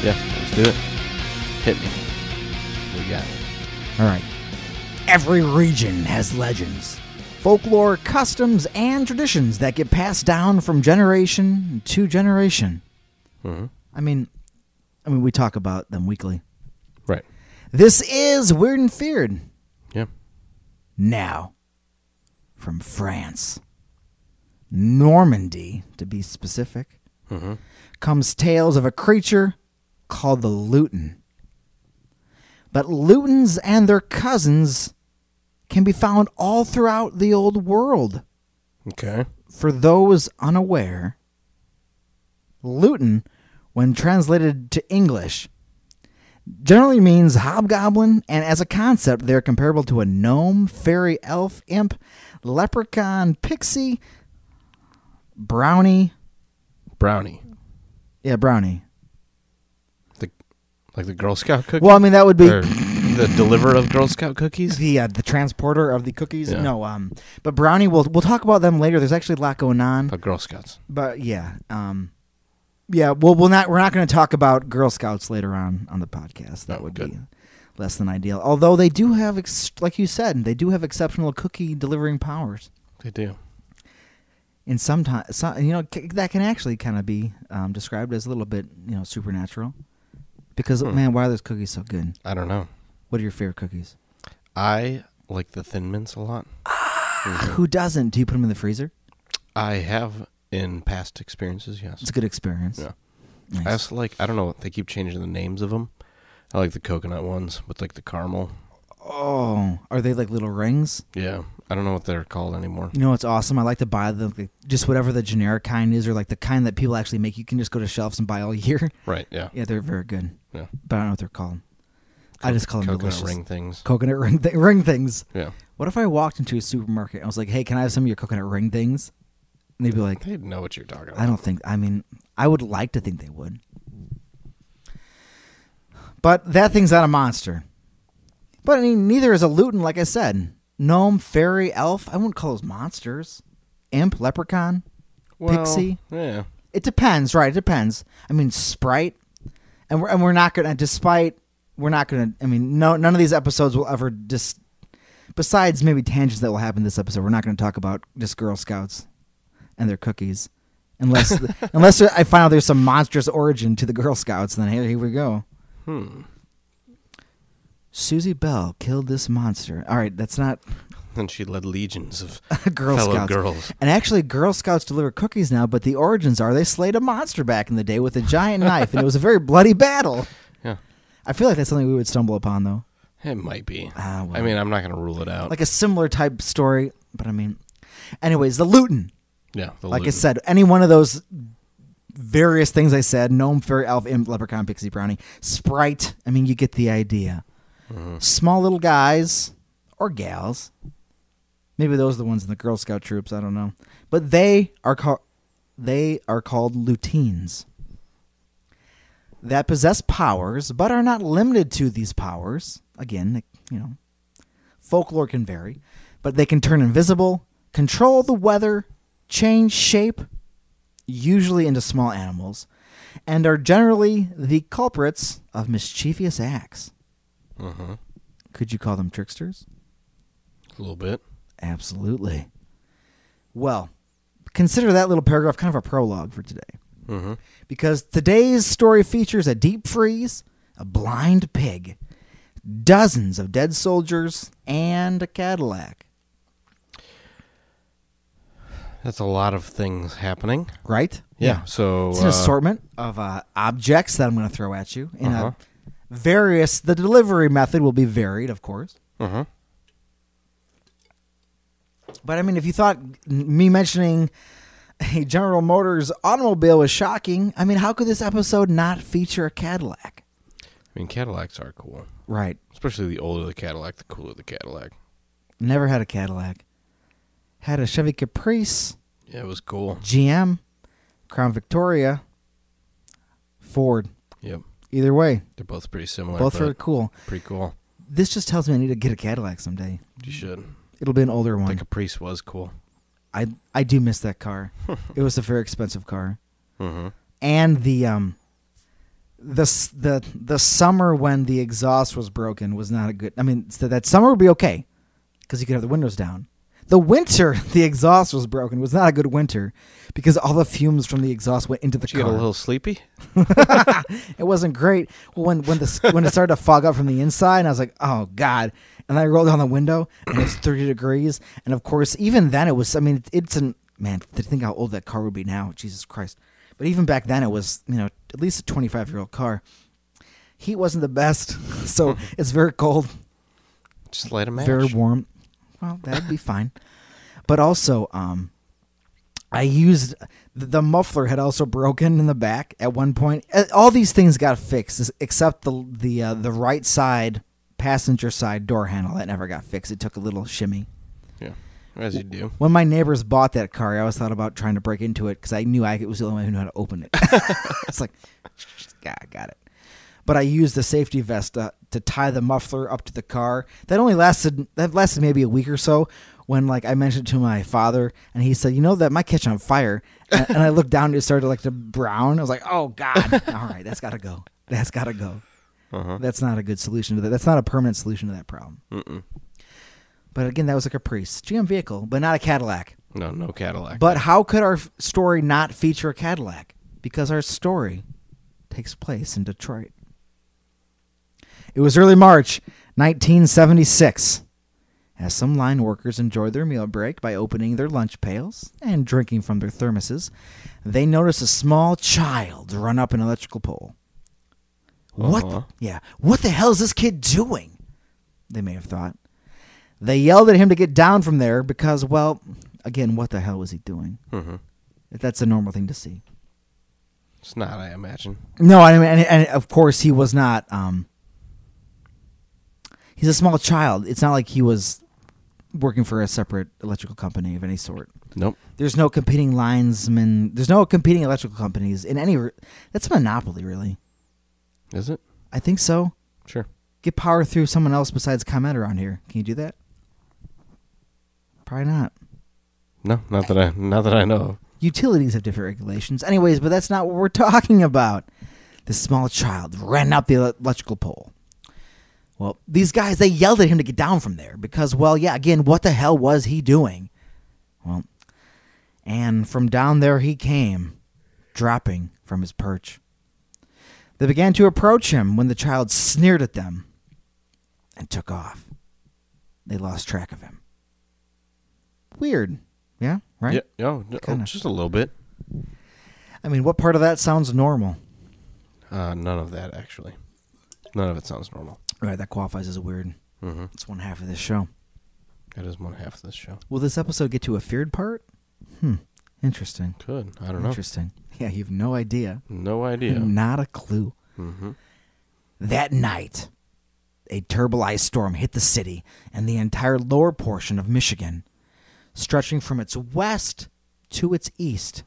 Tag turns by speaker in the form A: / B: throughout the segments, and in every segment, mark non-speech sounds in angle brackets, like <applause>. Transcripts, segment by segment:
A: Yeah, let's do it. Hit me. What you got?
B: All right. Every region has legends, folklore, customs, and traditions that get passed down from generation to generation. I mean, I mean, we talk about them weekly.
A: Right.
B: This is Weird and Feared.
A: Yeah.
B: Now, from France, Normandy, to be specific,
A: Mm-hmm.
B: comes tales of a creature called the Luton. But Lutons and their cousins can be found all throughout the old world.
A: Okay.
B: For those unaware, Luton, when translated to English, generally means hobgoblin, and as a concept, they're comparable to a gnome, fairy, elf, imp, leprechaun, pixie, brownie.
A: Brownie,
B: Yeah, brownie.
A: the like the Girl Scout cookie,
B: Well, I mean, that would be
A: or the deliverer of Girl Scout cookies.
B: the uh, the transporter of the cookies.
A: Yeah.
B: No, um, but brownie. We'll we'll talk about them later. There's actually a lot going on.
A: But Oh, Girl Scouts.
B: But yeah, um, yeah. Well, we'll not. We're not going to talk about Girl Scouts later on on the podcast. That
A: Oh,
B: would
A: good.
B: be less than ideal. Although they do have, ex- like you said, they do have exceptional cookie delivering powers.
A: They do.
B: And sometimes, some, you know, c- that can actually kind of be um, described as a little bit, you know, supernatural. Because
A: Hmm.
B: man, why are those cookies so good?
A: I don't know.
B: What are your favorite cookies?
A: I like the Thin Mints a lot.
B: Who doesn't? Do you put them in the freezer?
A: I have in past experiences. Yes.
B: It's a good experience.
A: Yeah.
B: Nice.
A: I also like. I don't know. They keep changing the names of them. I like the coconut ones with like the caramel.
B: Oh, are they like little rings?
A: Yeah. I don't know what they're called anymore.
B: You know what's awesome? I like to buy the like, just whatever the generic kind is, or like the kind that people actually make. You can just go to shelves and buy all <laughs> year.
A: Right. Yeah.
B: Yeah, they're very good,
A: Yeah.
B: but I don't know what they're called. I just call them
A: Coconut
B: delicious
A: ring things.
B: coconut ring th- ring things.
A: Yeah.
B: What if I walked into a supermarket and was like, "Hey, can I have some of your coconut ring things?" And they'd be like,
A: They know what you're talking about.
B: I don't think. I mean, I would like to think they would. But that thing's not a monster. But I mean, neither is a Luton, like I said. Gnome, fairy, elf. I wouldn't call those monsters. Imp, leprechaun. Pixie.
A: Yeah.
B: It depends, right? It depends. I mean, sprite. And we're, and we're not gonna. Despite we're not gonna. I mean, no. None of these episodes will ever just. Besides maybe tangents that will happen this episode, we're not going to talk about just Girl Scouts and their cookies, unless unless I find out there's some monstrous origin to the Girl Scouts. Then here, here we go.
A: Hmm.
B: Susie Bell killed this monster. All right, that's not <laughs>
A: And she led legions of
B: Girl
A: fellow
B: Scouts.
A: girls.
B: And actually, Girl Scouts deliver cookies now, but the origins are they slayed a monster back in the day with a giant knife, and it was a very bloody battle.
A: Yeah.
B: I feel like that's something we would stumble upon, though.
A: It might be.
B: Ah, well.
A: I mean, I'm not going to rule it out.
B: Like a similar type story, but I mean, anyways, the Luton.
A: yeah. The
B: Like I
A: Luton.
B: said, any one of those various things I said gnome, fairy, elf, imp, leprechaun, pixie, brownie, sprite. I mean, you get the idea. Small little guys or gals. Maybe those are the ones in the Girl Scout troops. I don't know. But they are called they are called luteins that possess powers but are not limited to these powers. Again, you know, folklore can vary, but they can turn invisible, control the weather, change shape, usually into small animals, and are generally the culprits of mischievous acts.
A: Mhm.
B: Could you call them tricksters?
A: A little bit.
B: Absolutely. Well, consider that little paragraph kind of a prologue for today.
A: Mm-hmm.
B: because today's story features a deep freeze, a blind pig, dozens of dead soldiers, and a Cadillac.
A: That's a lot of things happening.
B: right?
A: So
B: It's an
A: uh,
B: assortment of uh, objects that I'm going to throw at you. In
A: Uh-huh.
B: a various, the delivery method will be varied, of course.
A: uh-huh.
B: But I mean, if you thought me mentioning a General Motors automobile was shocking, I mean, how could this episode not feature a Cadillac?
A: I mean, Cadillacs are cool.
B: Right.
A: Especially the older the Cadillac, the cooler the Cadillac.
B: Never had a Cadillac. Had a Chevy Caprice,
A: Yeah, it was cool.
B: GM, Crown Victoria, Ford.
A: Yep.
B: Either way,
A: They're both pretty similar.
B: both
A: but
B: are cool.
A: pretty cool.
B: This just tells me I need to get a Cadillac someday.
A: You should.
B: It'll be an older
A: The
B: one.
A: Caprice was cool.
B: I I do miss that
A: <laughs>
B: car. it was a very expensive car.
A: Mm-hmm.
B: and the um the s- the the summer when the exhaust was broken was not a good. I mean, so that summer would be okay because you could have the windows down. The winter <laughs> the exhaust was broken was not a good winter because all the fumes from the exhaust went into the
A: Did you get
B: car.
A: a little sleepy?
B: it wasn't great. Well, when when the s- when it started to fog up from the inside, and I was like, oh god. And then I rolled down the window, and it's thirty degrees. And of course, even then it was. I mean, it's an man to think how old that car would be now. Jesus Christ! But even back then, it was you know at least a twenty five year old car. Heat wasn't the best, <laughs> so it's very cold,
A: Just light a match.
B: very warm. Well, that'd be fine. But also, um, I used the, the muffler had also broken in the back at one point. Uh, All these things got fixed is- except the the uh, the right side passenger side door handle that never got fixed. It took a little shimmy.
A: Yeah. As you do.
B: When my neighbors bought that car, I always thought about trying to break into it because I knew I was the only one who knew how to open it. <laughs> it's like, yeah, I got it. But I used the safety vest to, to tie the muffler up to the car. That only lasted that lasted maybe a week or so. When like I mentioned to my father, and he said, "You know that might catch on fire," and, and I looked down, and it started like to brown. I was like, "Oh God! <laughs> All right, that's gotta go. That's gotta go.
A: Uh-huh.
B: That's not a good solution to that. That's not a permanent solution to that problem."
A: Mm-mm.
B: But again, that was a Caprice GM vehicle, but not a Cadillac.
A: No, no Cadillac.
B: But how could our f- story not feature a Cadillac? Because our story takes place in Detroit. It was early March 1976. As some line workers enjoyed their meal break by opening their lunch pails and drinking from their thermoses, they noticed a small child run up an electrical pole. What?
A: Uh-huh.
B: Yeah. What the hell is this kid doing? They may have thought. They yelled at him to get down from there because, well, again, what the hell was he doing?
A: Mm-hmm.
B: That's a normal thing to see.
A: It's not, I imagine.
B: No, I mean, and, and of course he was not. Um, he's a small child. It's not like he was working for a separate electrical company of any sort.
A: Nope.
B: There's no competing linesmen. There's no competing electrical companies in any. Re- That's a monopoly, really.
A: Is it?
B: I think so.
A: Sure.
B: Get power through someone else besides ComEd around here. Can you do that? Probably not.
A: No, not that I not that I know. of.
B: Utilities have different regulations. Anyways, but that's not what we're <laughs> talking about. The small child ran up the ele- electrical pole. Well, these guys, they yelled at him to get down from there because, well, yeah, again, what the hell was he doing? Well, and from down there he came, dropping from his perch. They began to approach him when the child sneered at them and took off. They lost track of him. Weird. Yeah, right?
A: Yeah. Oh, no, oh,
B: Kinda.
A: just a little bit.
B: I mean, what part of that sounds normal?
A: Uh, none of that actually. None of it sounds normal.
B: All right, that qualifies as a weird.
A: Mm-hmm.
B: It's one half of this show.
A: That is one half of this show.
B: Will this episode get to a feared part? Hmm. Interesting.
A: Good. I don't know. Hmm.
B: Interesting. <laughs> Yeah, you have no idea.
A: No idea.
B: Not a clue.
A: Mm-hmm.
B: That night, a turbulized storm hit the city and the entire lower portion of Michigan, stretching from its west to its east.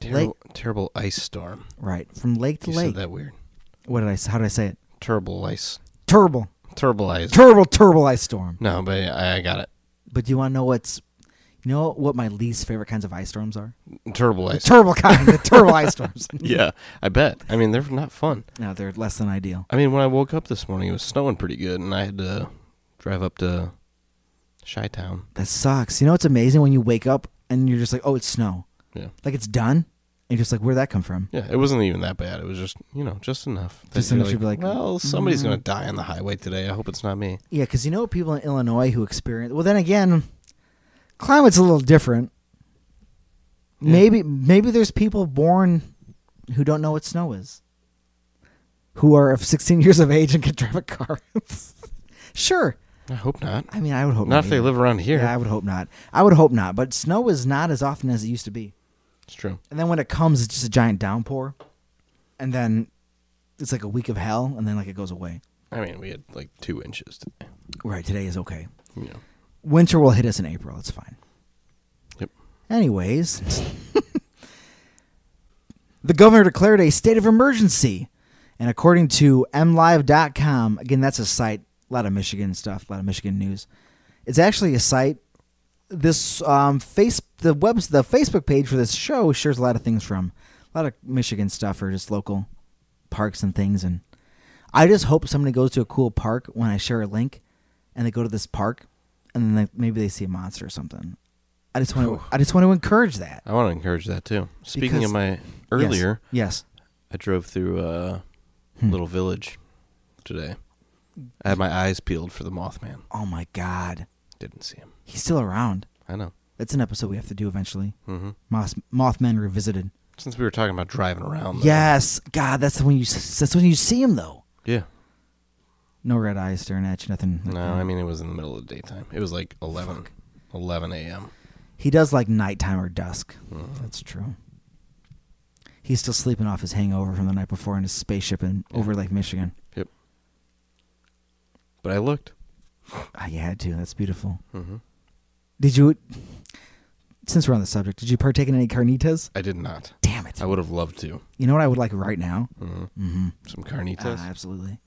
A: Terrible, terrible ice storm.
B: Right, from lake to
A: You
B: lake.
A: said that weird.
B: What did I? s- How did I say it?
A: Terrible ice.
B: Turble,
A: Terrible ice.
B: turble, turbulized storm.
A: no, but I, I got it.
B: But do you want to know what's, you know, what my least favorite kinds of ice storms are?
A: Terrible
B: The
A: ice.
B: turbo kind, the turbo
A: <laughs>
B: ice storms.
A: yeah, I bet. I mean, they're not fun.
B: No, they're less than ideal.
A: I mean, when I woke up this morning, it was snowing pretty good, and I had to drive up to Chi Town.
B: That sucks. You know what's amazing when you wake up and you're just like, oh, it's snow.
A: Yeah.
B: Like it's done. And you're just like, where'd that come from?
A: Yeah, it wasn't even that bad. It was just, you know, just enough. that
B: Just
A: you're
B: enough to be like, mm.
A: well, somebody's going to die on the highway today. I hope it's not me.
B: Yeah, because you know people in Illinois who experience. Well, then again, climate's a little different. Maybe maybe there's people born who don't know what snow is, who are of 16 years of age and can drive a car. <laughs> sure.
A: I hope not.
B: I mean, I would hope
A: Not if they
B: either.
A: live around here.
B: Yeah, I would hope not. I would hope not. But snow is not as often as it used to be.
A: It's true.
B: And then when it comes, it's just a giant downpour, and then it's like a week of hell, and then like it goes away.
A: I mean, we had like two inches today.
B: Right. Today is okay.
A: You know.
B: Winter will hit us in April. It's fine.
A: Yep.
B: Anyways, the governor declared a state of emergency. And according to mlive.com, again, that's a site, a lot of Michigan stuff, a lot of Michigan news. It's actually a site. This um, face the webs the Facebook page for this show shares a lot of things from a lot of Michigan stuff or just local parks and things. And I just hope somebody goes to a cool park when I share a link, and they go to this park, and then they, maybe they see a monster or something. I just want to I just want to encourage that.
A: I want to encourage that too. Speaking
B: Because-
A: of my
B: Yes.
A: earlier,
B: yes.
A: I drove through a
B: Hmm.
A: little village today. I had my eyes peeled for the Mothman.
B: Oh my God,
A: Didn't see him.
B: he's still around.
A: I know.
B: That's an episode we have to do eventually.
A: hmm
B: Moth, Mothman Revisited.
A: Since we were talking about driving around. though.
B: Yes, God, that's when you s- that's when you see him though.
A: Yeah.
B: No red eyes staring at you, nothing. like
A: No,
B: that.
A: I mean it was in the middle of the daytime. It was like 11, 11 a.m.
B: he does like nighttime or dusk.
A: Mhm.
B: That's true. He's still sleeping off his hangover from the night before in his spaceship in
A: Yeah.
B: over Lake Michigan.
A: Yep. But I looked.
B: Ah, you had to. That's beautiful.
A: hmm
B: Did you? Since we're on the subject, did you partake in any carnitas?
A: I did not.
B: Damn it!
A: I would have loved to.
B: You know what I would like right now?
A: hmm
B: Mm-hmm.
A: Some carnitas.
B: Ah, absolutely.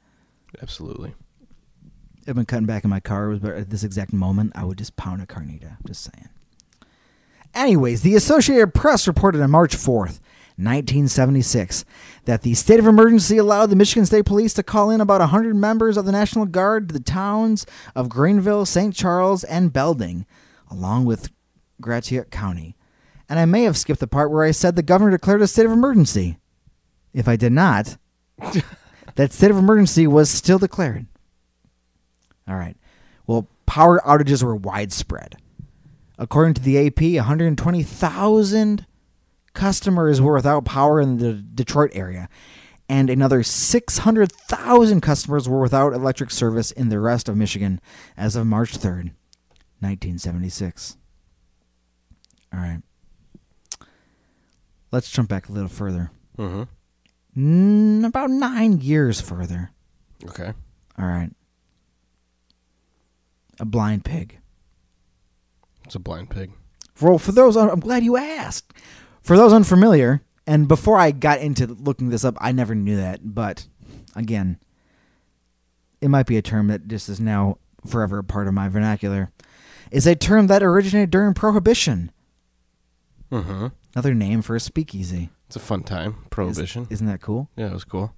A: Absolutely.
B: I've been cutting back in my carbs, but at this exact moment, I would just pound a carnita. Just saying. Anyways, the Associated Press reported on March 4th, 1976, that the state of emergency allowed the Michigan State Police to call in about 100 members of the National Guard to the towns of Greenville, St. Charles, and Belding, along with Gratiot County. And I may have skipped the part where I said the governor declared a state of emergency. If I did not, that state of emergency was still declared. All right. Well, power outages were widespread. According to the AP, 120,000 customers were without power in the Detroit area, and another 600,000 customers were without electric service in the rest of Michigan as of March 3rd, 1976. All right. Let's jump back a little further.
A: hmm
B: Mm, about nine years further.
A: Okay.
B: All right. A blind pig.
A: It's a blind pig.
B: Well, for those, I'm glad you asked. For those unfamiliar, and before I got into looking this up, I never knew that. But again, it might be a term that just is now forever a part of my vernacular. Is a term that originated during Prohibition.
A: hmm
B: Another name for a speakeasy.
A: It's a fun time. Prohibition.
B: Is, not that cool?
A: yeah, it was cool.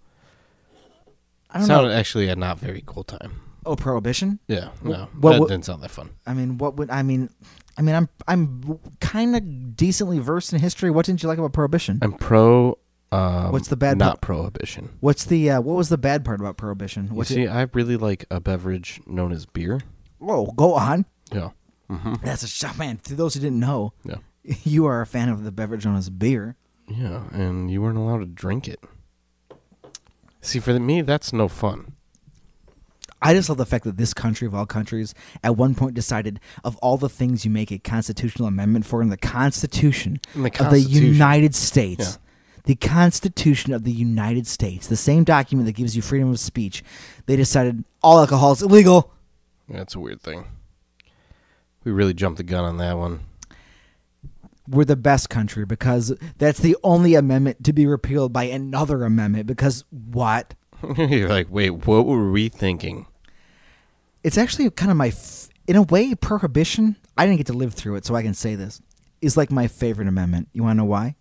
B: I don't
A: sounded
B: know.
A: actually a not very cool time.
B: Oh, Prohibition.
A: Yeah,
B: Wh-
A: no,
B: what
A: that
B: would-
A: didn't sound that fun.
B: I mean, what would I mean? I mean, I'm I'm kind of decently versed in history. What didn't you like about Prohibition?
A: I'm pro. Um,
B: What's the bad
A: Not prohibition.
B: What's the uh, what was the bad part about Prohibition?
A: You
B: What's
A: see, I really like a beverage known as beer.
B: Whoa, go on.
A: Yeah. Mm-hmm.
B: That's a shot, man. To those who didn't know, <laughs>
A: Yeah.
B: you are a fan of the beverage known as beer.
A: Yeah, and you weren't allowed to drink it. See, for me, that's no fun.
B: I just love the fact that this country of all countries at one point decided of all the things you make a constitutional amendment for in the Constitution,
A: In the
B: of the
A: Constitution.
B: United States. The Constitution of the United States, the same document that gives you freedom of speech, they decided all alcohol is illegal.
A: That's a weird thing. We really jumped the gun on that one. <laughs>
B: we're the best country because that's the only amendment to be repealed by another amendment because what
A: You're like, wait, what were we thinking?
B: it's actually kind of my f- in a way prohibition i didn't get to live through it so i can say this is like my favorite amendment you want to know why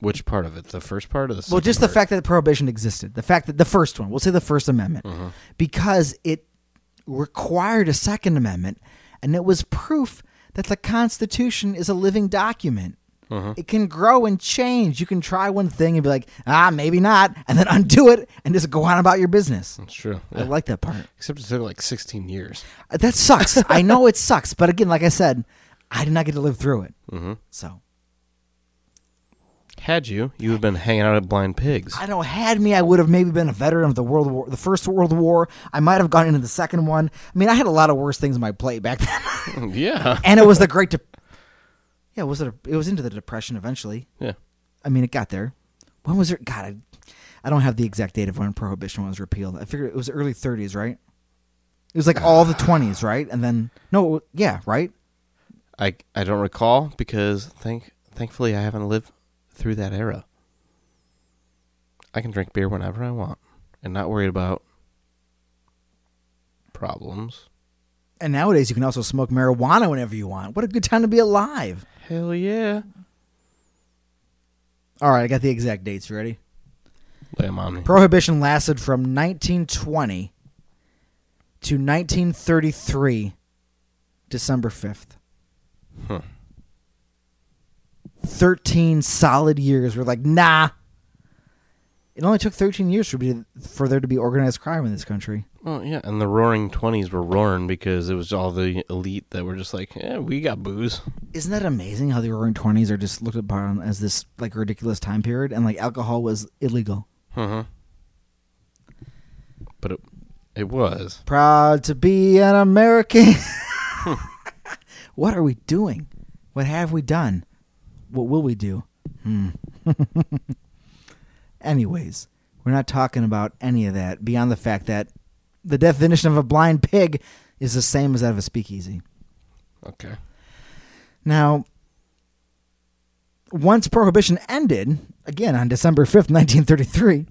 A: Which part of it? The first part of the?
B: well
A: second
B: just the
A: part?
B: fact that prohibition existed the fact that the first one we'll say the first amendment because it required a second amendment and it was proof that the constitution is a living document it can grow and change you can try one thing and be like ah maybe not and then <laughs> undo it and just go on about your business
A: That's true.
B: i like that part
A: <laughs> Except it took like 16 years.
B: that sucks i know it sucks but again like i said i did not get to live through it so
A: Had you, you would have been hanging out at Blind Pigs.
B: I know had me, I would have maybe been a veteran of the World War, the First World War. I might have gone into the second one. I mean, I had a lot of worse things in my plate back <laughs> then,
A: <laughs> yeah.
B: and it was the Great. De- yeah, was it? A, it was into the Depression eventually.
A: Yeah.
B: I mean, it got there. When was it? God, I, I don't have the exact date of when Prohibition was repealed. I figured it was early 30s, right? It was like all the 20s, right? And then no, yeah, right.
A: I I don't recall because thank thankfully I haven't lived through that era. I can drink beer whenever I want and not worry about problems.
B: And nowadays, you can also smoke marijuana whenever you want. What a good time to be alive!
A: Hell yeah.
B: All right, I got the exact dates. You ready?
A: Lay 'em on me.
B: Prohibition lasted from 1920 to 1933, December 5th.
A: Huh.
B: 13 solid years. We're like, nah. It only took 13 years for, be, for there to be organized crime in this country.
A: Well, yeah, and the roaring 20s were roaring because it was all the elite that were just like, yeah, we got booze.
B: Isn't that amazing how the roaring 20s are just looked upon as this like ridiculous time period and like alcohol was illegal?
A: Uh-huh. But it, it was.
B: Proud to be an American. <laughs> what are we doing? What have we done? What will we do? Hmm. <laughs> Anyways, we're not talking about any of that beyond the fact that the definition of a blind pig is the same as that of a speakeasy.
A: Okay.
B: Now, once Prohibition ended, again on December 5th, 1933,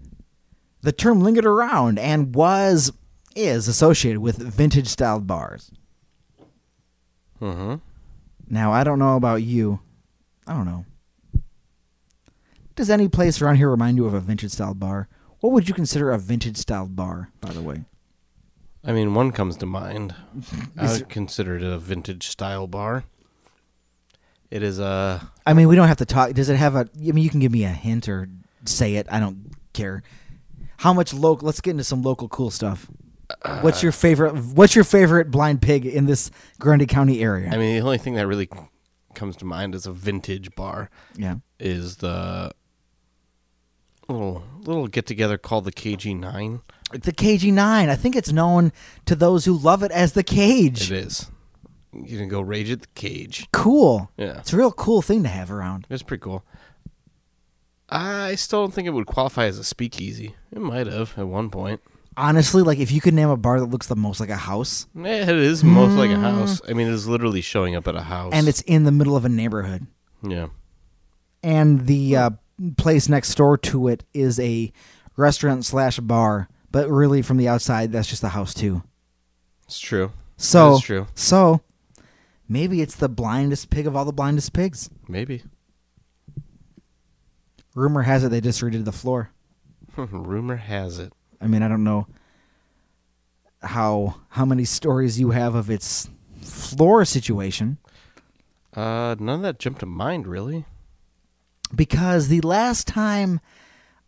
B: the term lingered around and was, is associated with vintage styled bars.
A: Uh-huh.
B: Now, I don't know about you. I don't know. Does any place around here remind you of a vintage styled bar? What would you consider a vintage styled bar, by the way?
A: I mean, one comes to mind. I
B: Is
A: would consider it a vintage style bar. It is a
B: I mean, we don't have to talk. Does it have a? I mean, you can give me a hint or say it. I don't care. How much local? Let's get into some local cool stuff. What's your favorite? What's your favorite blind pig in this Grundy County area?
A: I mean, the only thing that really comes to mind as a vintage bar
B: yeah,
A: is the little little get together called the KG9.
B: the KG Nine. I think it's known to those who love it as the
A: It
B: cage.
A: is. You can go rage at the cage.
B: Cool.
A: Yeah.
B: It's a real cool thing to have around.
A: It's pretty cool. I still don't think it would qualify as a speakeasy. It might have at one point.
B: Honestly, like if you could name a bar that looks the most like a house,
A: Eh, It is most like a house. I mean, it's literally showing up at a house.
B: Hmm. and it's in the middle of a neighborhood,
A: yeah.
B: and the uh, place next door to it is a restaurant slash bar, but really from the outside, that's just a house too.
A: It's true.
B: So
A: That's true.
B: So maybe it's the blindest pig of all the blindest pigs.
A: Maybe. <laughs>
B: Rumor has it they just redid the floor.
A: Rumor has it.
B: I mean, I don't know how how many stories you have of its floor situation
A: Uh, none of that jumped to mind, really.
B: because the last time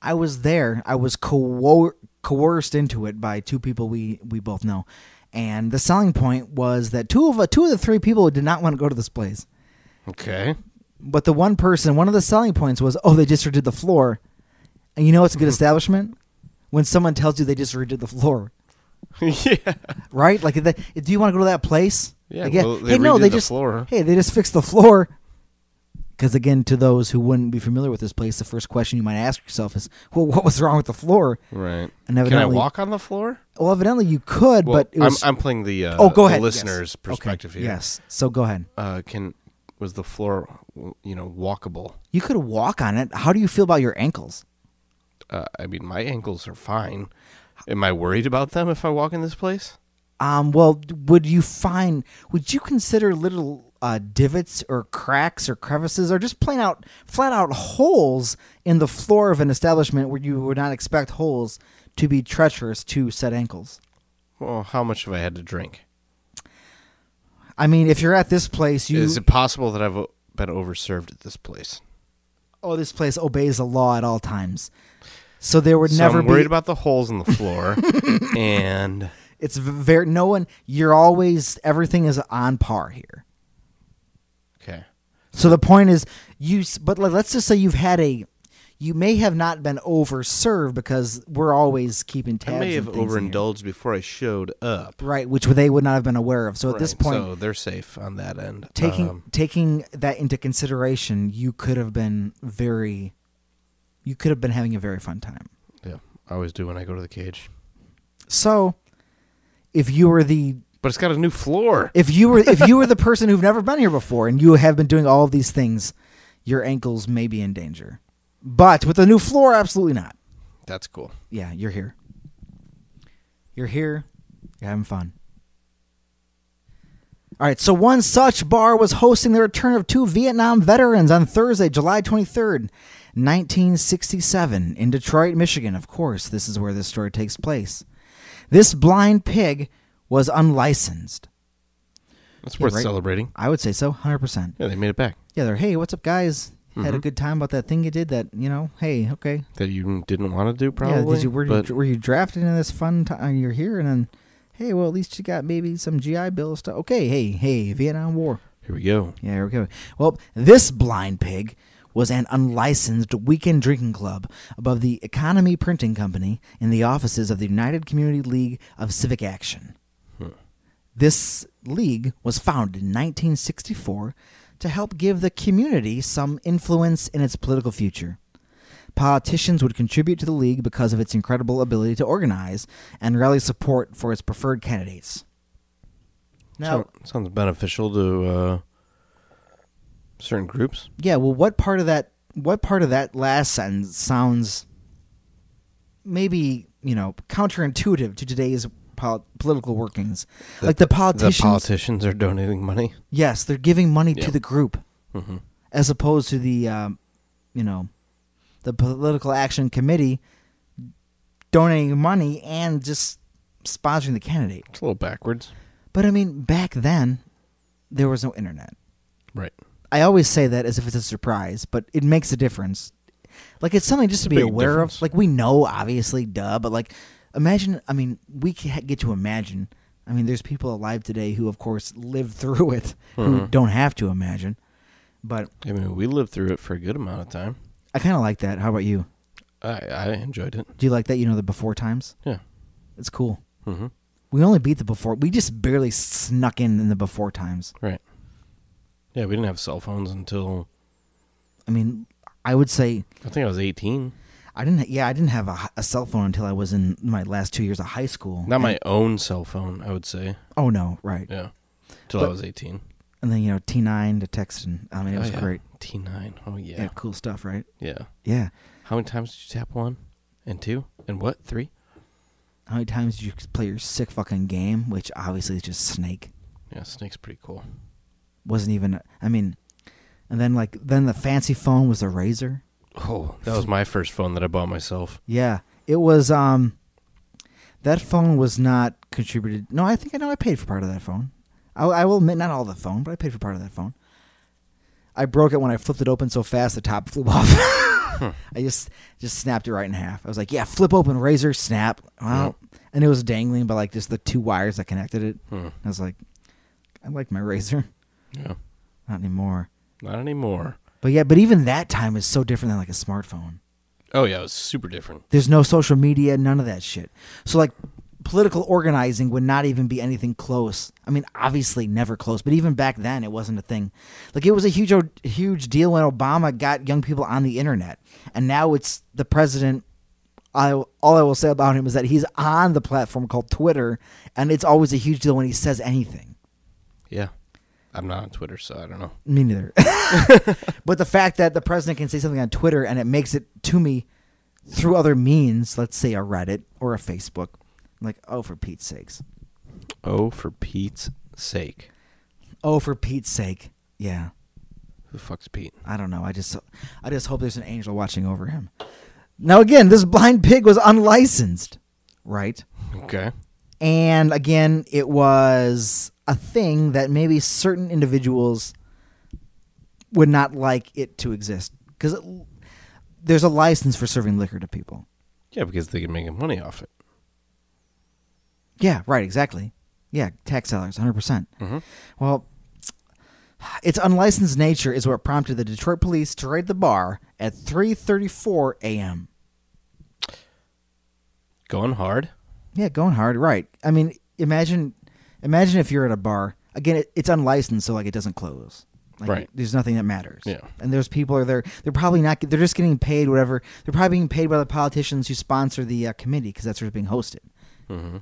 B: I was there, I was coer- coerced into it by two people we we both know. And the selling point was that two of two of the three people did not want to go to this place.
A: Okay. <laughs>
B: But the one person, one of the selling points was, oh, they just redid the floor. And you know what's a good establishment? When someone tells you they just redid the floor,
A: yeah.
B: right? Like, they, do you want to go to that place?
A: Yeah,
B: Like,
A: well, they redid the
B: just
A: floor.
B: hey, they just fixed the floor. Because again, to those who wouldn't be familiar with this place, the first question you might ask yourself is, well, what was wrong with the floor?
A: Right.
B: And
A: Can I
B: evidently-
A: walk on the floor?
B: Well, evidently you could,
A: Well,
B: but it was.
A: I'm, I'm playing the uh,
B: oh, go
A: the
B: ahead. yes.
A: listener's
B: Okay,
A: perspective here.
B: Yes. So go ahead.
A: Uh, can was the floor, you know, walkable?
B: You could walk on it. How do you feel about your ankles?
A: Uh, I mean, my ankles are fine. Am I worried about them if I walk in this place?
B: Um, well, would you find, would you consider little uh, divots or cracks or crevices or just plain out, flat out holes in the floor of an establishment where you would not expect holes to be treacherous to said ankles?
A: Well, how much have I had to drink?
B: I mean, if you're at this place, you,
A: Is it possible that I've o- been overserved at this place?
B: oh, this place obeys the law at all times. So there would
A: So
B: never
A: I'm worried
B: be,
A: about the holes in the
B: <laughs>
A: floor, and
B: it's v- very, no one, you're always, everything is on par here.
A: okay,
B: So the point is, you. s- But le- let's just say you've had a you may have not been overserved because we're always keeping tabs.
A: I may
B: and
A: have
B: things in here.
A: overindulged before I showed up.
B: right, which they would not have been aware of. So at this
A: Right,
B: point,
A: so they're safe on that end.
B: taking
A: Um,
B: taking that into consideration, you could have been very, you could have been having a very fun time.
A: yeah, I always do when I go to the cage.
B: So, if you were the
A: But it's got a new floor.
B: if you were if you
A: <laughs>
B: were the person who've never been here before and you have been doing all of these things, your ankles may be in danger. But with the new floor, absolutely not.
A: That's cool.
B: Yeah, you're here. You're here. You're having fun. All right, so one such bar was hosting the return of two Vietnam veterans on Thursday, July 23rd, 1967, in Detroit, Michigan. Of course, this is where this story takes place. This blind pig was unlicensed.
A: That's
B: Yeah,
A: worth
B: right.
A: celebrating.
B: I would say so, 100%.
A: Yeah, they made it back.
B: Yeah, they're, hey, what's up, guys? Had a good time about that thing you did that, you know, hey, okay,
A: That you didn't want to do, probably.
B: yeah, did you were,
A: but
B: you were you drafted in this fun time? You're here, and then, hey, well, at least you got maybe some GI Bill stuff. Okay, hey, hey, Vietnam War.
A: here we go.
B: Yeah, here we go. Well, this blind pig was an unlicensed weekend drinking club above the Economy Printing Company in the offices of the United Community League of Civic Action. This league was founded in 1964 to help give the community some influence in its political future. Politicians would contribute to the league because of its incredible ability to organize and rally support for its preferred candidates. Now,
A: Sound- sounds beneficial to uh, certain groups.
B: yeah well what part of that what part of that last sentence sounds maybe you know counterintuitive to today's pol- political workings like the politicians
A: The politicians are donating money.
B: yes they're giving money
A: Yeah.
B: to the group
A: hmm
B: as opposed to the um, you know the political action committee donating money and just sponsoring the candidate
A: It's a little backwards.
B: but i mean back then there was no internet
A: Right.
B: I always say that as if it's a surprise, but it makes a difference. Like it's something just to be
A: big
B: aware of.
A: difference.
B: Like we know, obviously, duh, but like imagine. I mean, we ca- get to imagine. I mean, there's people alive today who, of course, lived through <laughs> it
A: Mm-hmm.
B: who don't have to imagine. But
A: I mean, we lived through it for a good amount of time.
B: I kind of like that. How about you?
A: I, I enjoyed it.
B: Do you like that? You know, the before times.
A: Yeah.
B: It's cool.
A: hmm
B: We only beat the before. We just barely snuck in in the before times.
A: Right. Yeah, we didn't have cell phones until
B: I mean, I would say
A: I think I was 18.
B: I didn't. Yeah, I didn't have a, hi- a cell phone until I was in my last two years of high school.
A: Not my own cell phone, I would say.
B: Oh no, right.
A: Yeah. Till
B: But-
A: I was 18.
B: And then you know T nine to texting. I mean, it
A: Oh,
B: was
A: yeah.
B: great.
A: T9. Oh, yeah.
B: Yeah. cool stuff, right?
A: Yeah.
B: Yeah.
A: How many times did you tap one and two and what? Three?
B: How many times did you play your sick fucking game, which obviously is just Snake?
A: Yeah, Snake's pretty cool.
B: Wasn't even. I mean, and then like then the fancy phone was the Razor.
A: Oh, that was my first phone that I bought myself.
B: Yeah, it was. Um, that phone was not contributed. No, I think I know. I paid for part of that phone. I, I will admit, not all the phone, but I paid for part of that phone. I broke it when I flipped it open so fast the top flew <laughs> off. I just just snapped it right in half. I was like, "Yeah, flip open, razor, snap." Wow. And it was dangling by like just the two wires that connected it.
A: Hmm.
B: I was like, "I like my <laughs> razor,
A: Yeah.
B: not anymore."
A: Not anymore.
B: But yeah, but even that time is so different than like a smartphone.
A: Oh, yeah, it was super different.
B: There's no social media, none of that shit. So like political organizing would not even be anything close. I mean, obviously never close, but even back then it wasn't a thing. Like it was a huge o- huge deal when Obama got young people on the internet. And now it's the president I all I will say about him is that he's on the platform called Twitter and it's always a huge deal when he says anything.
A: Yeah. I'm not on Twitter, so I don't know.
B: Me neither. <laughs> but the fact that the president can say something on Twitter and it makes it to me through other means, let's say a Reddit or a Facebook, I'm like, oh, for Pete's sakes.
A: Oh, for Pete's sake.
B: Oh, for Pete's sake. Yeah.
A: Who the fuck's Pete?
B: I don't know. I just, I just hope there's an angel watching over him. Now, again, this blind pig was unlicensed, right?
A: Okay.
B: And again, it was a thing that maybe certain individuals would not like it to exist because there's a license for serving liquor to people.
A: Yeah, because they can make money off it.
B: Yeah, right, exactly. Yeah, tax dollars, 100%.
A: Mhm.
B: Well, Its unlicensed nature is what prompted the Detroit police to raid the bar at 3:34 a.m.
A: Going hard.
B: Yeah, going hard, right? I mean, imagine, imagine if you're at a bar. Again, it, it's unlicensed, so like it doesn't close. Like,
A: Right.
B: There's nothing that matters.
A: Yeah.
B: And there's people are there. They're probably not. They're just getting paid whatever. They're probably being paid by the politicians who sponsor the uh, committee because that's where it's being hosted.
A: Mm-hmm.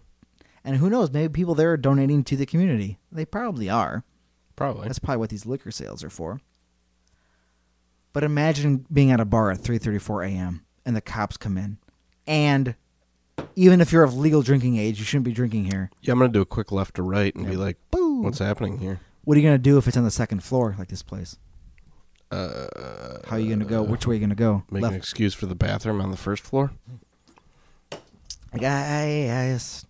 B: And who knows? Maybe people there are donating to the community. They probably are.
A: Probably.
B: That's probably what these liquor sales are for. But imagine being at a bar at 3:34 a.m. and the cops come in. And even if you're of legal drinking age, you shouldn't be drinking here.
A: yeah, I'm gonna do a quick left to right and be like,
B: Boo.
A: "What's happening here?"
B: What are you going to do if it's on the second floor like this place? Uh, How are you going to go? Which way are you going to go?
A: Make an
B: Left.
A: excuse for the bathroom on the first floor.
B: Like, I, I, I just-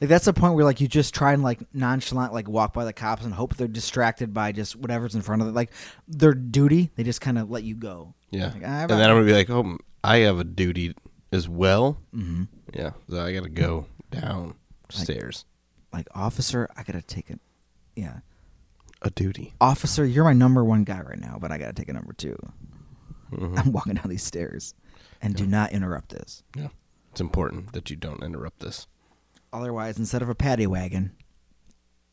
B: like that's the point where like you just try and like nonchalant like walk by the cops and hope they're distracted by just whatever's in front of it. Like their duty, they just kind of let you go.
A: Yeah.
B: Like, I-
A: and then I'm gonna be like, "Oh, m- I have a duty as well." Mm-hmm. Yeah. So I gotta go downstairs.
B: like officer i gotta take it yeah
A: a duty.
B: officer you're my number one guy right now but i gotta take a number 2
A: Mhm.
B: i'm walking down these stairs and do not interrupt this
A: Yeah. It's important that you don't
B: <laughs>
A: interrupt this.
B: otherwise instead of a paddy wagon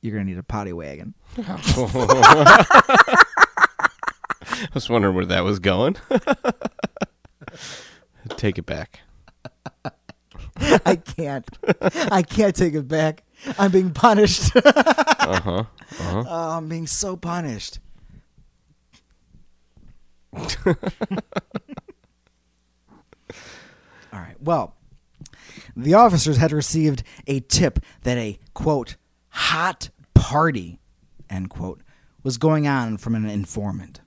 B: you're gonna need a potty wagon
A: I was wondering where that was going. <laughs> Take it back.
B: <laughs> i can't i can't take it back i'm being punished <laughs>
A: Uh huh. Uh huh.
B: oh, i'm being so punished
A: <laughs>
B: all right well the officers had received a tip that a quote hot party end quote was going on from an informant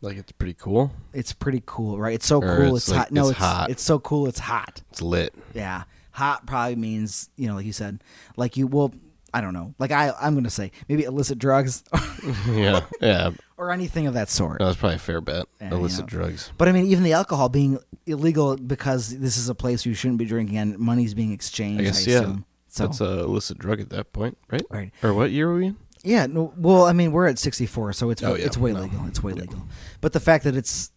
A: Like it's pretty cool.
B: it's pretty cool right it's so
A: Or
B: cool it's,
A: it's like,
B: hot no
A: it's
B: it's,
A: hot.
B: it's so cool it's hot
A: It's lit.
B: yeah hot probably means you know like you said like you will i don't know like i i'm gonna say maybe illicit drugs <laughs>
A: yeah. Yeah.
B: or anything of that sort
A: That was probably a fair bet.
B: Yeah,
A: Illicit
B: yeah.
A: drugs.
B: But I mean, even the alcohol being illegal because this is a place you shouldn't be drinking and money's being exchanged.
A: I guess, yeah.
B: assume. So
A: That's a illicit drug at that point, right?
B: Right.
A: Or what year were we in?
B: yeah, no, well, I mean, we're at 64, so it's
A: Oh, yeah,
B: it's way
A: no.
B: legal. It's way
A: Yeah.
B: legal. But the fact that it's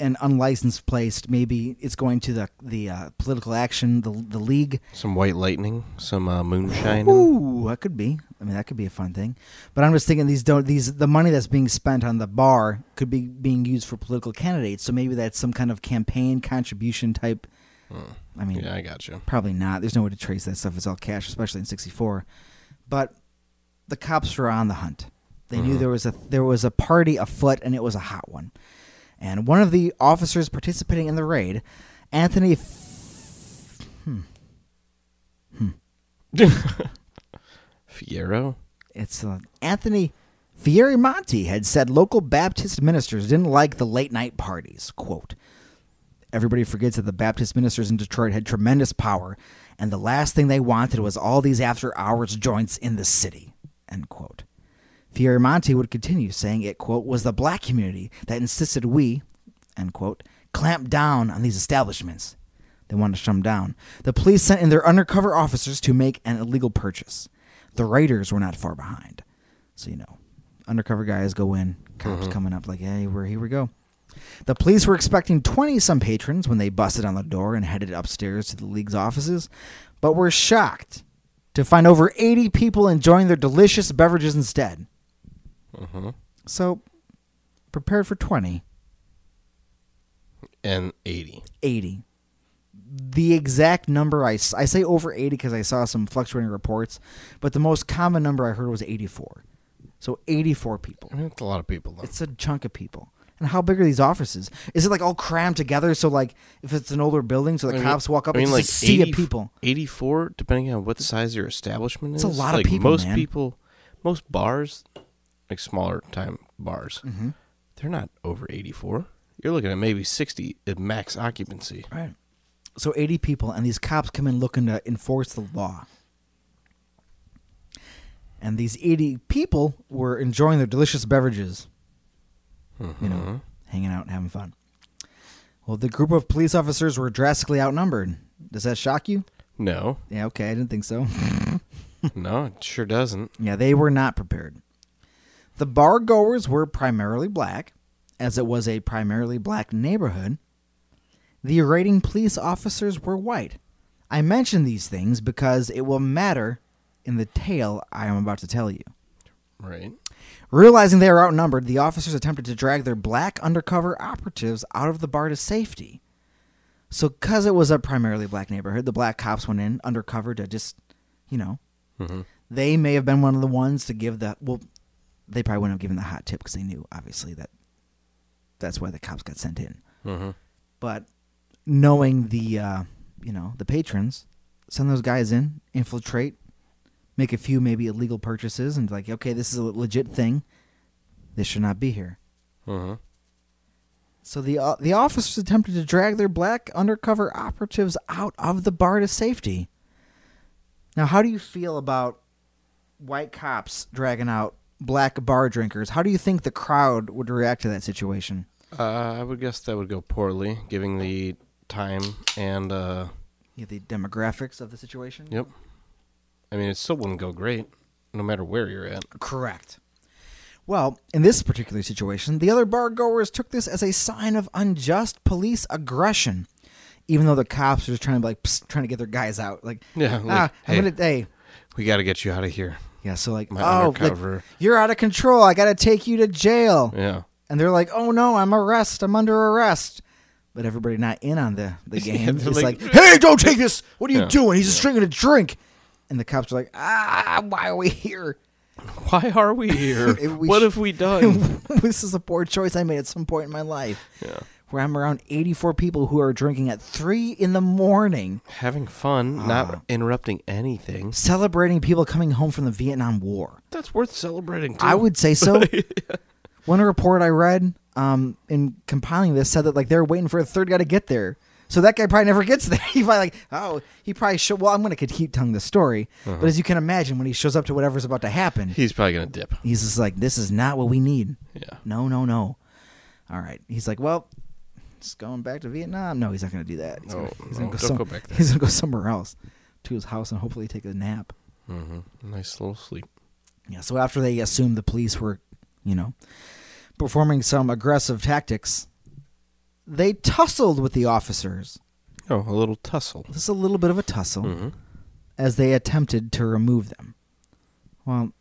B: an unlicensed place, maybe it's going to the the uh, political action, the the league.
A: Some white lightning, some uh, moonshine.
B: Ooh, that could be. I mean, that could be a fun thing. But I'm just thinking these don't these the money that's being spent on the bar could be being used for political candidates. So maybe that's some kind of campaign contribution type. I mean,
A: Yeah, I got you.
B: Probably not. There's no way to trace that stuff. It's all cash, especially in '64. But the cops were on the hunt. They knew there was a there was a party afoot, and it was a hot one. And one of the officers participating in the raid, Anthony, F- hmm,
A: Fiero.
B: it's uh, Anthony Fierimonti had said local Baptist ministers didn't like the late night parties. Quote. Everybody forgets that the Baptist ministers in Detroit had tremendous power, and the last thing they wanted was all these after hours joints in the city. End quote. Fioramonte would continue saying it, quote, was the black community that insisted we, end quote, clamp down on these establishments. They wanted to shut them down. The police sent in their undercover officers to make an illegal purchase. The raiders were not far behind. So, you know, undercover guys go in, cops coming up like, hey, we're, here we go. The police were expecting 20 some patrons when they busted on the door and headed upstairs to the league's offices, but were shocked to find over 80 people enjoying their delicious beverages instead.
A: Mm-hmm.
B: So, prepared for 20,
A: And 80.
B: 80. The exact number I, s- I say over 80 because I saw some fluctuating reports, but the most common number I heard was 84. So, 84 people.
A: I mean, that's a lot of people, though.
B: It's a chunk of people. And how big are these offices? Is it like all crammed together? So like, if it's an older building, so the
A: I mean-
B: cops walk up,
A: I mean,
B: it's
A: like
B: just a sea
A: 80
B: of people.
A: 84, depending on what size your establishment
B: It's
A: is.
B: a lot of
A: Like,
B: people,
A: Most
B: man.
A: people, most bars, like smaller time bars,
B: Mm-hmm.
A: they're not over 84. You're looking at maybe 60 at max occupancy.
B: Right. So 80 people, and these cops come in looking to enforce the law. And these 80 people were enjoying their delicious beverages,
A: Mm-hmm.
B: you know, hanging out and having fun. Well, the group of police officers were drastically outnumbered. Does that shock you?
A: No,
B: Yeah, okay, I didn't think so. <laughs>
A: no, it sure doesn't.
B: Yeah, they were not prepared. The bar goers were primarily black, as it was a primarily black neighborhood. The raiding police officers were white. I mention these things because it will matter in the tale I am about to tell you.
A: Right.
B: Realizing they were outnumbered, the officers attempted to drag their black undercover operatives out of the bar to safety. So, because it was a primarily black neighborhood, the black cops went in undercover to just, you know,
A: Mm-hmm.
B: they may have been one of the ones to give the well they probably wouldn't have given the hot tip because they knew obviously that that's why the cops got sent in
A: Mm-hmm.
B: but knowing the uh, you know the patrons send those guys in infiltrate make a few maybe illegal purchases and be like okay this is a legit thing this should not be here
A: Mm-hmm.
B: so the uh, the officers attempted to drag their black undercover operatives out of the bar to safety. Now, how do you feel about white cops dragging out black bar drinkers? How do you think the crowd would react to that situation?
A: Uh, I would guess that would go poorly, given the time and. Uh,
B: You know, the demographics of the situation.
A: yep. I mean, it still wouldn't go great, no matter where you're at.
B: Correct. Well, in this particular situation, the other bar goers took this as a sign of unjust police aggression, even though the cops were just trying to like psst, trying to get their guys out. Like,
A: Yeah, like,
B: ah,
A: hey.
B: I'm gonna hey.
A: We got to get you out of here.
B: Yeah, so like,
A: My
B: oh, like,
A: undercover.
B: you're out of control. I got to take you to jail.
A: Yeah.
B: And they're like, oh no, I'm arrest. I'm under arrest. But everybody not in on the,
A: <laughs>
B: the
A: Yeah,
B: game
A: they're
B: is
A: like-
B: like, hey, don't take this. What are you
A: Yeah,
B: doing? He's just drinking a drink. And the cops are like, ah, why are we here? <laughs>
A: Why are we here? <laughs>
B: If we
A: what
B: sh-
A: have we <laughs> done?
B: this is a poor choice I made at some point in my life
A: yeah.
B: where I'm around 84 people who are drinking at 3 in the morning,
A: Having fun, not interrupting anything.
B: celebrating people coming home from the Vietnam War.
A: That's worth celebrating. Too.
B: I would
A: <laughs>
B: say so. One report I read um, in compiling this said that like they're waiting for a third guy to get there. So that guy probably never gets there. <laughs> He probably like, oh, he probably should. Well, I'm gonna could keep telling this story,
A: Uh-huh.
B: but as you can imagine, when he shows up to whatever's about to happen,
A: He's probably gonna dip.
B: he's just like, this is not what we need.
A: Yeah.
B: No, no, no. All right. He's like, well, it's going back to Vietnam. No, he's not gonna do that. He's gonna,
A: Oh, No,
B: he's
A: no,
B: gonna go,
A: don't
B: some-
A: go back
B: <laughs>
A: there.
B: He's gonna go somewhere else, to his house and hopefully take a nap.
A: Mm-hmm. Nice little sleep.
B: Yeah, so after they assumed the police were, you know, performing some aggressive tactics, they tussled with the officers.
A: Oh, a little tussle.
B: This is a little bit of a tussle
A: Mm-hmm.
B: as they attempted to remove them. Well,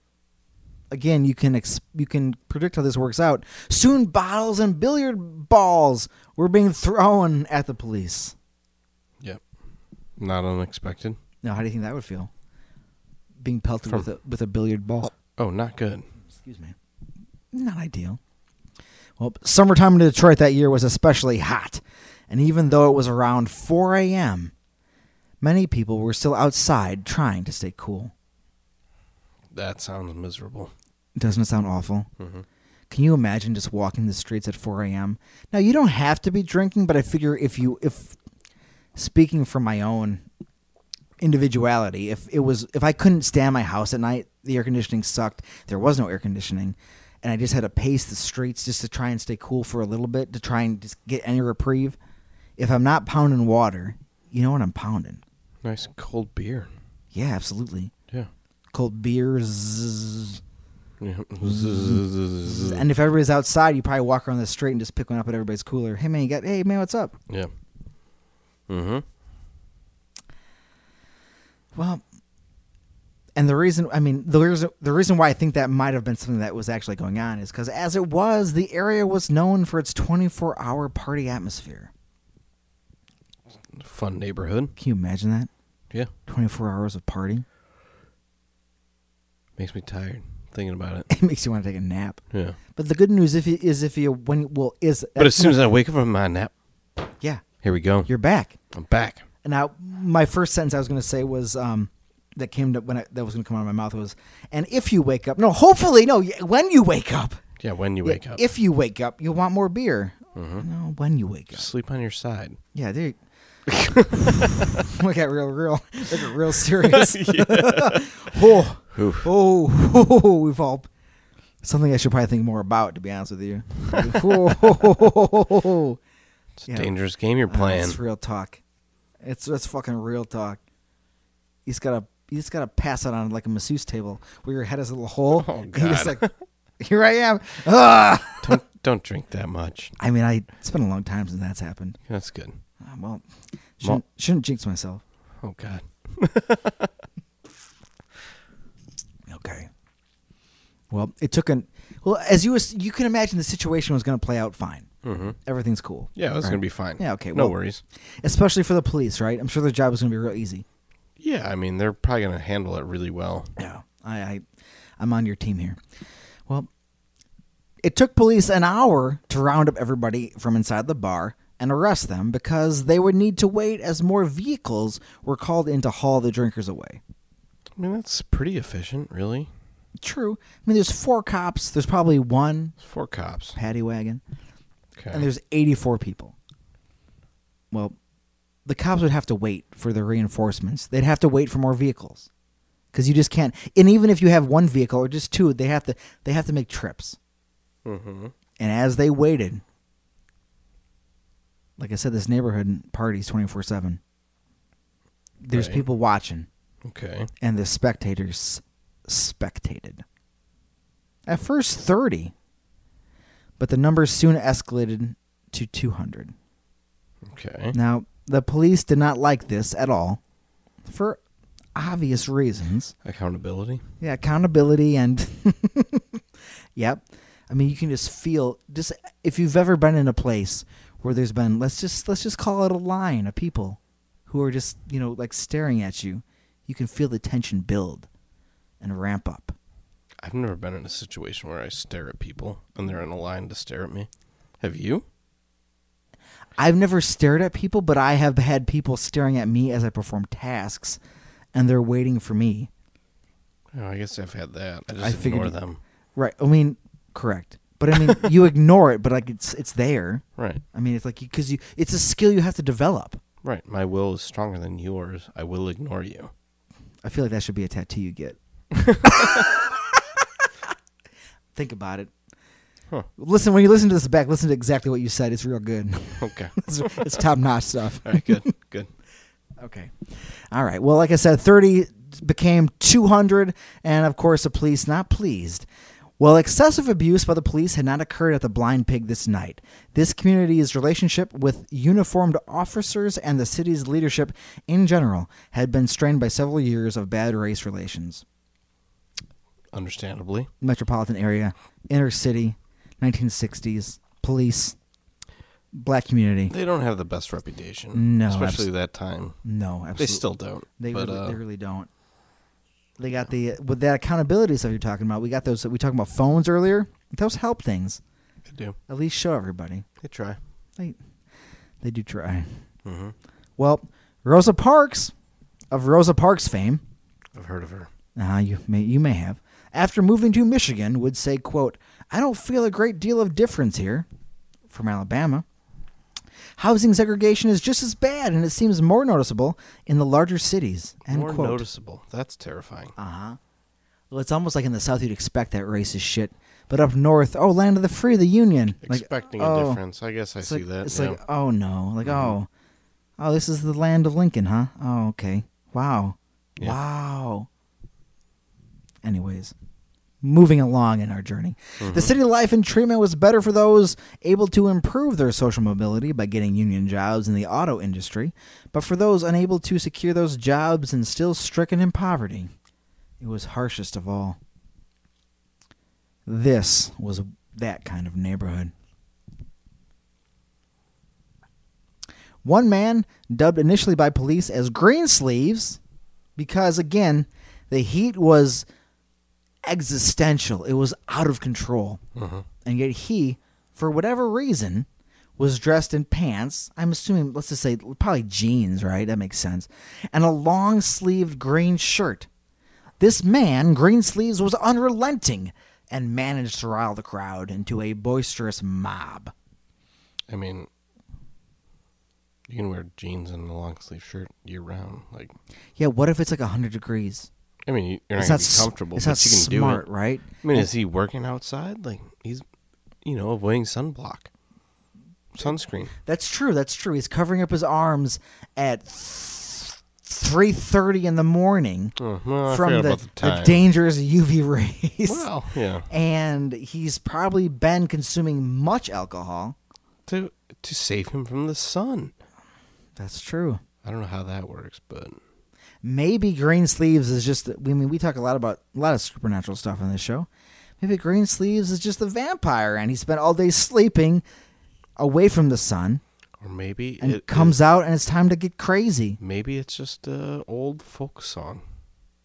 B: again, you can ex- you can predict how this works out. Soon bottles and billiard balls were being thrown at the police.
A: Yep. Not unexpected.
B: Now, how do you think that would feel? Being pelted
A: From-
B: with a with a billiard ball.
A: Oh, not good.
B: Excuse me. Not ideal. Well, summertime in Detroit that year was especially hot, and even though it was around 4 a.m., many people were still outside trying to stay cool.
A: That sounds miserable.
B: Doesn't it sound awful?
A: Mm-hmm.
B: Can you imagine just walking the streets at 4 a.m.? Now, you don't have to be drinking, but I figure if you, if speaking from my own individuality, if it was, if I couldn't stay in my house at night, the air conditioning sucked, there was no air conditioning, and I just had to pace the streets just to try and stay cool for a little bit, to try and just get any reprieve. If I'm not pounding water, you know what I'm pounding.
A: Nice cold beer.
B: Yeah, absolutely.
A: Yeah.
B: Cold beers.
A: Yeah. Mm.
B: And if everybody's outside, you probably walk around the street and just pick one up at everybody's cooler. Hey man, you got hey man, what's up?
A: <laughs> yeah. Mm-hmm.
B: Well, and the reason I mean the reason the reason why I think that might have been something that was actually going on is because as it was, the area was known for its 24-hour party atmosphere.
A: Fun neighborhood.
B: Can you imagine that?
A: Yeah.
B: 24 hours of party. <laughs>
A: Makes me tired thinking about it.
B: It makes you want to take a nap.
A: Yeah.
B: But the good news if you, is if you when well is
A: But as soon as I wake up from my nap,
B: yeah
A: here we go.
B: you're back.
A: I'm back.
B: And I, my first sentence I was going to say was um, that came to when I, that was going to come out of my mouth was, and if you wake up, no, hopefully, no, y- when you wake up,
A: Yeah. When you
B: Yeah,
A: wake up, Mm-hmm.
B: if you wake up, you'll want more beer. No, when you wake up,
A: sleep on your side.
B: yeah,
A: <laughs>
B: dude. we got real, real, they got real
A: <laughs>
B: serious. oh,
A: Oof.
B: oh, oh, <laughs> we've all something I should probably think more about. To be honest with
A: <laughs>
B: you, Oh. <laughs>
A: It's a
B: Yeah.
A: dangerous game you're
B: Ah,
A: playing.
B: It's real talk. It's that's fucking real talk. He's gotta he's gotta pass it on like a masseuse table where your head is a little hole.
A: <laughs> Oh,
B: and you just
A: God.
B: like <laughs> Here I am. Ugh. <laughs>
A: Don't don't drink that much.
B: I mean, I it's been a long time since that's happened.
A: That's good.
B: Uh, well, shouldn't, shouldn't jinx myself.
A: Oh God.
B: Okay. Well, it took an well as you was, you can imagine the situation was going to play out fine. Mm-hmm. Everything's cool.
A: Yeah, it's
B: right?
A: gonna be fine.
B: Yeah, okay,
A: No
B: well-
A: worries.
B: Especially for the police, right? I'm sure their job is going to be real easy.
A: Yeah, I mean they're probably gonna handle it really well.
B: Yeah, I, I, I'm on your team here. Well, it took police an hour to round up everybody from inside the bar and arrest them because they would need to wait as more vehicles were called in to haul the drinkers away.
A: I mean that's pretty efficient, really.
B: True. I mean, there's four cops. There's probably one
A: It's four cops.
B: paddy wagon,
A: Okay.
B: and there's 84 people. Well, the cops would have to wait for the reinforcements. They'd have to wait for more vehicles because you just can't. And even if you have one vehicle or just two, they have to they have to make trips.
A: mm-hmm.
B: And as they waited, like I said, this neighborhood parties 24 7. There's
A: Right.
B: people watching,
A: Okay.
B: and the spectators spectated. At first, 30, but the numbers soon escalated to 200.
A: Okay.
B: Now, the police did not like this at all for obvious reasons.
A: Accountability.
B: Yeah, accountability and <laughs> yep. I mean, you can just feel just if you've ever been in a place where there's been let's just let's just call it a line of people who are just, you know, like staring at you, you can feel the tension build and ramp up.
A: I've never been in a situation where I stare at people and they're in a line to stare at me. Have you?
B: I've never stared at people, but I have had people staring at me as I perform tasks and they're waiting for me.
A: Oh, I guess I've had that. I just
B: I figured
A: ignore
B: you-
A: them.
B: Right. I mean, correct. But I mean, you ignore it, but like it's it's there.
A: Right.
B: I mean, it's like you cuz you it's a skill you have to develop.
A: Right. My will is stronger than yours. I will ignore you.
B: I feel like that should be a tattoo you
A: <laughs>
B: get. Think about it.
A: Huh.
B: Listen, when you listen to this back, listen to exactly what you said. It's real
A: <laughs>
B: good.
A: Okay.
B: it's it's top notch stuff.
A: All right. Good. <laughs> Good.
B: Okay. All right. Well, like I said, 30 became 200, and of course, the police not pleased. Well, excessive abuse by the police had not occurred at the Blind Pig this night. This community's relationship with uniformed officers and the city's leadership in general had been strained by several years of bad race relations.
A: Understandably.
B: metropolitan area, inner city, 1960s, police, black community.
A: They don't have the best reputation.
B: No,
A: especially
B: abso-
A: that time.
B: No, absolutely.
A: They still don't.
B: They,
A: but
B: really,
A: uh,
B: they really don't. They got the with that accountability stuff you're talking about. We got those. We talking about phones earlier. Those help things.
A: they do.
B: At least show everybody.
A: They try.
B: They they do try.
A: Mm-hmm.
B: Well, Rosa Parks of Rosa Parks fame.
A: I've heard of her.
B: Uh, you may you may have after moving to Michigan would say, "quote I don't feel a great deal of difference here from Alabama. Housing segregation is just as bad, and it seems more noticeable in the larger cities." End
A: More
B: quote.
A: noticeable. That's terrifying.
B: uh huh. Well, it's almost like in the South you'd expect that racist shit, but up north, oh, land of the free, the Union, Like,
A: Expecting a
B: oh,
A: difference. I guess I
B: It's
A: see
B: like,
A: that.
B: It's
A: yeah. Mm-hmm.
B: like, oh no, like oh, oh, this is the land of Lincoln, huh? Oh, okay. Wow.
A: Yeah.
B: Wow. Anyways, moving along in our journey.
A: Mm-hmm.
B: The city life and treatment was better for those able to improve their social mobility by getting union jobs in the auto industry, but for those unable to secure those jobs and still stricken in poverty, it was harshest of all. This was that kind of neighborhood. One man, dubbed initially by police as Greensleeves, because again, the heat was existential. It was out of control.
A: Mm-hmm.
B: And yet he, for whatever reason, was dressed in pants. I'm assuming, let's just say, probably jeans, right? That makes sense. And a long sleeved green shirt. This man, Greensleeves, was unrelenting and managed to rile the crowd into a boisterous mob.
A: I mean, you can wear jeans and a long sleeve shirt year round. Like,
B: Yeah, what if it's like 100 degrees?
A: I mean, you- you're
B: It's
A: not gonna
B: not
A: be
B: s-
A: comfortable,
B: It's
A: but
B: not
A: you can
B: smart,
A: do it.
B: right?
A: I mean, is he working outside? Like, he's, you know, avoiding sunblock, sunscreen.
B: That's true. That's true. He's covering up his arms at th- 3.30 in the morning
A: Oh, well, I
B: from
A: forgot
B: the,
A: about the
B: the
A: time.
B: dangerous UV <laughs> rays.
A: Well, yeah.
B: And he's probably been consuming much alcohol.
A: To to save him from the sun.
B: That's true.
A: I don't know how that works, but
B: Maybe Green Sleeves is just. I mean, we talk a lot about a lot of supernatural stuff on this show. Maybe Green Sleeves is just a vampire, and he spent all day sleeping away from the sun,
A: or maybe
B: and
A: it
B: comes out, and it's time to get crazy.
A: Maybe it's just a old folk song.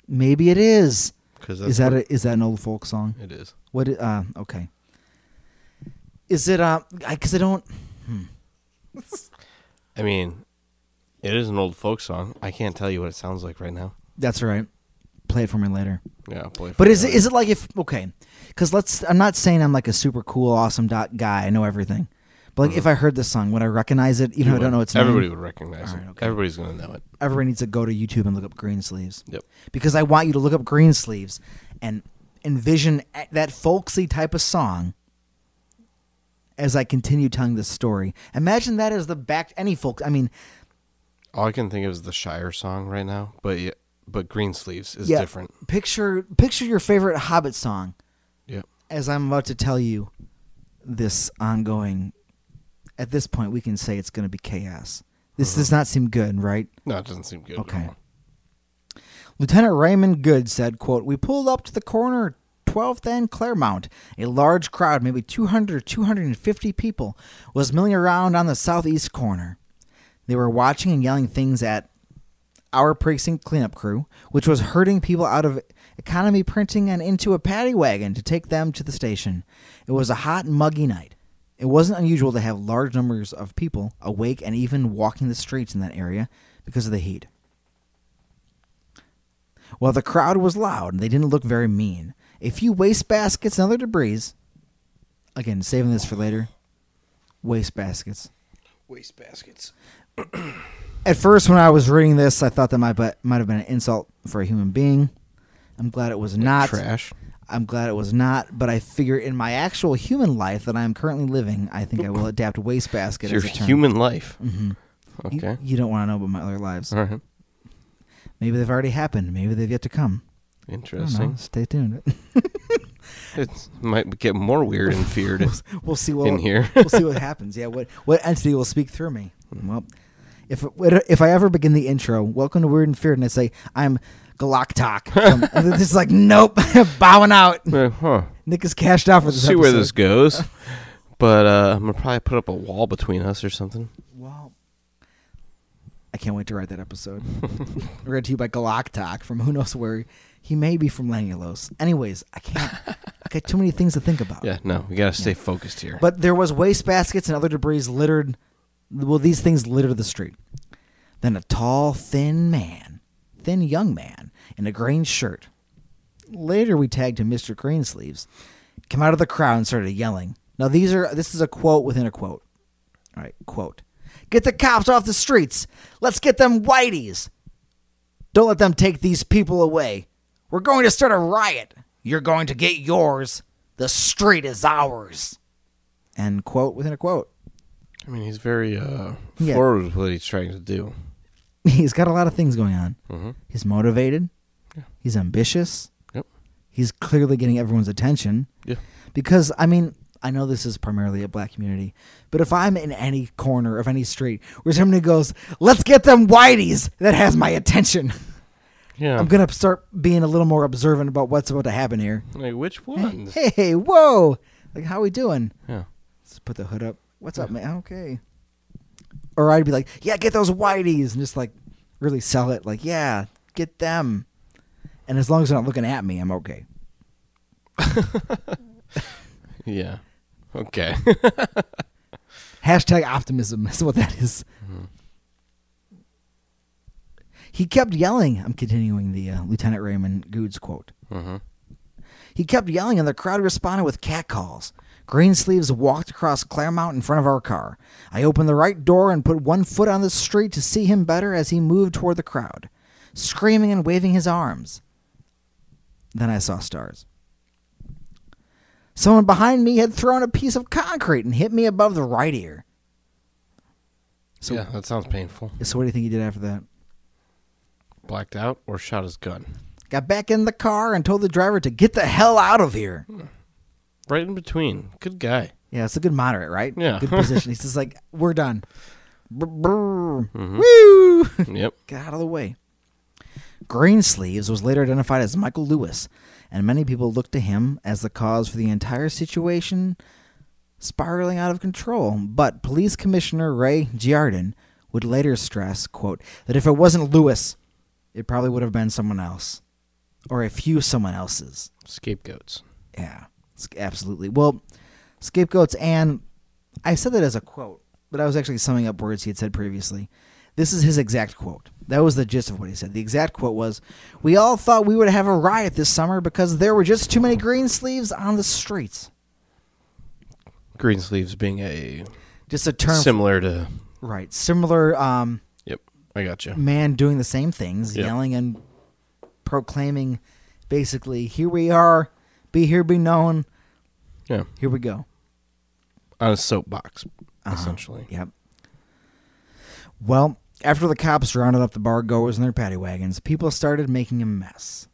B: Maybe it is.
A: Because
B: is that a, is that an old folk song?
A: it is?
B: What? i- Uh, okay. Is it? Uh, because I don't.
A: I mean, it is an old folk song. I can't tell you what it sounds like right now.
B: That's all right. Play it for me later.
A: Yeah, I'll play. it
B: But
A: for
B: is
A: you
B: it, is it like if okay? Because let's. I'm not saying I'm like a super cool, awesome dot guy. I know everything. But like, if I heard this song, would I recognize it? Even
A: later.
B: though I don't know its name.
A: Everybody Uh-huh. would recognize
B: All
A: it.
B: right, okay.
A: Everybody's gonna know it.
B: Everybody needs to go to YouTube and look up Green Sleeves
A: Yep.
B: because I want you to look up Green Sleeves and envision a- that folksy type of song. As I continue telling this story, imagine that as the back any folk. I mean,
A: All I can think of is the Shire song right now, but yeah, but Green Sleeves is
B: yeah,
A: different.
B: Picture picture your favorite Hobbit song.
A: Yep.
B: as I'm about to tell you, this ongoing. At this point, we can say it's going to be chaos. This does not seem good, right?
A: No, it doesn't seem good. at
B: Okay.
A: all.
B: Lieutenant Raymond Good said, quote, We pulled up to the corner 12th and Claremont. A large crowd, maybe 200 or 250 people, was milling around on the southeast corner. They were watching and yelling things at our precinct cleanup crew, which was herding people out of economy printing and into a paddy wagon to take them to the station. It was a hot and muggy night. It wasn't unusual to have large numbers of people awake and even walking the streets in that area because of the heat. While the crowd was loud and they didn't look very mean, a few waste baskets and other debris. Again, saving this for later. Waste baskets.
A: Waste baskets.
B: At first, when I was reading this, I thought that might be- might have been an insult for a human being. I'm glad it was not.
A: Trash.
B: I'm glad it was not. But I figure in my actual human life that I am currently living, I think I will adapt waste basket
A: Your
B: as a term.
A: human life.
B: Mhm. You-
A: Okay.
B: you don't want to know about my other lives.
A: All right.
B: Maybe they've already happened. Maybe they've yet to come. I don't know.
A: Interesting.
B: Stay tuned. <laughs>
A: It might get more weird and feared
B: <laughs> we'll see what
A: in here.
B: we'll see what happens. Yeah, what what entity will speak through me? Well, if if I ever begin the intro, welcome to Weird and Feared, and I say I'm Galactok, um,
A: <laughs>
B: and it's like nope, <laughs> bowing out.
A: Uh, huh.
B: Nick is cashed out for this.
A: see where this
B: episode. <laughs>
A: goes. But uh, I'm gonna probably put up a wall between us or something.
B: Wow. I can't wait to write that
A: <laughs>
B: episode. Read to you by Galactok from who knows where. He may be from Lanulos. Anyways, I can't. I got too many things to think about.
A: Yeah, no, we gotta stay focused here.
B: But there was waste baskets and other debris littered. Well, these things littered the street. Then a tall, thin man, thin young man, in a green shirt. Later, we tagged him Mr. Greensleeves. Came out of the crowd and started yelling. Now, these are this is a quote within a quote. All right, quote: "Get the cops off the streets. Let's get them whiteys. Don't let them take these people away. We're going to start a riot. You're going to get yours. The street is ours." End quote within a quote. <laughs>
A: I mean, he's very uh,
B: Yeah.
A: forward with what he's trying to do.
B: He's got a lot of things going on.
A: Mhm.
B: He's motivated.
A: Yeah.
B: He's ambitious.
A: Yep.
B: He's clearly getting everyone's attention.
A: Yeah.
B: Because I mean, I know this is primarily a black community, but if I'm in any corner of any street where somebody goes, "Let's get them whiteys," that has my attention.
A: Yeah.
B: I'm gonna start being a little more observant about what's about to happen here.
A: Like, which ones?
B: Hey, whoa! Like, how we doing?
A: Yeah.
B: Let's put the hood up. What's up, man? Okay. Or I'd be like, yeah, get those whiteys and just like really sell it. Like, yeah, get them. And as long as they're not looking at me, I'm okay.
A: Yeah. Okay. <laughs>
B: Hashtag optimism is what that is. He kept yelling. I'm continuing the uh, Lieutenant Raymond Goode's quote.
A: hmm
B: He kept yelling, and the crowd responded with catcalls. Greensleeves walked across Claremont in front of our car. I opened the right door and put one foot on the street to see him better as he moved toward the crowd, screaming and waving his arms. Then I saw stars. Someone behind me had thrown a piece of concrete and hit me above the right ear. So,
A: yeah, that sounds painful.
B: so what do you think he did after that?
A: blacked out, or shot his gun.
B: Got back in the car and told the driver to get the hell out of here.
A: Right in between.
B: <laughs>
A: Good guy.
B: Yeah, it's a good moderate, right?
A: Yeah.
B: Good position. He's just like, we're done. Brr, brr. Woo! <laughs>
A: Yep.
B: Get out of the way. Greensleeves was later identified as Michael Lewis, and many people looked to him as the cause for the entire situation spiraling out of control. But Police Commissioner Ray Giardin would later stress, quote, that if it wasn't Lewis, it probably would have been someone else. Or a few someone else's.
A: Scapegoats.
B: Yeah, s- absolutely. Well, scapegoats and I said that as a quote, but I was actually summing up words he had said previously. This is his exact quote. That was the gist of what he said. The exact quote was, "We all thought we would have a riot this summer because there were just too many green sleeves on the streets."
A: Greensleeves being a
B: Just a term,
A: similar to.
B: right? Similar um,
A: Yep. I got you.
B: man doing the same things,
A: Yeah.
B: yelling and proclaiming, basically, "Here we are, be here, be known.
A: Yeah.
B: Here we go."
A: On a soapbox,
B: Uh-huh.
A: essentially.
B: Yep. Well, after the cops rounded up the bar goers in their paddy wagons, people started making a mess.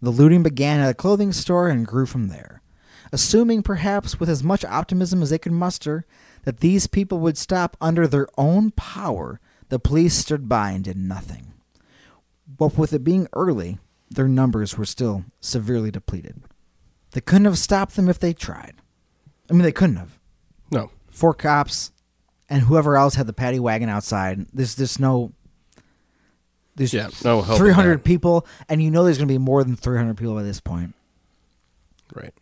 B: The looting began at a clothing store and grew from there. Assuming, perhaps with as much optimism as they could muster, that these people would stop under their own power, the police stood by and did nothing. But with it being early, their numbers were still severely depleted. They couldn't have stopped them if they tried. I mean, they couldn't have
A: No.
B: four cops and whoever else had the paddy wagon outside. There's there's no there's
A: Yeah, no help in
B: 300
A: that.
B: people and you know there's going to be more than 300 people by this point.
A: Right.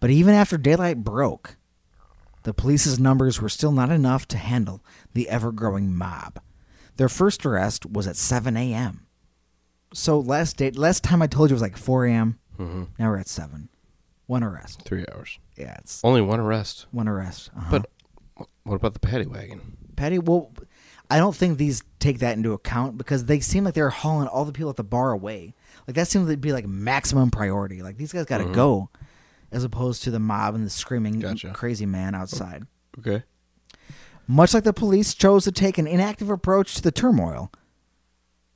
B: But even after daylight broke, the police's numbers were still not enough to handle the ever-growing mob. Their first arrest was at 7 a.m. So last date last time I told you was like 4 a.m.
A: Mhm.
B: Now we're at 7. One arrest.
A: Three hours.
B: Yeah, it's
A: Only one arrest.
B: one arrest. Uh-huh.
A: But wh- what about the paddy wagon?
B: Patty, well, I don't think these take that into account because they seem like they're hauling all the people at the bar away. Like that seems to be like maximum priority. Like these guys got to go, as opposed to the mob and the screaming
A: Gotcha.
B: crazy man outside.
A: Okay.
B: Much like the police chose to take an inactive approach to the turmoil,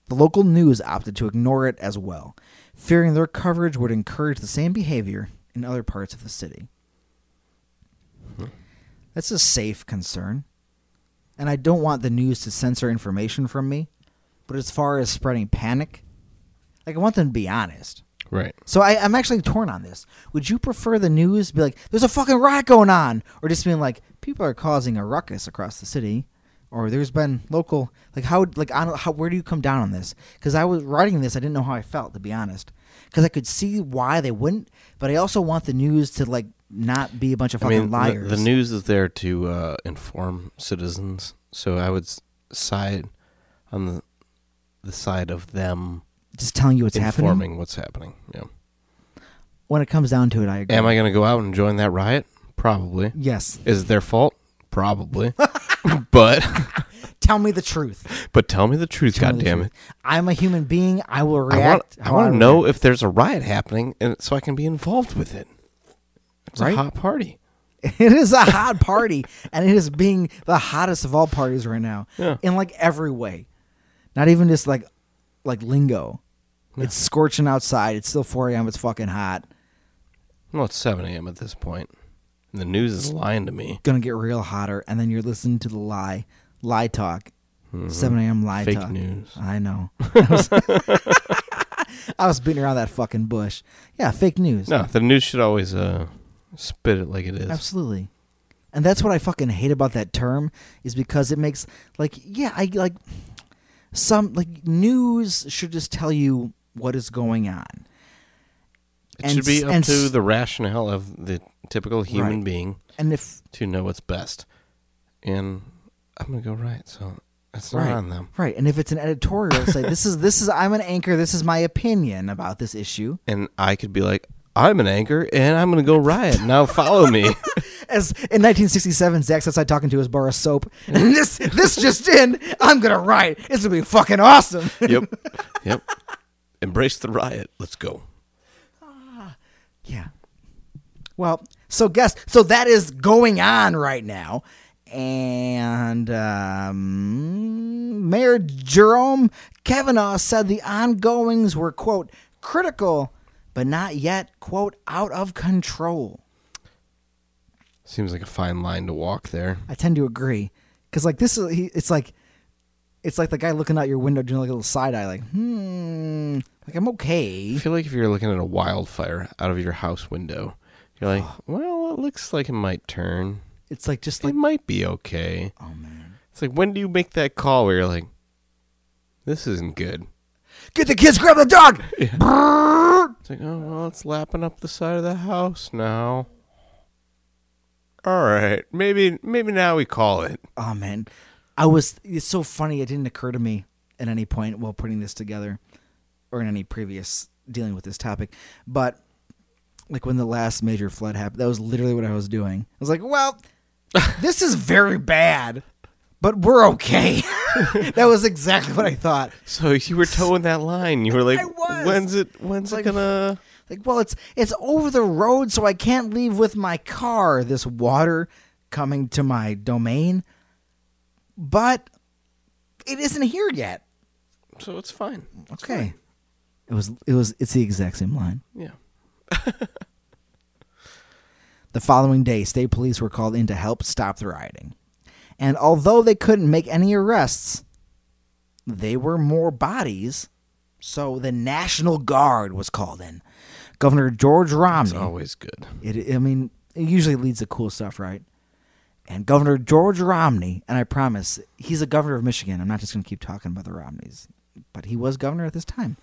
B: the local news opted to ignore it as well, fearing their coverage would encourage the same behavior in other parts of the city. That's a safe concern. And I don't want the news to censor information from me, but as far as spreading panic, like I want them to be honest.
A: Right.
B: So I, I'm actually torn on this. Would you prefer the news be like, "There's a fucking riot going on," or just being like, "People are causing a ruckus across the city," or "There's been local like how like on how where do you come down on this?" Because I was writing this, I didn't know how I felt to be honest, because I could see why they wouldn't, but I also want the news to like not be a bunch of
A: I
B: fucking
A: mean, the-
B: liars.
A: The, news is there to uh, inform citizens, so I would s- side on the the side of them
B: just telling you what's
A: informing
B: happening.
A: what's happening. Yeah.
B: When it comes down to it, I agree.
A: Am I going to go out and join that riot? Probably.
B: Yes.
A: Is it their fault?
B: <laughs>
A: Probably. <laughs> but
B: Tell me the truth.
A: but tell me the truth,
B: Tell me the
A: goddammit.
B: truth. I'm a human being. I will
A: I want
B: react.
A: I
B: how
A: want to
B: react.
A: know if there's a riot happening, and so I can be involved with it. It's
B: Right?
A: a hot party.
B: <laughs> It is a hot party, and it is being the hottest of all parties right now.
A: Yeah.
B: In like every way, not even just like, like lingo. It's scorching outside. It's still 4 a.m. It's fucking hot.
A: Well, it's seven a.m. at this point, and the news is lying to me.
B: Gonna get real hotter, and then you're listening to the lie, lie talk. 7 a.m. lie
A: Mm-hmm. Fake
B: talk.
A: news.
B: I
A: <laughs>
B: know. I was, <laughs> I was beating around that fucking bush. Yeah, fake news.
A: No, the news should always uh, spit it like it is.
B: Absolutely. And that's what I fucking hate about that term is because it makes like yeah, I like some like news should just tell you what is going on.
A: It
B: And
A: should be
B: s-
A: up
B: and
A: to
B: s-
A: the rationale of the typical human
B: Right.
A: being
B: And if
A: to know what's best. And I'm gonna go right, so it's not
B: right,
A: on them.
B: right, and if it's an editorial, say this is this is I'm an anchor, this is my opinion about this issue.
A: And I could be like, I'm an anchor, and I'm gonna go riot now. Follow me.
B: <laughs> As in 1967, Zach's outside talking to his bar of soap. <laughs> And this this just in, I'm gonna write. It's gonna be fucking awesome.
A: yep, yep. Embrace the riot. Let's go.
B: Yeah. Well, so guess so that is going on right now, And um, Mayor Jerome Kavanaugh said the ongoings were, quote, critical, but not yet, quote, out of control.
A: Seems like a fine line to walk there.
B: I tend to agree because like this is he, it's like it's like the guy looking out your window doing like a little side eye, like hmm, like I'm
A: I
B: okay.
A: feel like if you're looking at a wildfire out of your house window, you're like,
B: <sighs>
A: well, it looks like it might turn.
B: It's like just
A: It
B: like
A: might be okay.
B: oh man,
A: It's like, when do you make that call where you're like, this isn't good?
B: get the kids, grab the dog.
A: It's like, oh, well, it's lapping up the side of the house now. All right. Maybe, maybe now we call it.
B: Oh man, I was. It's so funny. It didn't occur to me at any point while putting this together, or in any previous dealing with this topic. But like when the last major flood happened, that was literally what I was doing. I was like, well, this is very bad, but we're okay. <laughs> that was exactly what I thought.
A: So
B: <laughs>
A: you were towing that line. You were like,
B: I was.
A: when's it, when's
B: Like-
A: it gonna.
B: Like, well, it's it's over the road, so I can't leave with my car. This water coming to my domain, but it isn't here yet.
A: So it's fine.
B: Okay. It was it was it's the exact same line.
A: Yeah.
B: The following day, state police were called in to help stop the rioting. And although they couldn't make any arrests, they were more bodies, so the National Guard was called in. Governor George Romney. <laughs>
A: It's always good.
B: It, I mean, it usually leads to cool stuff, right? And Governor George Romney, and I promise, he's a governor of Michigan. I'm not just going to keep talking about the Romneys, but he was governor at this time.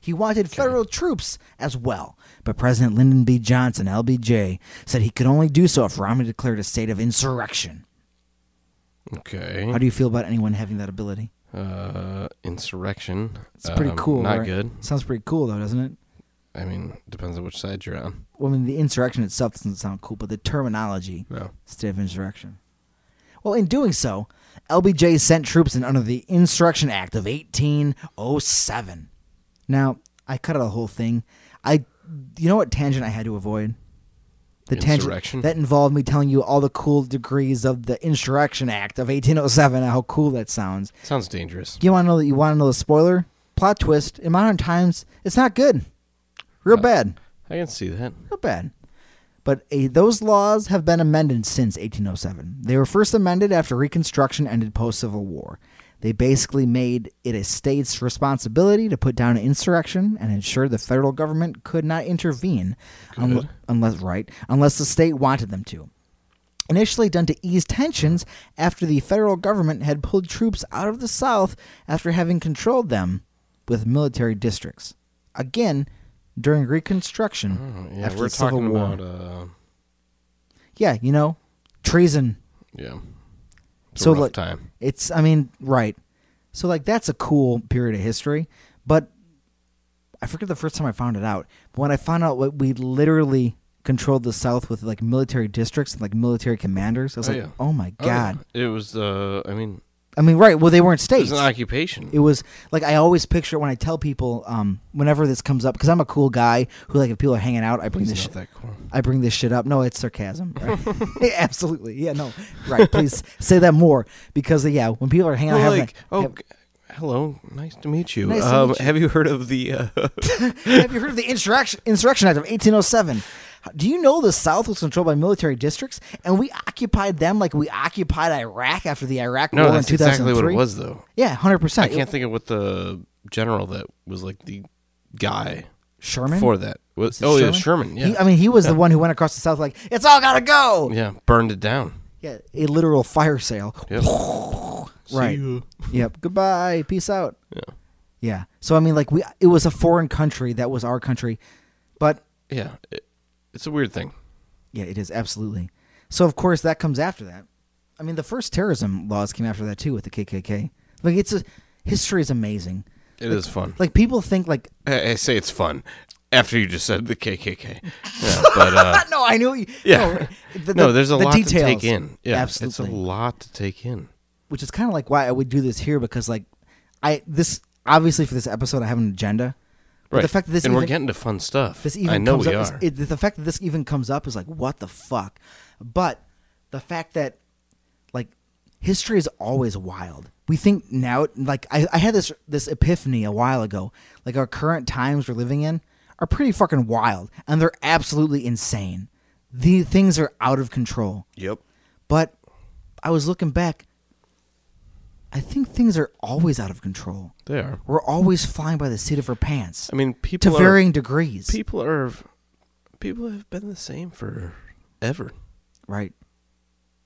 B: He wanted federal troops as well, but President Lyndon B. Johnson, LBJ, said he could only do so if Romney declared a state of insurrection.
A: Okay.
B: How do you feel about anyone having that ability?
A: Uh, insurrection.
B: It's pretty
A: Um,
B: cool.
A: Not
B: right?
A: good.
B: Sounds pretty cool, though, doesn't it?
A: I mean, depends on which side you're on.
B: Well, I mean, the insurrection itself doesn't sound cool, but the terminology.
A: No.
B: state of insurrection. Well, in doing so, LBJ sent troops in under the Insurrection Act of 1807. Now, I cut out the whole thing. I, you know what tangent I had to avoid? The
A: Insurrection?
B: tangent that involved me telling you all the cool degrees of the Insurrection Act of 1807 and how cool that sounds.
A: Sounds dangerous.
B: You want to know that you want to know the spoiler plot twist in modern times? It's not good. Real
A: Uh,
B: bad
A: I can see that.
B: not bad. But eh, those laws have been amended since 1807. They were first amended after Reconstruction ended post Civil War. They basically made it a state's responsibility to put down an insurrection and ensure the federal government could not intervene unle-
A: Good.
B: unless right unless the state wanted them to. Initially done to ease tensions after the federal government had pulled troops out of the South after having controlled them with military districts. Again, during Reconstruction
A: Oh, yeah,
B: after
A: we're
B: the Civil
A: talking
B: War.
A: about. Uh,
B: yeah, you know, treason.
A: yeah. It's
B: So,
A: a rough
B: like-
A: time.
B: It's, I mean, right. So, like, that's a cool period of history. But I forget the first time I found it out. But when I found out what we literally controlled the South with, like, military districts and, like, military commanders, I was
A: Oh,
B: like,
A: yeah.
B: oh my
A: Oh, yeah.
B: God.
A: It was. Uh, I mean,
B: I mean, right. Well, they weren't
A: it
B: states.
A: was an occupation.
B: It was like I always picture it when I tell people, um, whenever this comes up, because I'm a cool guy who, like, if people are hanging out, I bring
A: It's
B: this
A: not that cool.
B: I bring this shit up. No, it's sarcasm.
A: <laughs>
B: Right? <laughs> Yeah, Absolutely. Yeah, no. Right. Please say that more because, uh, yeah, when people are hanging out,
A: Well,
B: having
A: like,
B: a-
A: oh,
B: have,
A: g- hello, nice to meet you.
B: Nice to
A: um,
B: meet you.
A: Have you heard of the?
B: <laughs>
A: Uh,
B: have you heard of the Insurrection, Insurrection Act of 1807? Do you know the South was controlled by military districts and we occupied them like we occupied Iraq after the Iraq
A: no,
B: War
A: that's
B: in 2003?
A: exactly what it was, though.
B: Yeah, 100%.
A: I can't think of what the general that was like the guy
B: Sherman?
A: for that. Was,
B: Is it
A: oh yeah, Sherman. Yeah,
B: He, I mean, he was the one who went across the South like, it's all got to go.
A: yeah, burned it down.
B: Yeah, a literal fire sale.
A: Yep.
B: Right.
A: See uh, you.
B: yep. Goodbye. Peace out.
A: Yeah.
B: Yeah. So I mean, like we, it was a foreign country that was our country, but
A: Yeah, it, it's a weird thing.
B: yeah, it is absolutely. So of course that comes after that. I mean, the first terrorism laws came after that too with the KKK. Like it's a history is amazing.
A: It is fun.
B: Like people think like
A: I, I say it's fun after you just said
B: <laughs>
A: the KKK. Yeah, but uh,
B: no, I knew you.
A: <laughs> yeah,
B: no, the-
A: no,
B: the-
A: there's a
B: the
A: lot to
B: details.
A: take in. Yeah, it's a
B: absolutely.
A: lot to take in.
B: which is kind of like why I would do this here because like I this obviously for this episode I have an agenda. But
A: Right.
B: the fact that this
A: and we're
B: even-
A: getting to fun stuff.
B: this even
A: I know
B: comes
A: we
B: up
A: are.
B: Is, it, the fact that this even comes up is like what the fuck but the fact that like history is always wild. We think now, like I, I had this this epiphany a while ago. Like our current times we're living in are pretty fucking wild, and they're absolutely insane. The things are out of control.
A: Yep.
B: But I was looking back. I think things are always out of control.
A: They are.
B: We're always flying by the seat of our pants
A: I mean,
B: to
A: people are,
B: varying degrees.
A: people are people have been the same for ever.
B: Right.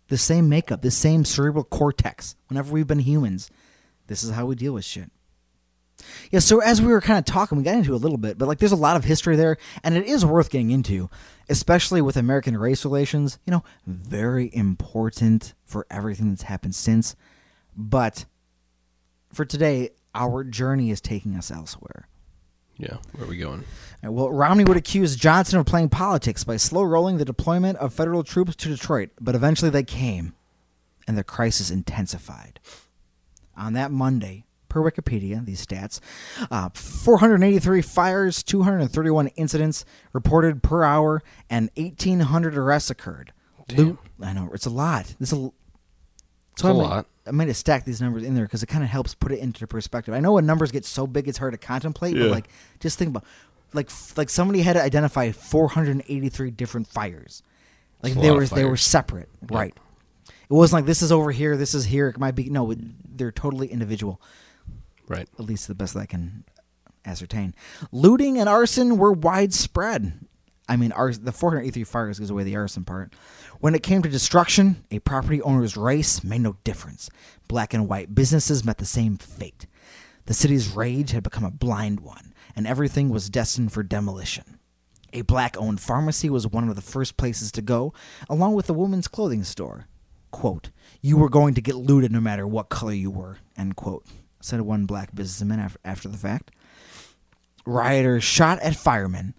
B: The same makeup, the same cerebral cortex. Whenever we've been humans, this is how we deal with shit. Yeah, so as we were kind of talking, we got into it a little bit, but like there's a lot of history there, and it is worth getting into, especially with American race relations. You know, very important for everything that's happened since. But for today, our journey is taking us elsewhere.
A: Yeah. Where are we going?
B: All right, Well, Romney would accuse Johnson of playing politics by slow rolling the deployment of federal troops to Detroit, but eventually they came, and the crisis intensified. On that Monday, per Wikipedia, these stats uh, 483 fires, 231 incidents reported per hour, and 1,800 arrests occurred. Loot, I know, it's a lot. It's a, l-
A: a
B: I might-
A: lot.
B: I might have stacked these numbers in there because it kind of helps put it into perspective. I know when numbers get so big, it's hard to contemplate,
A: Yeah.
B: but like just think about like f- like somebody had to identify 483 different fires. Like
A: It's a
B: they
A: lot
B: were
A: of
B: they were
A: fires.
B: separate, right? It wasn't like this is over here, this is here. It might be no, it- they're totally individual.
A: Right.
B: At least the best that I can ascertain. Looting and arson were widespread. I mean, ars- the 483 fires gives away the arson part. When it came to destruction, a property owner's race made no difference. Black and white businesses met the same fate. The city's rage had become a blind one, and everything was destined for demolition. A black owned pharmacy was one of the first places to go, along with a woman's clothing store. Quote, You were going to get looted no matter what color you were, end quote, said one black businessman af- after the fact. Rioters shot at firemen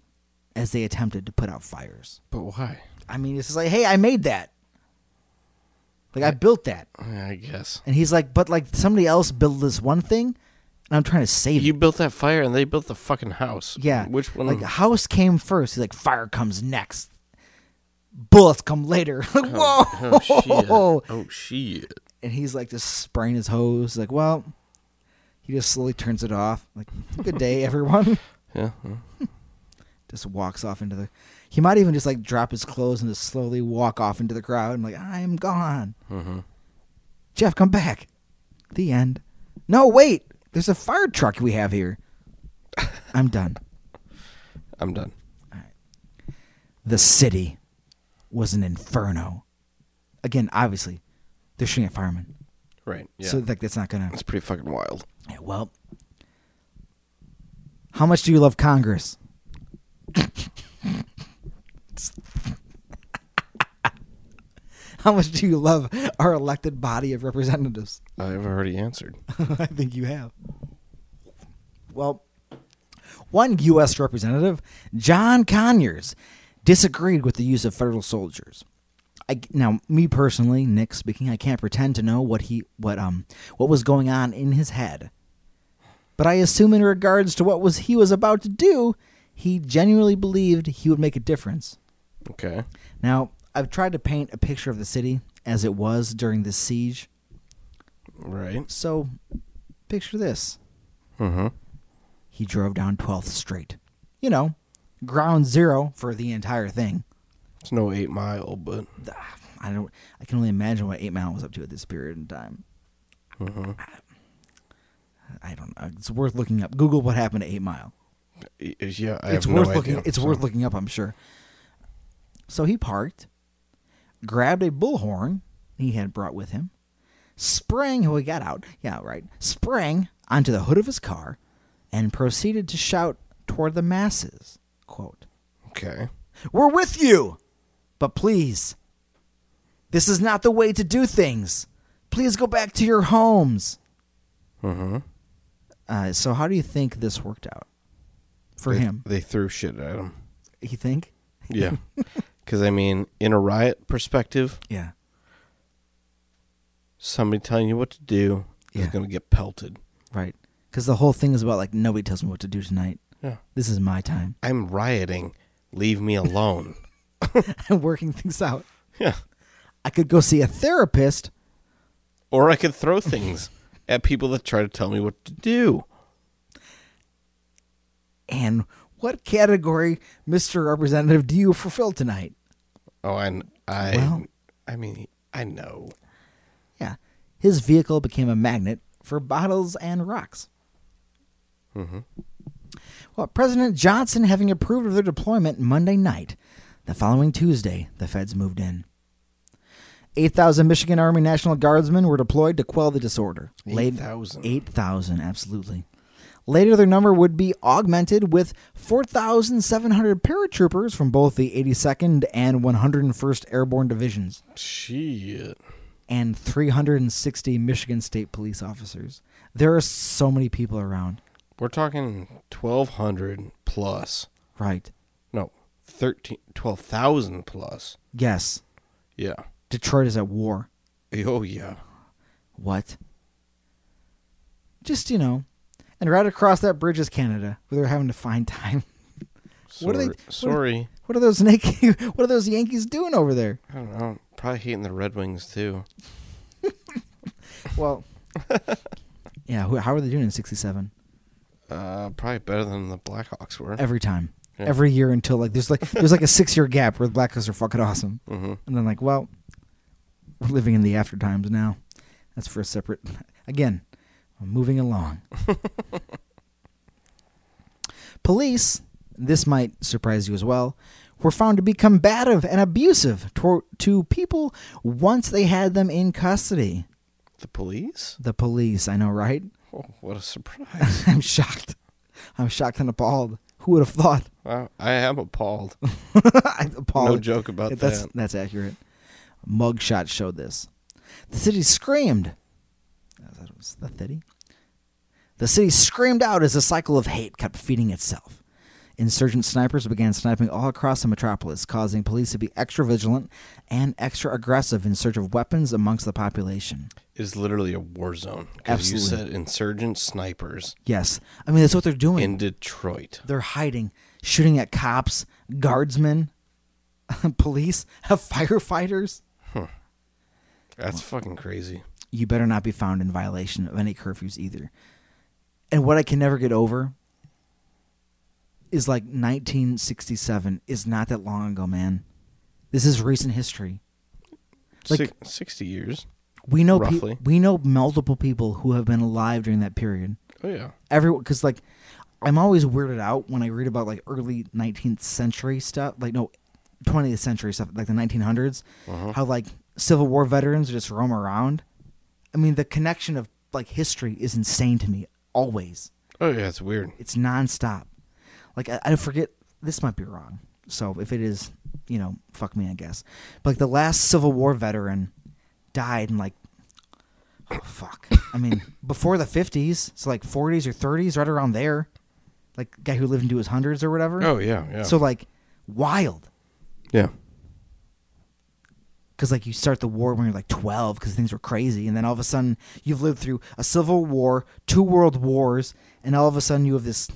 B: as they attempted to put out fires.
A: But why?
B: I mean, it's just like, hey, I made that. Like, I built that.
A: I guess.
B: And he's like, but like somebody else built this one thing, and I'm trying to save it.
A: You built that fire and they built the fucking house.
B: Yeah.
A: Which one?
B: Like house came first. He's like fire comes next. Bullets come later. <laughs> Like whoa.
A: oh, <laughs> shit. Oh, shit.
B: <laughs> And he's like just spraying his hose. Like well, he just slowly turns it off. Like good day,
A: <laughs>
B: everyone.
A: Yeah. well,
B: just walks off into the. He might even just like drop his clothes and just slowly walk off into the crowd and like I am gone.
A: mhm.
B: Jeff, come back. The end. No, wait. There's a fire truck we have
A: <laughs>
B: here. I'm done.
A: I'm done.
B: the city was an inferno. Again, obviously, they're shooting at firemen,
A: Right. Yeah.
B: so like that's not gonna.
A: That's pretty fucking wild.
B: Yeah, well, how much do you love Congress? <laughs> how much do you love our elected body of representatives?
A: I've already answered.
B: <laughs> I think you have. Well, one U.S. representative, John Conyers, disagreed with the use of federal soldiers. I, now, me personally, Nick speaking, I can't pretend to know what he what um what was going on in his head, but I assume in regards to what was he was about to do, he genuinely believed he would make a difference.
A: Okay.
B: Now, I've tried to paint a picture of the city as it was during the siege.
A: Right.
B: So, picture this.
A: Mm-hmm.
B: he drove down 12th Street. You know, ground zero for the entire thing.
A: It's no eight mile, but
B: Ah, I don't. I can only imagine what Eight Mile was up to at this period in time.
A: mhm.
B: I don't know. It's worth looking up. Google what happened to Eight Mile.
A: Y- yeah, I
B: it's
A: have
B: worth
A: no
B: looking.
A: idea,
B: It's
A: so-
B: worth looking up. I'm sure. So he parked, grabbed a bullhorn he had brought with him, sprang. Oh, he got out. Yeah, right. Sprang onto the hood of his car, and proceeded to shout toward the masses. Quote.
A: Okay.
B: We're with you. But please, this is not the way to do things. Please go back to your homes.
A: Mm-hmm.
B: Uh, so, how do you think this worked out for
A: they,
B: him?
A: They threw shit at him.
B: You think?
A: <laughs> Yeah. Because I mean, in a riot perspective,
B: Yeah.
A: somebody telling you what to do is
B: Yeah.
A: going to get pelted.
B: Right. Because the whole thing is about, like, nobody tells me what to do tonight.
A: Yeah.
B: This is my time. <laughs>
A: I'm rioting. Leave me alone.
B: I'm working things out.
A: <laughs> yeah.
B: I could go see a therapist
A: Or I could throw things at people that try to tell me what to do.
B: And what category, Mr. Representative, do you fulfill tonight?
A: Oh, and I,
B: Well-
A: I mean, I know.
B: Yeah. His vehicle became a magnet for bottles and rocks. Well, President Johnson having approved of their deployment Monday night, the following Tuesday, the feds moved in. 8,000 Michigan Army National Guardsmen were deployed to quell the disorder. Late-
A: 8,000.
B: 8,000, absolutely. Later, their number would be augmented with 4,700 paratroopers from both the 82nd and 101st Airborne Divisions
A: Shit.
B: and 360 Michigan State police officers. There are so many people around.
A: We're talking 1,200 plus.
B: Right.
A: No, 13, 12,000 plus.
B: Yes.
A: Yeah.
B: Detroit is at war.
A: Oh, yeah.
B: What? Just, you know. And right across that bridge is Canada, where they're having to find <laughs> time.
A: Sorry.
B: What are they- what are-
A: sorry.
B: What are those Yankee, <laughs> what are those Yankees doing over there?
A: I don't know. Probably hating the Red Wings, too.
B: Well, yeah, who, how are they doing in 67?
A: Uh, probably better than the Blackhawks were.
B: Every time.
A: Yeah.
B: Every year until like there's like there's like a 6-year gap where the Blackhawks are fucking awesome.
A: mm-hmm.
B: And then like, well, we're living in the after times now. That's for a separate. <laughs> Again, I'm moving along. <laughs> Police, this might surprise you as well, were found to be combative and abusive toward to people once they had them in custody.
A: The police?
B: The police, I know, right? <laughs>
A: Oh, what a surprise.
B: I'm shocked. I'm shocked and appalled. Who would have thought? <laughs>
A: Wow, I am appalled.
B: I'm
A: No
B: appalled.
A: joke about
B: Yeah,
A: that.
B: that's that's accurate. Mugshot showed this. The city screamed. I thought it was the city. The city screamed out as the cycle of hate kept feeding itself. Insurgent snipers began sniping all across the metropolis, causing police to be extra vigilant and extra aggressive in search of weapons amongst the population.
A: is literally a war zone. 'Cause
B: Absolutely.
A: You said insurgent snipers
B: Yes, I mean that's what they're doing.
A: in Detroit.
B: they're hiding, shooting at cops, guardsmen, <laughs> police, <laughs> firefighters.
A: That's fucking crazy.
B: you better not be found in violation of any curfews either. And what I can never get over is like 1967 is not that long ago, man. This is recent history. Like-
A: Six, 60 years.
B: We know pe-
A: Roughly.
B: we know multiple people who have been alive during that period.
A: Oh, yeah.
B: Everyone, because like I'm always weirded out when I read about like early 19th century stuff, like no 20th century stuff, like the 1900s, how like Civil War veterans just roam around. I mean, the connection of like history is insane to me. Always,
A: Oh, yeah. It's weird.
B: it's nonstop. Like I, I forget this might be wrong, so if it is, you know, fuck me, I guess. But like the last Civil War veteran died in like. Oh, fuck. I
A: <laughs>
B: mean, before the 50s, so like 40s or 30s, right around there. Like, guy who lived into his hundreds or whatever.
A: Oh, yeah. Yeah.
B: So, like, wild.
A: yeah.
B: because like you start the war when you're like 12 because things were crazy and then all of a sudden you've lived through a civil war two world wars and all of a sudden you have this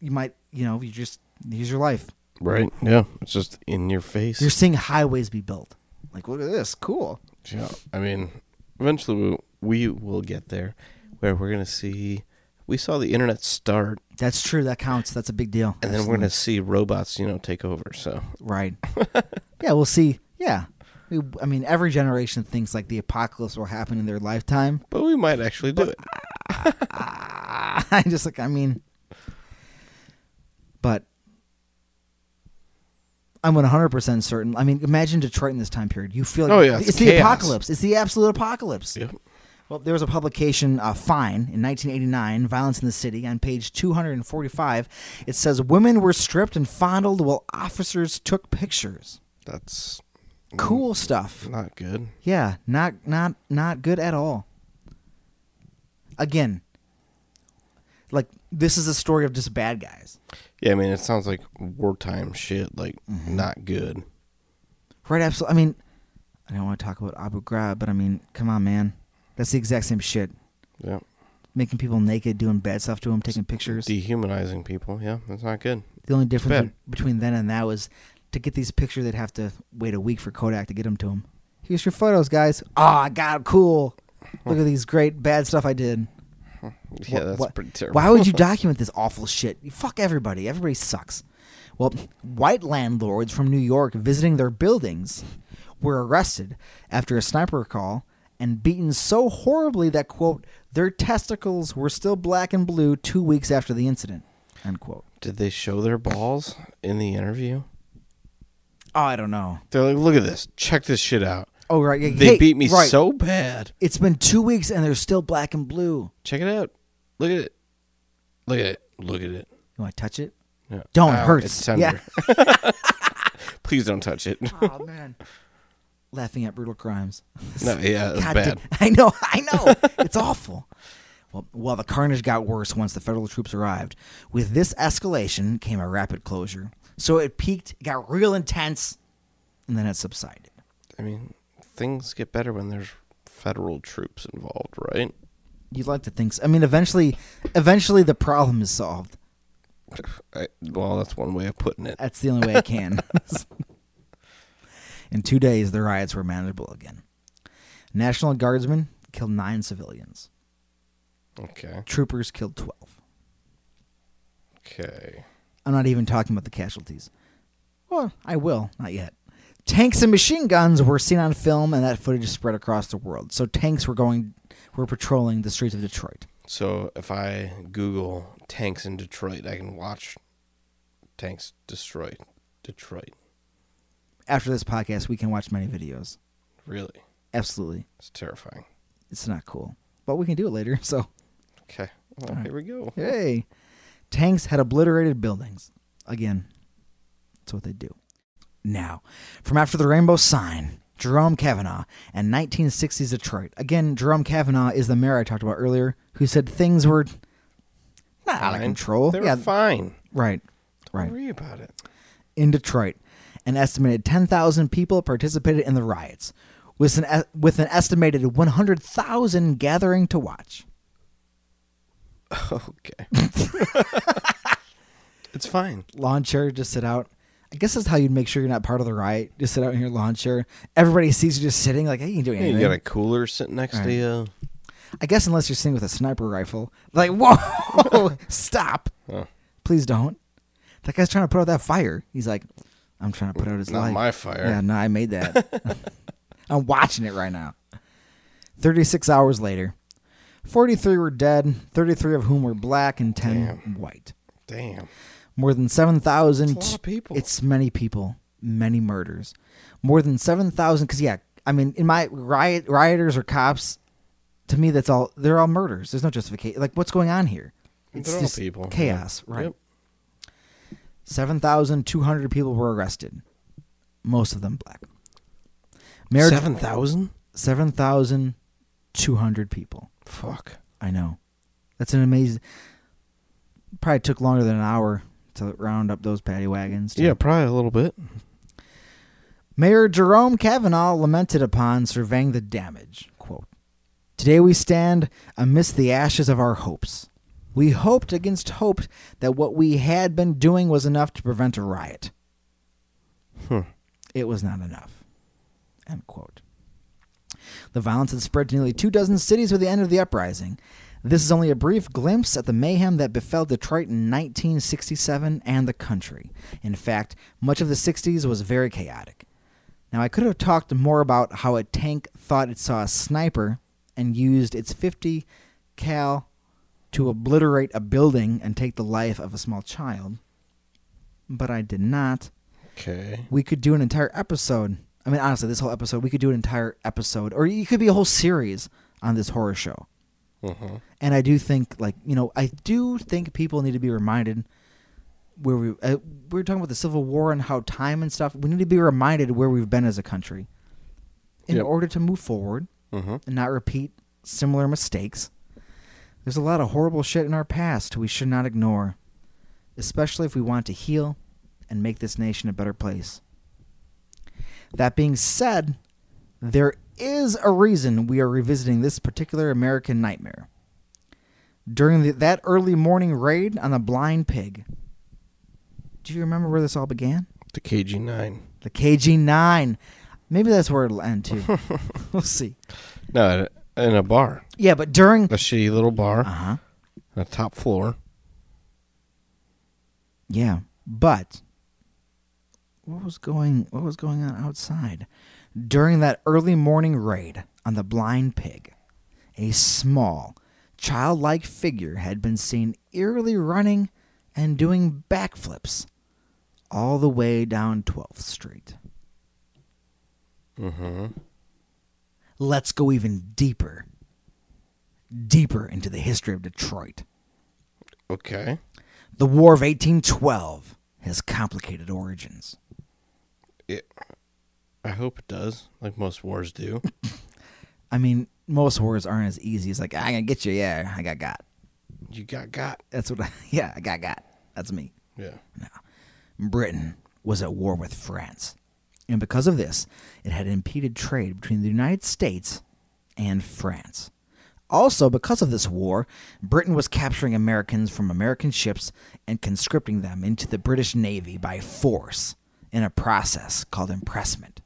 B: you might you know you just here's your life
A: Right. Yeah. It's just in your face.
B: you're seeing highways be built like look at this cool
A: Yeah. I mean, eventually we, we will get there where we're going to see. We saw the internet start,
B: that's true that counts that's a big deal
A: and then we're going to see robots, you know, take over. So,
B: right <laughs> yeah we'll see yeah We- i mean every generation thinks like the apocalypse will happen in their lifetime
A: but we might actually do it.
B: <laughs> I just like I mean, but I'm 100 percent certain. I mean, imagine Detroit in this time period. You feel like
A: Oh, yeah,
B: it's,
A: it's
B: the
A: chaos.
B: apocalypse. It's the absolute apocalypse.
A: Yep.
B: Well, there was a publication, uh, Fine, in 1989, Violence in the City, on page 245. It says women were stripped and fondled while officers took pictures.
A: That's Mm.
B: Cool stuff.
A: not good.
B: Yeah, not not not good at all. Again, like this is a story of just bad guys.
A: Yeah. I mean, it sounds like wartime shit. Like,
B: Mm-hmm.
A: not good.
B: Right absolutely. I mean, I don't want to talk about Abu Ghraib, but I mean, come on, man. That's the exact same shit.
A: Yeah.
B: Making people naked, doing bad stuff to them, taking pictures.
A: Dehumanizing people. Yeah. That's not good.
B: The only difference
A: bad.
B: between then and now is to get these pictures, they'd have to wait a week for Kodak to get them to him. Here's your photos, guys. Ah, I got 'em. Cool. Look at these great bad stuff I did.
A: Yeah,
B: Wh-
A: that's
B: wh-
A: pretty terrible.
B: Why would you document this awful shit? You fuck everybody. Everybody sucks. Well, white landlords from New York visiting their buildings were arrested after a sniper call and beaten so horribly that quote their testicles were still black and blue two weeks after the incident end quote.
A: Did they show their balls in the interview?
B: Oh, I don't know.
A: They're like, look at this. Check this shit out.
B: Oh right, yeah,
A: They
B: hey,
A: beat me
B: right.
A: so bad.
B: It's been two weeks and they're still black and blue.
A: Check it out. Look at it. Look at it. Look at it.
B: You want to touch it?
A: Yeah.
B: Don't, it
A: Ow,
B: hurts.
A: It's
B: Yeah.
A: tender. <laughs> Please don't touch it.
B: Oh man, <laughs> laughing at brutal crimes. <laughs>
A: <laughs> No, yeah, that's
B: God
A: bad.
B: damn- <laughs> I know, I know. it's awful. Well, well, the carnage got worse once the federal troops arrived. With this escalation came a rapid closure. So it peaked, it got real intense, and then it subsided.
A: I mean, things get better when there's federal troops involved, right?
B: You'd like to think so. I mean, eventually, eventually the problem is solved.
A: I, well, that's one way of putting it.
B: That's the only way I can. <laughs> In two days, the riots were manageable again. National Guardsmen killed nine civilians.
A: Okay.
B: Troopers killed 12.
A: Okay.
B: I'm not even talking about the casualties. Well, I will, not yet. Tanks and machine guns were seen on film, and that footage spread across the world. So tanks were going, were patrolling the streets of Detroit.
A: So if I Google tanks in Detroit, I can watch tanks destroy Detroit.
B: After this podcast, we can watch many videos.
A: Really,
B: Absolutely,
A: it's terrifying.
B: it's not cool, but we can do it later. <laughs> So
A: Okay. Well,
B: Alright.
A: here we go.
B: hey, tanks had obliterated buildings. Again, that's what they do. Now, from after the rainbow sign, Jerome Kavanaugh and 1960s Detroit. Again, Jerome Kavanaugh is the mayor I talked about earlier, who said things were not out of
A: Fine.
B: control.
A: They were
B: yeah,
A: fine.
B: right,
A: Don't
B: right.
A: worry about it.
B: In Detroit, an estimated 10,000 people participated in the riots, with an e, with an estimated 100,000 gathering to watch.
A: Okay. <laughs> it's fine.
B: lawn chair, just sit out. I guess that's how you'd make sure you're not part of the riot. Just sit out in your lawn chair. Everybody sees you just sitting, like, hey, you can do anything.
A: You got a cooler sitting next to
B: Alright.
A: you.
B: I guess unless you're sitting with a sniper rifle, like, <laughs> whoa, stop.
A: Oh.
B: Please don't. That guy's trying to put out that fire. He's like, I'm trying to put out his
A: Not
B: light.
A: my fire.
B: Yeah, no, I made that.
A: <laughs>
B: <laughs> I'm watching it right now. 36 hours later, 43 were dead, 33 of whom were black and 10 white.
A: Damn.
B: More than 7,000.
A: It's a lot of people.
B: It's many people, many murders. More than 7,000. Because, yeah, I mean, in my riot, rioters or cops, to me, that's all, they're all murders. There's no justification. Like, what's going on here? It's
A: They're all
B: just
A: people. yeah.
B: Chaos, right?
A: Yep.
B: 7,200 people were arrested, most of them black. Mayor
A: Seven thousand.
B: 7,200 people.
A: Fuck.
B: I know. That's an amazing. Probably took longer than an hour to round up those paddy wagons. too.
A: Yeah, probably a little bit.
B: Mayor Jerome Kavanaugh lamented upon surveying the damage. Quote, Today we stand amidst the ashes of our hopes. We hoped against hope that what we had been doing was enough to prevent a riot.
A: Hmm.
B: It was not enough. End quote. The violence had spread to nearly two dozen cities with the end of the uprising. This is only a brief glimpse at the mayhem that befell Detroit in 1967 and the country. In fact, much of the 60s was very chaotic. Now, I could have talked more about how a tank thought it saw a sniper and used its 50 cal to obliterate a building and take the life of a small child, but I did not
A: Okay.
B: we could do an entire episode. I mean, honestly, this whole episode, we could do an entire episode, or it could be a whole series on this horror show.
A: Uh-huh.
B: And I do think, like, you know, I do think people need to be reminded where we uh, we were talking about the Civil War and how time and stuff. We need to be reminded where we've been as a country in
A: Yep.
B: order to move forward
A: Uh-huh.
B: and not repeat similar mistakes. There's a lot of horrible shit in our past we should not ignore, especially if we want to heal and make this nation a better place. That being said, there is a reason we are revisiting this particular American nightmare. During the, that early morning raid on the blind pig, do you remember where this all began?
A: The KG nine.
B: The KG9. Maybe that's where it'll end too. we'll see.
A: No, I- in a bar,
B: Yeah, but during
A: a shitty little bar,
B: uh huh.
A: on a top floor.
B: Yeah, but what was going what was going on outside during that early morning raid on the blind pig? A small, childlike figure had been seen eerily running and doing backflips all the way down 12th Street.
A: Mm-hmm.
B: Let's go even deeper. Deeper into the history of Detroit.
A: Okay.
B: The War of 1812 has complicated origins.
A: I hope it does, like most wars <laughs> do.
B: I mean, most wars aren't as easy. It's like I gotta get you. Yeah, I got got.
A: you got got.
B: That's what. I, <laughs> yeah, I got got. That's me.
A: Yeah.
B: Britain was at war with France, and because of this, it had impeded trade between the United States and France. Also, because of this war, Britain was capturing Americans from American ships and conscripting them into the British Navy by force in a process called impressment.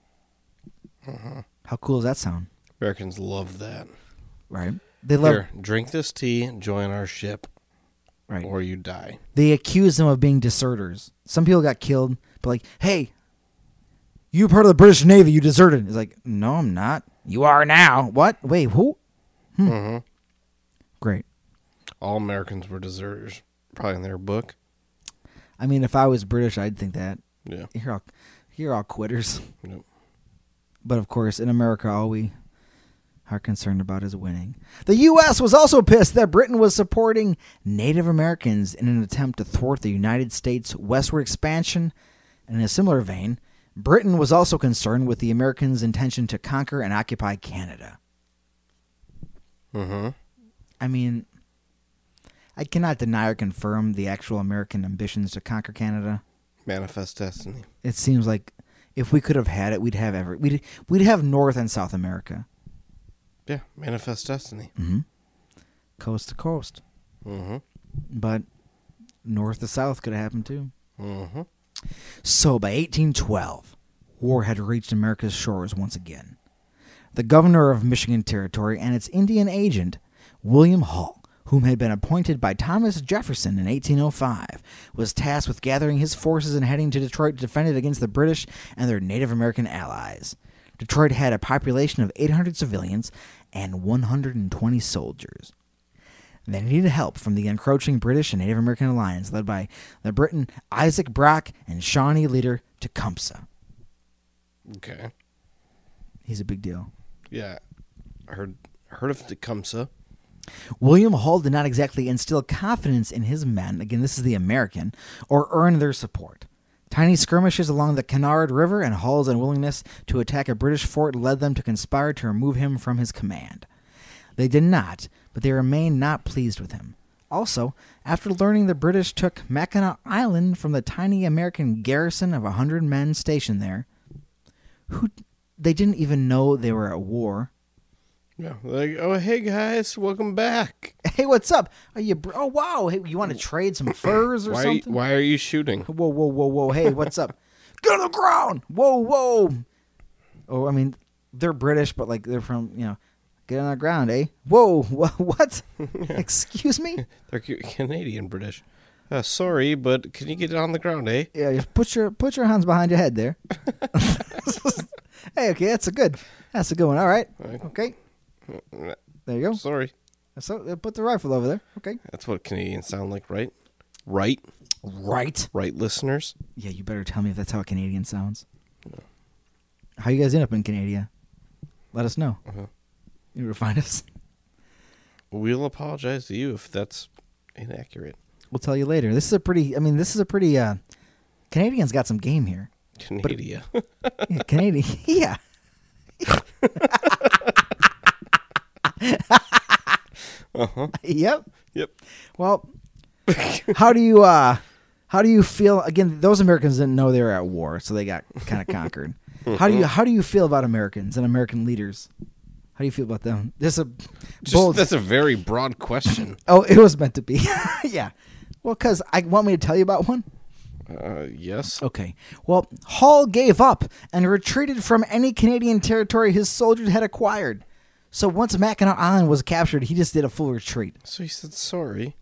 B: How cool does that sound?
A: Americans love that.
B: Right? They love
A: Here, drink this tea, join our ship,
B: right.
A: or you die.
B: they accused them of being deserters. Some people got killed, but like, hey, you were part of the British Navy, you deserted. It's like, no, I'm not. You are now. What? Wait, who? Hmm.
A: Mm-hmm.
B: Great.
A: All Americans were deserters, probably in their book.
B: I mean, if I was British, I'd think that.
A: Yeah.
B: You're all, you're all quitters.
A: Yep.
B: But of course, in America, all we are concerned about is winning. The U.S. was also pissed that Britain was supporting Native Americans in an attempt to thwart the United States' westward expansion. And in a similar vein, Britain was also concerned with the Americans' intention to conquer and occupy Canada.
A: Mm-hmm.
B: I mean, I cannot deny or confirm the actual American ambitions to conquer Canada.
A: Manifest destiny.
B: It seems like if we could have had it, we'd have every we'd we'd have North and South America,
A: Yeah, manifest destiny.
B: coast to coast.
A: Mm-hmm.
B: but north to south could have happened too.
A: Mm-hmm.
B: So by 1812, war had reached America's shores once again. The governor of Michigan Territory and its Indian agent, William Hall, whom had been appointed by Thomas Jefferson in 1805, was tasked with gathering his forces and heading to Detroit to defend it against the British and their Native American allies. Detroit had a population of 800 civilians and 120 soldiers. They needed help from the encroaching British and Native American alliance led by the Briton Isaac Brock and Shawnee leader Tecumseh.
A: Okay.
B: He's a big deal.
A: Yeah. I heard heard of Tecumseh.
B: William Hall did not exactly instill confidence in his men, again, this is the American, or earn their support. Tiny skirmishes along the Kennard River and Hall's unwillingness to attack a British fort led them to conspire to remove him from his command. They did not, but they remained not pleased with him. Also, after learning the British took Mackinac Island from the tiny American garrison of a hundred men stationed there, who they didn't even know they were at war.
A: Yeah. Like, oh hey guys, welcome back.
B: hey, what's up? Are you? Br- oh, wow. Hey, you want to trade some furs or
A: Why
B: something?
A: why are you shooting?
B: Whoa, whoa, whoa, whoa. Hey, what's up? <laughs> Get on the ground. Whoa, whoa. Oh, I mean, they're British, but like they're from you know, get on the ground, eh? Whoa, <laughs> wha- what?
A: <laughs>
B: Excuse me?
A: They're Ca- Canadian British. Uh, sorry, but can you get it on the ground, eh?
B: Yeah, just put your put your hands behind your head
A: <laughs>
B: there. hey, okay, that's a good, that's a good one. All right, okay, there you go.
A: Sorry.
B: So uh, put the rifle over there. Okay,
A: That's what Canadians sound like, right? Right?
B: right.
A: Right, listeners?
B: Yeah, you better tell me if that's how a Canadian sounds. How you guys end up in Canada? Let us know.
A: Uh-huh.
B: You will find us. <laughs>
A: We'll apologize to you if that's inaccurate.
B: We'll tell you later. This is a pretty. I mean, this is a pretty. uh Canadians got some game here.
A: Canada.
B: Yeah, Canadian. <laughs> yeah.
A: <laughs> uh-huh.
B: <laughs> Yep.
A: Yep.
B: Well, how do you uh how do you feel again those Americans didn't know they were at war, so they got kind of conquered. How do you how do you feel about Americans and American leaders? How do you feel about them? This a
A: Just-
B: bold
A: that's a very broad question.
B: Oh, it was meant to be. <laughs> yeah. Well, because I want me to tell you about one.
A: Uh, yes.
B: Okay. Well, Hall gave up and retreated from any Canadian territory his soldiers had acquired. So once Mackinac Island was captured, he just did a full retreat.
A: So he said sorry.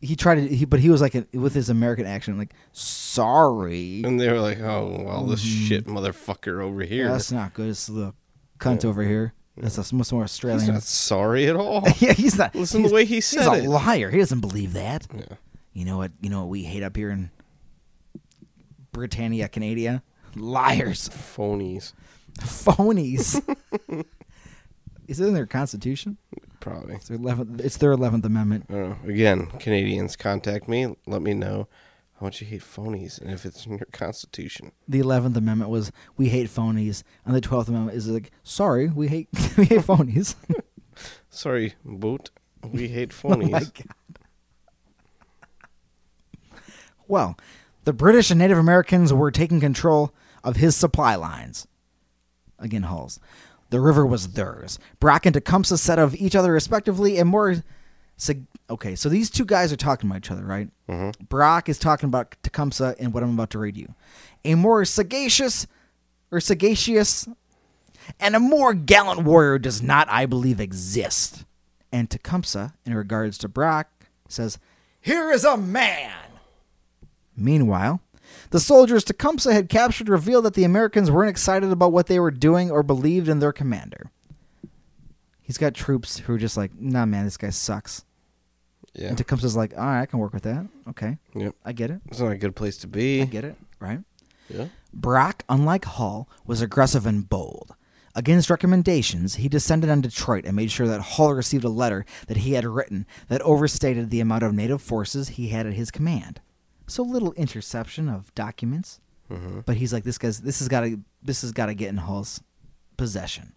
B: He tried to, he, but he was like a, with his American accent, like sorry,
A: And they were like, oh, well, this shit motherfucker over here.
B: that's not good. It's the cunt over here. That's a much more
A: He's
B: Australian.
A: not sorry
B: <laughs>
A: at all.
B: yeah, he's not.
A: Listen to
B: he's-
A: the way he
B: He's
A: said
B: a
A: it.
B: liar. He doesn't believe that.
A: Yeah.
B: You know what? You know what we hate up here in Britannia, Canada. Liars,
A: Phonies,
B: phonies.
A: <laughs>
B: Is it in their constitution?
A: probably.
B: It's their eleventh. It's their eleventh amendment.
A: I don't know. Oh, Again, Canadians, contact me. Let me know how much you hate phonies and if it's in your constitution.
B: The eleventh amendment was we hate phonies, and the twelfth amendment is like sorry we hate <laughs> we hate phonies.
A: Sorry, boot. We hate
B: <laughs> Oh my
A: phonies.
B: God. well, the British and Native Americans were taking control of his supply lines. Again, Hulls. The river was theirs. Brock and Tecumseh said of each other respectively, and more. sig- Okay, so these two guys are talking about each other, right? Mm-hmm. Brock is talking about Tecumseh and what I'm about to read you. A more sagacious, or sagacious, and a more gallant warrior does not, I believe, exist. And Tecumseh, in regards to Brock, says, Here is a man! Meanwhile, the soldiers Tecumseh had captured revealed that the Americans weren't excited about what they were doing or believed in their commander. He's got troops who are just like, nah, man, this guy sucks.
A: yeah.
B: And Tecumseh's like, all right, I can work with that. Okay,
A: Yep.
B: I get it.
A: It's not a good place to
B: I
A: be.
B: get it. Right?
A: Yeah.
B: Brock, unlike Hull, was aggressive and bold. Against recommendations, he descended on Detroit and made sure that Hull received a letter that he had written that overstated the amount of native forces he had at his command. So little interception of documents,
A: Mm-hmm.
B: but he's like, this guy's this has got to this has got to get in Hull's possession.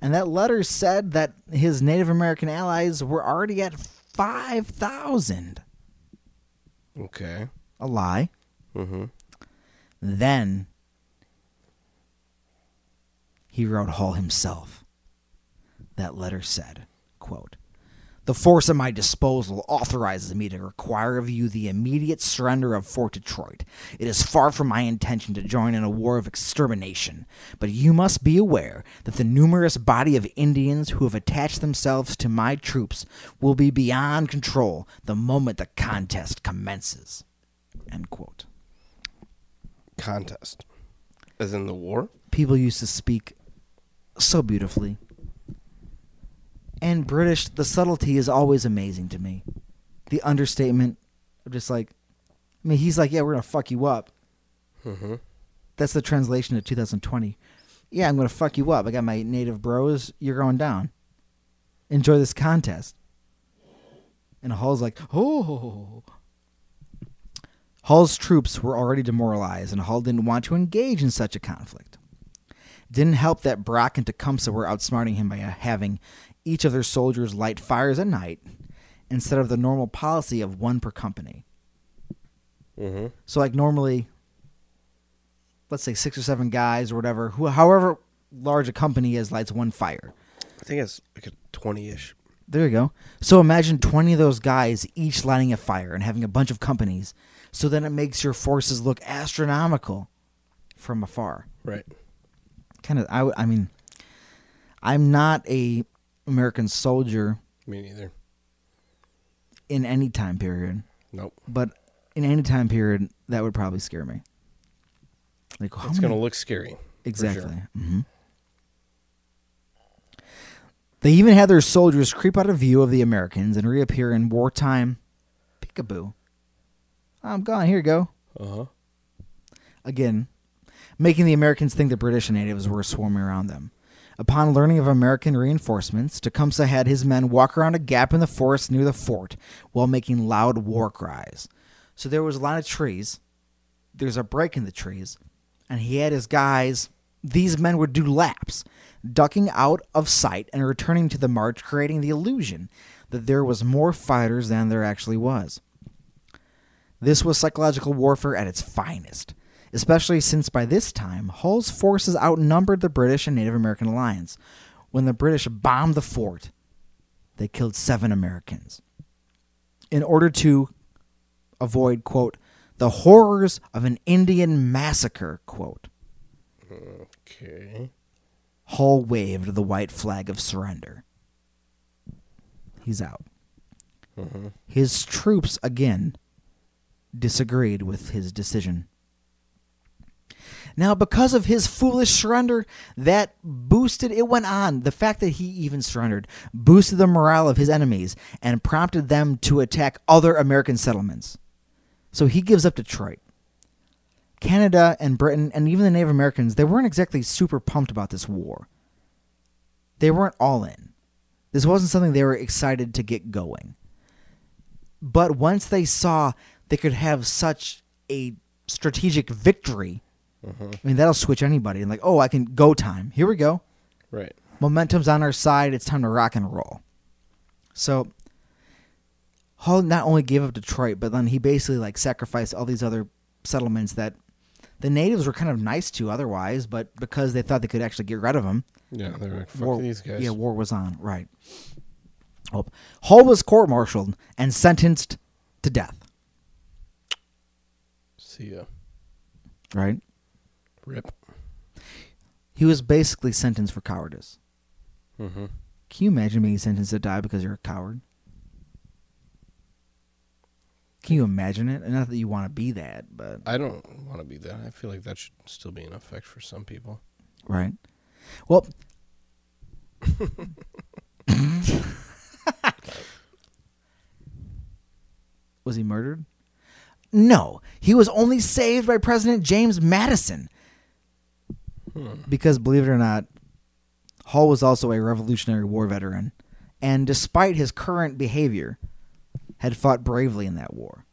B: And that letter said that his Native American allies were already at five thousand.
A: Okay.
B: A lie.
A: Mm-hmm.
B: Then he wrote Hall himself. That letter said, quote, The force at my disposal authorizes me to require of you the immediate surrender of Fort Detroit. It is far from my intention to join in a war of extermination, but you must be aware that the numerous body of Indians who have attached themselves to my troops will be beyond control the moment the contest commences. End quote.
A: Contest. As in the war?
B: people used to speak so beautifully. And British, the subtlety is always amazing to me. The understatement of just like, I mean, he's like, yeah, we're going to fuck you up.
A: Mm-hmm.
B: That's the translation to 2020. Yeah, I'm going to fuck you up. I got my native bros. You're going down. Enjoy this contest. And Hull's like, oh. Hull's troops were already demoralized, and Hull didn't want to engage in such a conflict. Didn't help that Brock and Tecumseh were outsmarting him by uh, having each of their soldiers light fires at night instead of the normal policy of one per company.
A: Mm-hmm.
B: So like normally, let's say six or seven guys or whatever, who however large a company is, lights one fire.
A: I think it's like a 20-ish.
B: There you go. So imagine twenty of those guys each lighting a fire and having a bunch of companies. So then it makes your forces look astronomical from afar.
A: Right.
B: Kind of. I, w- I mean, I'm not a American soldier
A: Me neither.
B: in any time period.
A: Nope.
B: but in any time period, that would probably scare me. Like how
A: It's
B: many-
A: going to look scary. sure.
B: exactly. hmm They even had their soldiers creep out of view of the Americans and reappear in wartime. Peekaboo. I'm gone. Here you go.
A: Uh-huh.
B: Again, making the Americans think the British and natives were swarming around them. Upon learning of American reinforcements, Tecumseh had his men walk around a gap in the forest near the fort while making loud war cries. So there was a lot of trees. There's a break in the trees, and he had his guys. These men would do laps, ducking out of sight and returning to the march, creating the illusion that there was more fighters than there actually was. This was psychological warfare at its finest, especially since by this time Hull's forces outnumbered the British and Native American alliance. When the British bombed the fort, they killed seven Americans. In order to avoid, quote, the horrors of an Indian massacre, quote.
A: Okay.
B: Hall waved the white flag of surrender. He's out. His troops again disagreed with his decision. Now, because of his foolish surrender, that boosted, it went on. The fact that he even surrendered boosted the morale of his enemies and prompted them to attack other American settlements. So he gives up Detroit. Canada and Britain, and even the Native Americans, they weren't exactly super pumped about this war. They weren't all in. This wasn't something they were excited to get going. But once they saw they could have such a strategic victory, I mean, that'll switch anybody. And like, oh, I can go time. Here we go.
A: Right.
B: Momentum's on our side. It's time to rock and roll. So Hull not only gave up Detroit, but then he basically like sacrificed all these other settlements that the natives were kind of nice to otherwise, but because they thought they could actually get rid of them,
A: Yeah, they were like, fuck
B: war,
A: these guys.
B: Yeah, war was on. Right. Well, Hull was court-martialed and sentenced to death.
A: See ya.
B: Right.
A: Rip.
B: He was basically sentenced for cowardice.
A: Mm-hmm.
B: Can you imagine being sentenced to die because you're a coward? Can you imagine it? And not that you want to be that, but
A: I don't want to be that. I feel like that should still be in effect for some people.
B: right. Well, was he murdered? No, he was only saved by President James Madison. Because believe it or not, Hall was also a Revolutionary War veteran, and despite his current behavior, had fought bravely in that war.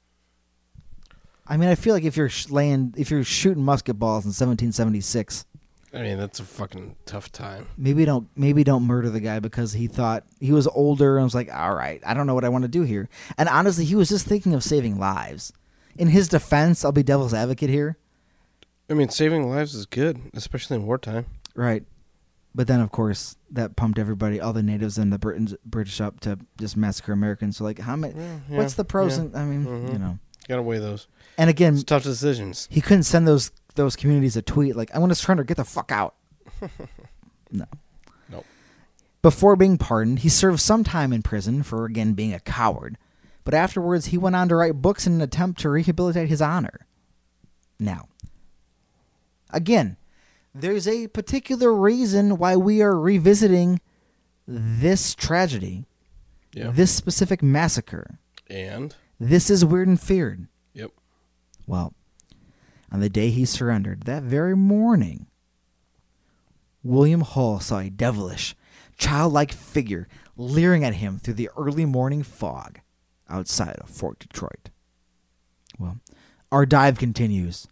B: I mean, I feel like if you're sh- laying, if you're shooting musket balls in 1776,
A: I mean, that's a fucking tough time.
B: maybe don't maybe don't murder the guy because he thought he was older and was like, all right, I don't know what I want to do here. And honestly, he was just thinking of saving lives. In his defense, I'll be devil's advocate here,
A: I mean, saving lives is good, especially in wartime.
B: right? But then, of course, that pumped everybody, all the natives and the Britons, British up to just massacre Americans. So, like, how many?
A: Yeah,
B: what's
A: yeah,
B: the pros?
A: yeah.
B: And, I mean, you
A: Mhm.
B: know.
A: Gotta weigh those.
B: And again,
A: It's tough decisions.
B: he couldn't send those those communities a tweet like, "I'm going to surrender, get the fuck out." no.
A: Nope.
B: Before being pardoned, he served some time in prison for again being a coward, but afterwards he went on to write books in an attempt to rehabilitate his honor. Now, again, there's a particular reason why we are revisiting this tragedy,
A: Yeah.
B: this specific massacre.
A: and
B: This is Weird and Feared.
A: yep.
B: Well, on the day he surrendered, that very morning, William Hall saw a devilish, childlike figure leering at him through the early morning fog outside of Fort Detroit. Well, our dive continues.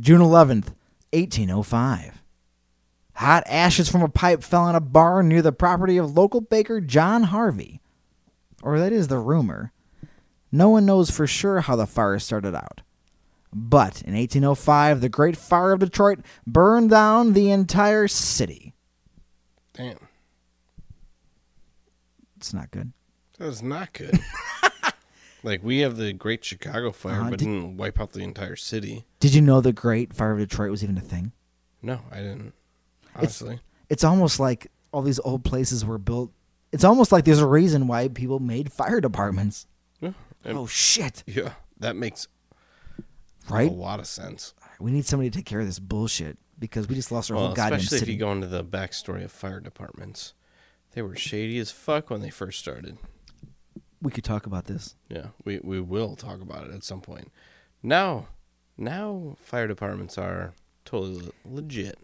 B: June 11th, 1805. Hot ashes from a pipe fell on a bar near the property of local baker John Harvey. Or that is the rumor. No one knows for sure how the fire started out. But in 1805, the Great Fire of Detroit burned down the entire city.
A: Damn.
B: It's not good.
A: That's
B: <laughs>
A: not good. like we have the Great Chicago Fire,
B: Uh-huh,
A: but
B: did-
A: didn't wipe out the entire city.
B: Did you know the Great Fire of Detroit was even a thing?
A: No, I didn't. Honestly,
B: It's almost like all these old places were built. It's almost like there's a reason why people made fire departments.
A: yeah, And-
B: Oh, shit.
A: yeah, that makes
B: Right?
A: a lot of sense.
B: We need somebody to take care of this bullshit because we just lost our
A: Well,
B: whole goddamn
A: especially if you
B: city.
A: go into the backstory of fire departments, they were shady as fuck when they first started.
B: we could talk about this.
A: Yeah, we we will talk about it at some point. Now, now fire departments are totally le- legit.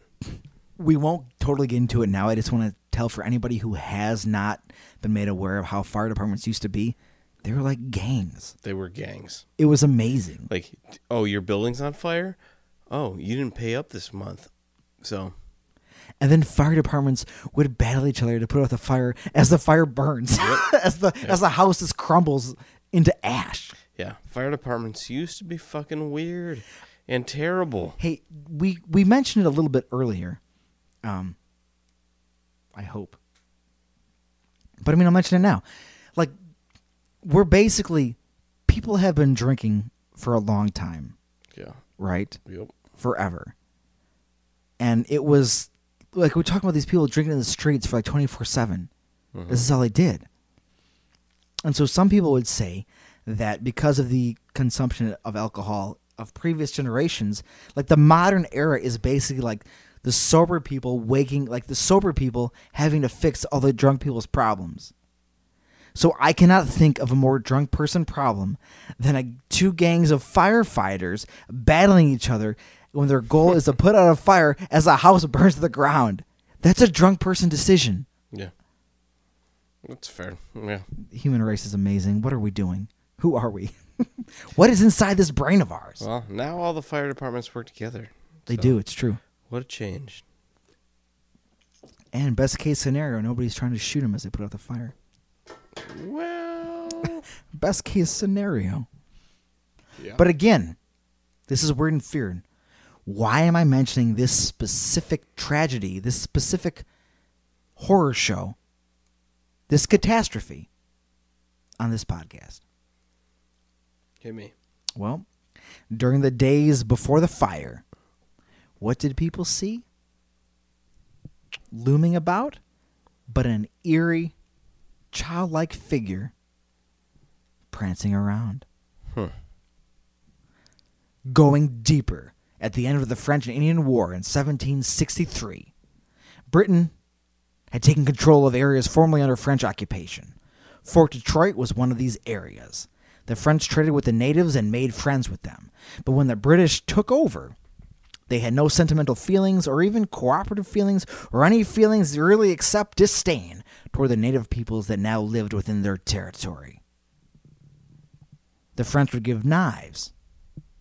B: we won't totally get into it now. I just want to tell for anybody who has not been made aware of how fire departments used to be, they were like gangs.
A: They were gangs.
B: It was amazing.
A: Like, oh, your building's on fire. Oh, you didn't pay up this month, so
B: And then fire departments would battle each other to put out the fire as the fire burns, <laughs> as the as the house just crumbles into ash.
A: Yeah, fire departments used to be fucking weird and terrible.
B: Hey, we we mentioned it a little bit earlier. Um, I hope. But I mean, I'll mention it now. Like, we're basically people have been drinking for a long time,
A: Yeah.
B: right?
A: Yep.
B: Forever, and it was like we're talking about these people drinking in the streets for like 24 7 this is all they did and so some people would say that because of the consumption of alcohol of previous generations like the modern era is basically like the sober people waking like the sober people having to fix all the drunk people's problems so I cannot think of a more drunk person problem than a, two gangs of firefighters battling each other when their goal is to put out a fire as a house burns to the ground. That's a drunk person decision.
A: Yeah. That's fair. Yeah.
B: The human race is amazing. What are we doing? Who are we? <laughs> what is inside this brain of ours?
A: Well, now all the fire departments work together.
B: they
A: So,
B: do. It's true.
A: What a change.
B: And best case scenario, nobody's trying to shoot them as they put out the fire.
A: Well.
B: Best case scenario.
A: <laughs> yeah.
B: But again, this is weird and feared. Why am I mentioning this specific tragedy, this specific horror show, this catastrophe on this podcast?
A: hit me.
B: Well, during the days before the fire, what did people see? Looming about, but an eerie, childlike figure prancing around.
A: Huh.
B: Going deeper, at the end of the French and Indian War in 1763, Britain had taken control of areas formerly under French occupation. Fort Detroit was one of these areas. The French traded with the natives and made friends with them. But when the British took over, they had no sentimental feelings or even cooperative feelings or any feelings really except disdain toward the native peoples that now lived within their territory. The French would give knives.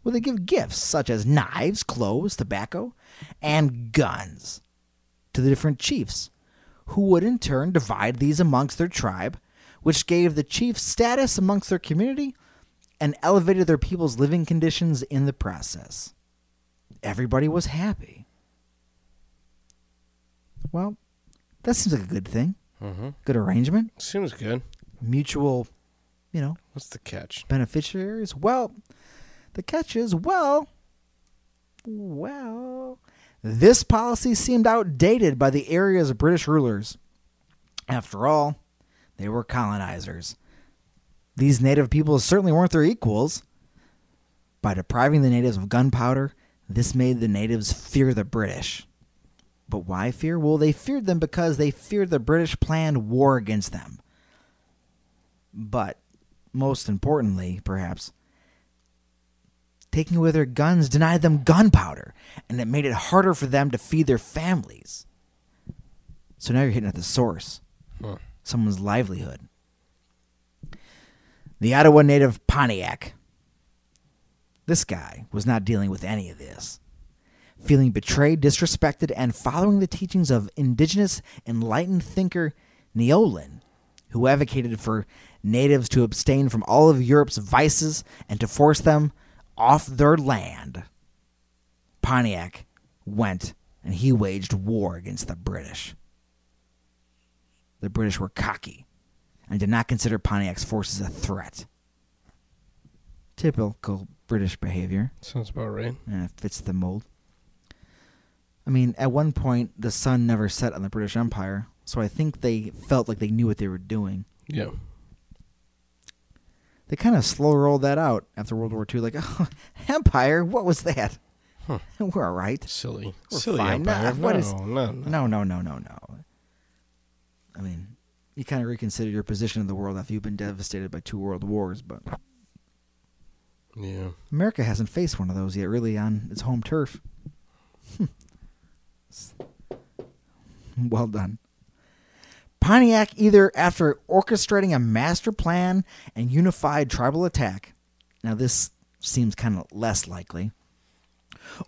B: Well, they give gifts such as knives, clothes, tobacco, and guns to the different chiefs, who would in turn divide these amongst their tribe, which gave the chiefs status amongst their community and elevated their people's living conditions in the process. Everybody was happy. Well, that seems like a good thing.
A: Mm-hmm.
B: Good arrangement.
A: Seems good.
B: Mutual, you know,
A: What's the catch?
B: beneficiaries? Well, the catch is, well, well, this policy seemed outdated by the area's British rulers. After all, they were colonizers. These native peoples certainly weren't their equals. By depriving the natives of gunpowder, this made the natives fear the British. But why fear? Well, they feared them because they feared the British planned war against them. But most importantly, perhaps, taking away their guns denied them gunpowder, and it made it harder for them to feed their families. So now you're hitting at the source
A: Huh.
B: someone's livelihood. The Ottawa native Pontiac. This guy was not dealing with any of this. Feeling betrayed, disrespected, and following the teachings of indigenous enlightened thinker Neolin, who advocated for natives to abstain from all of Europe's vices and to force them off their land, Pontiac went and he waged war against the British the British were cocky and did not consider Pontiac's forces a threat. Typical British behavior.
A: Sounds about right.
B: Uh, fits the mold. I mean, at one point, the sun never set on the British Empire, so I think they felt like they knew what they were doing.
A: Yeah.
B: They kind of slow rolled that out after World War II. Like, <laughs> oh, Empire? What was that?
A: Huh.
B: <laughs> We're all right.
A: Silly.
B: We're
A: Silly
B: fine. Nah,
A: empire.
B: what
A: no,
B: is-
A: no, no.
B: No, no, no, no, no. I mean, you kind of reconsider your position in the world after you've been devastated by two world wars, but
A: Yeah.
B: America hasn't faced one of those yet, really, on its home turf. Hmm. well done. Pontiac, either after orchestrating a master plan and unified tribal attack, now this seems kind of less likely,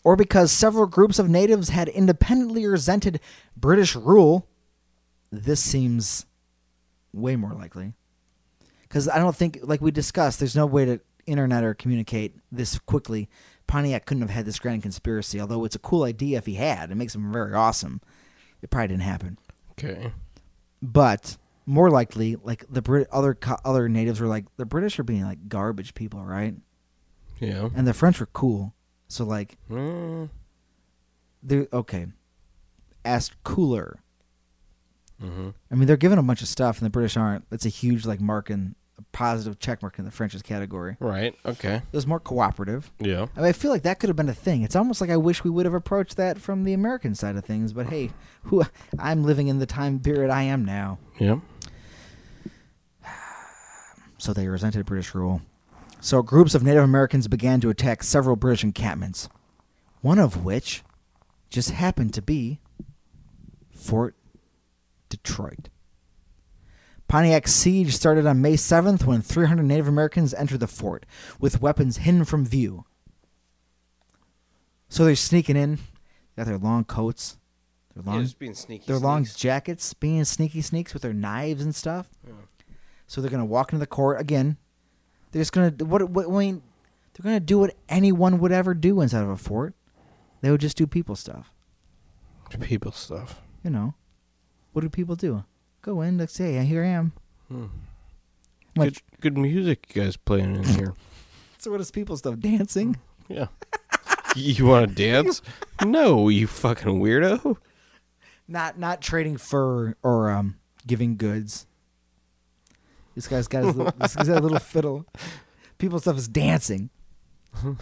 B: or because several groups of natives had independently resented British rule, this seems way more likely because I don't think, like we discussed, there's no way to internet or communicate this quickly. Pontiac couldn't have had this grand conspiracy, although it's a cool idea if he had. It makes him very awesome. It probably didn't happen,
A: Okay.
B: but more likely, like the Brit- other co- other natives were like the British are being like garbage people, right?
A: Yeah. Mm-hmm.
B: And the French were cool, so like
A: Mm,
B: they're okay. asked cooler.
A: Mm-hmm.
B: I mean, they're given a bunch of stuff, and the British aren't. That's a huge like mark and a positive check mark in the French's category.
A: Right. Okay.
B: It was more cooperative.
A: Yeah.
B: I, mean, I feel like that could have been a thing. It's almost like I wish we would have approached that from the American side of things. But hey, who I'm living in the time period I am now.
A: Yeah.
B: so they resented British rule. So groups of Native Americans began to attack several British encampments, one of which just happened to be Fort Detroit. Pontiac's siege started on May 7th when 300 Native Americans entered the fort with weapons hidden from view. So they're sneaking in, they got their long coats, their long
A: being sneaky.
B: their long jackets, being sneaky sneaks with their knives and stuff. So they're gonna walk into the court again. They're just gonna what? What I mean, they're gonna do what anyone would ever do inside of a fort. They would just do people stuff.
A: people stuff.
B: You know, what do people do? Go in, like say, "Yeah, here I am.
A: Hmm.
B: Like,
A: Good, good music you guys playing
B: <laughs>
A: in here.
B: so what is people stuff? Dancing?
A: yeah. you want to dance? no, you fucking weirdo. <laughs>
B: Not not trading for or um giving goods. This guy's got his little, this guy's got a little
A: <laughs>
B: fiddle. People stuff is dancing.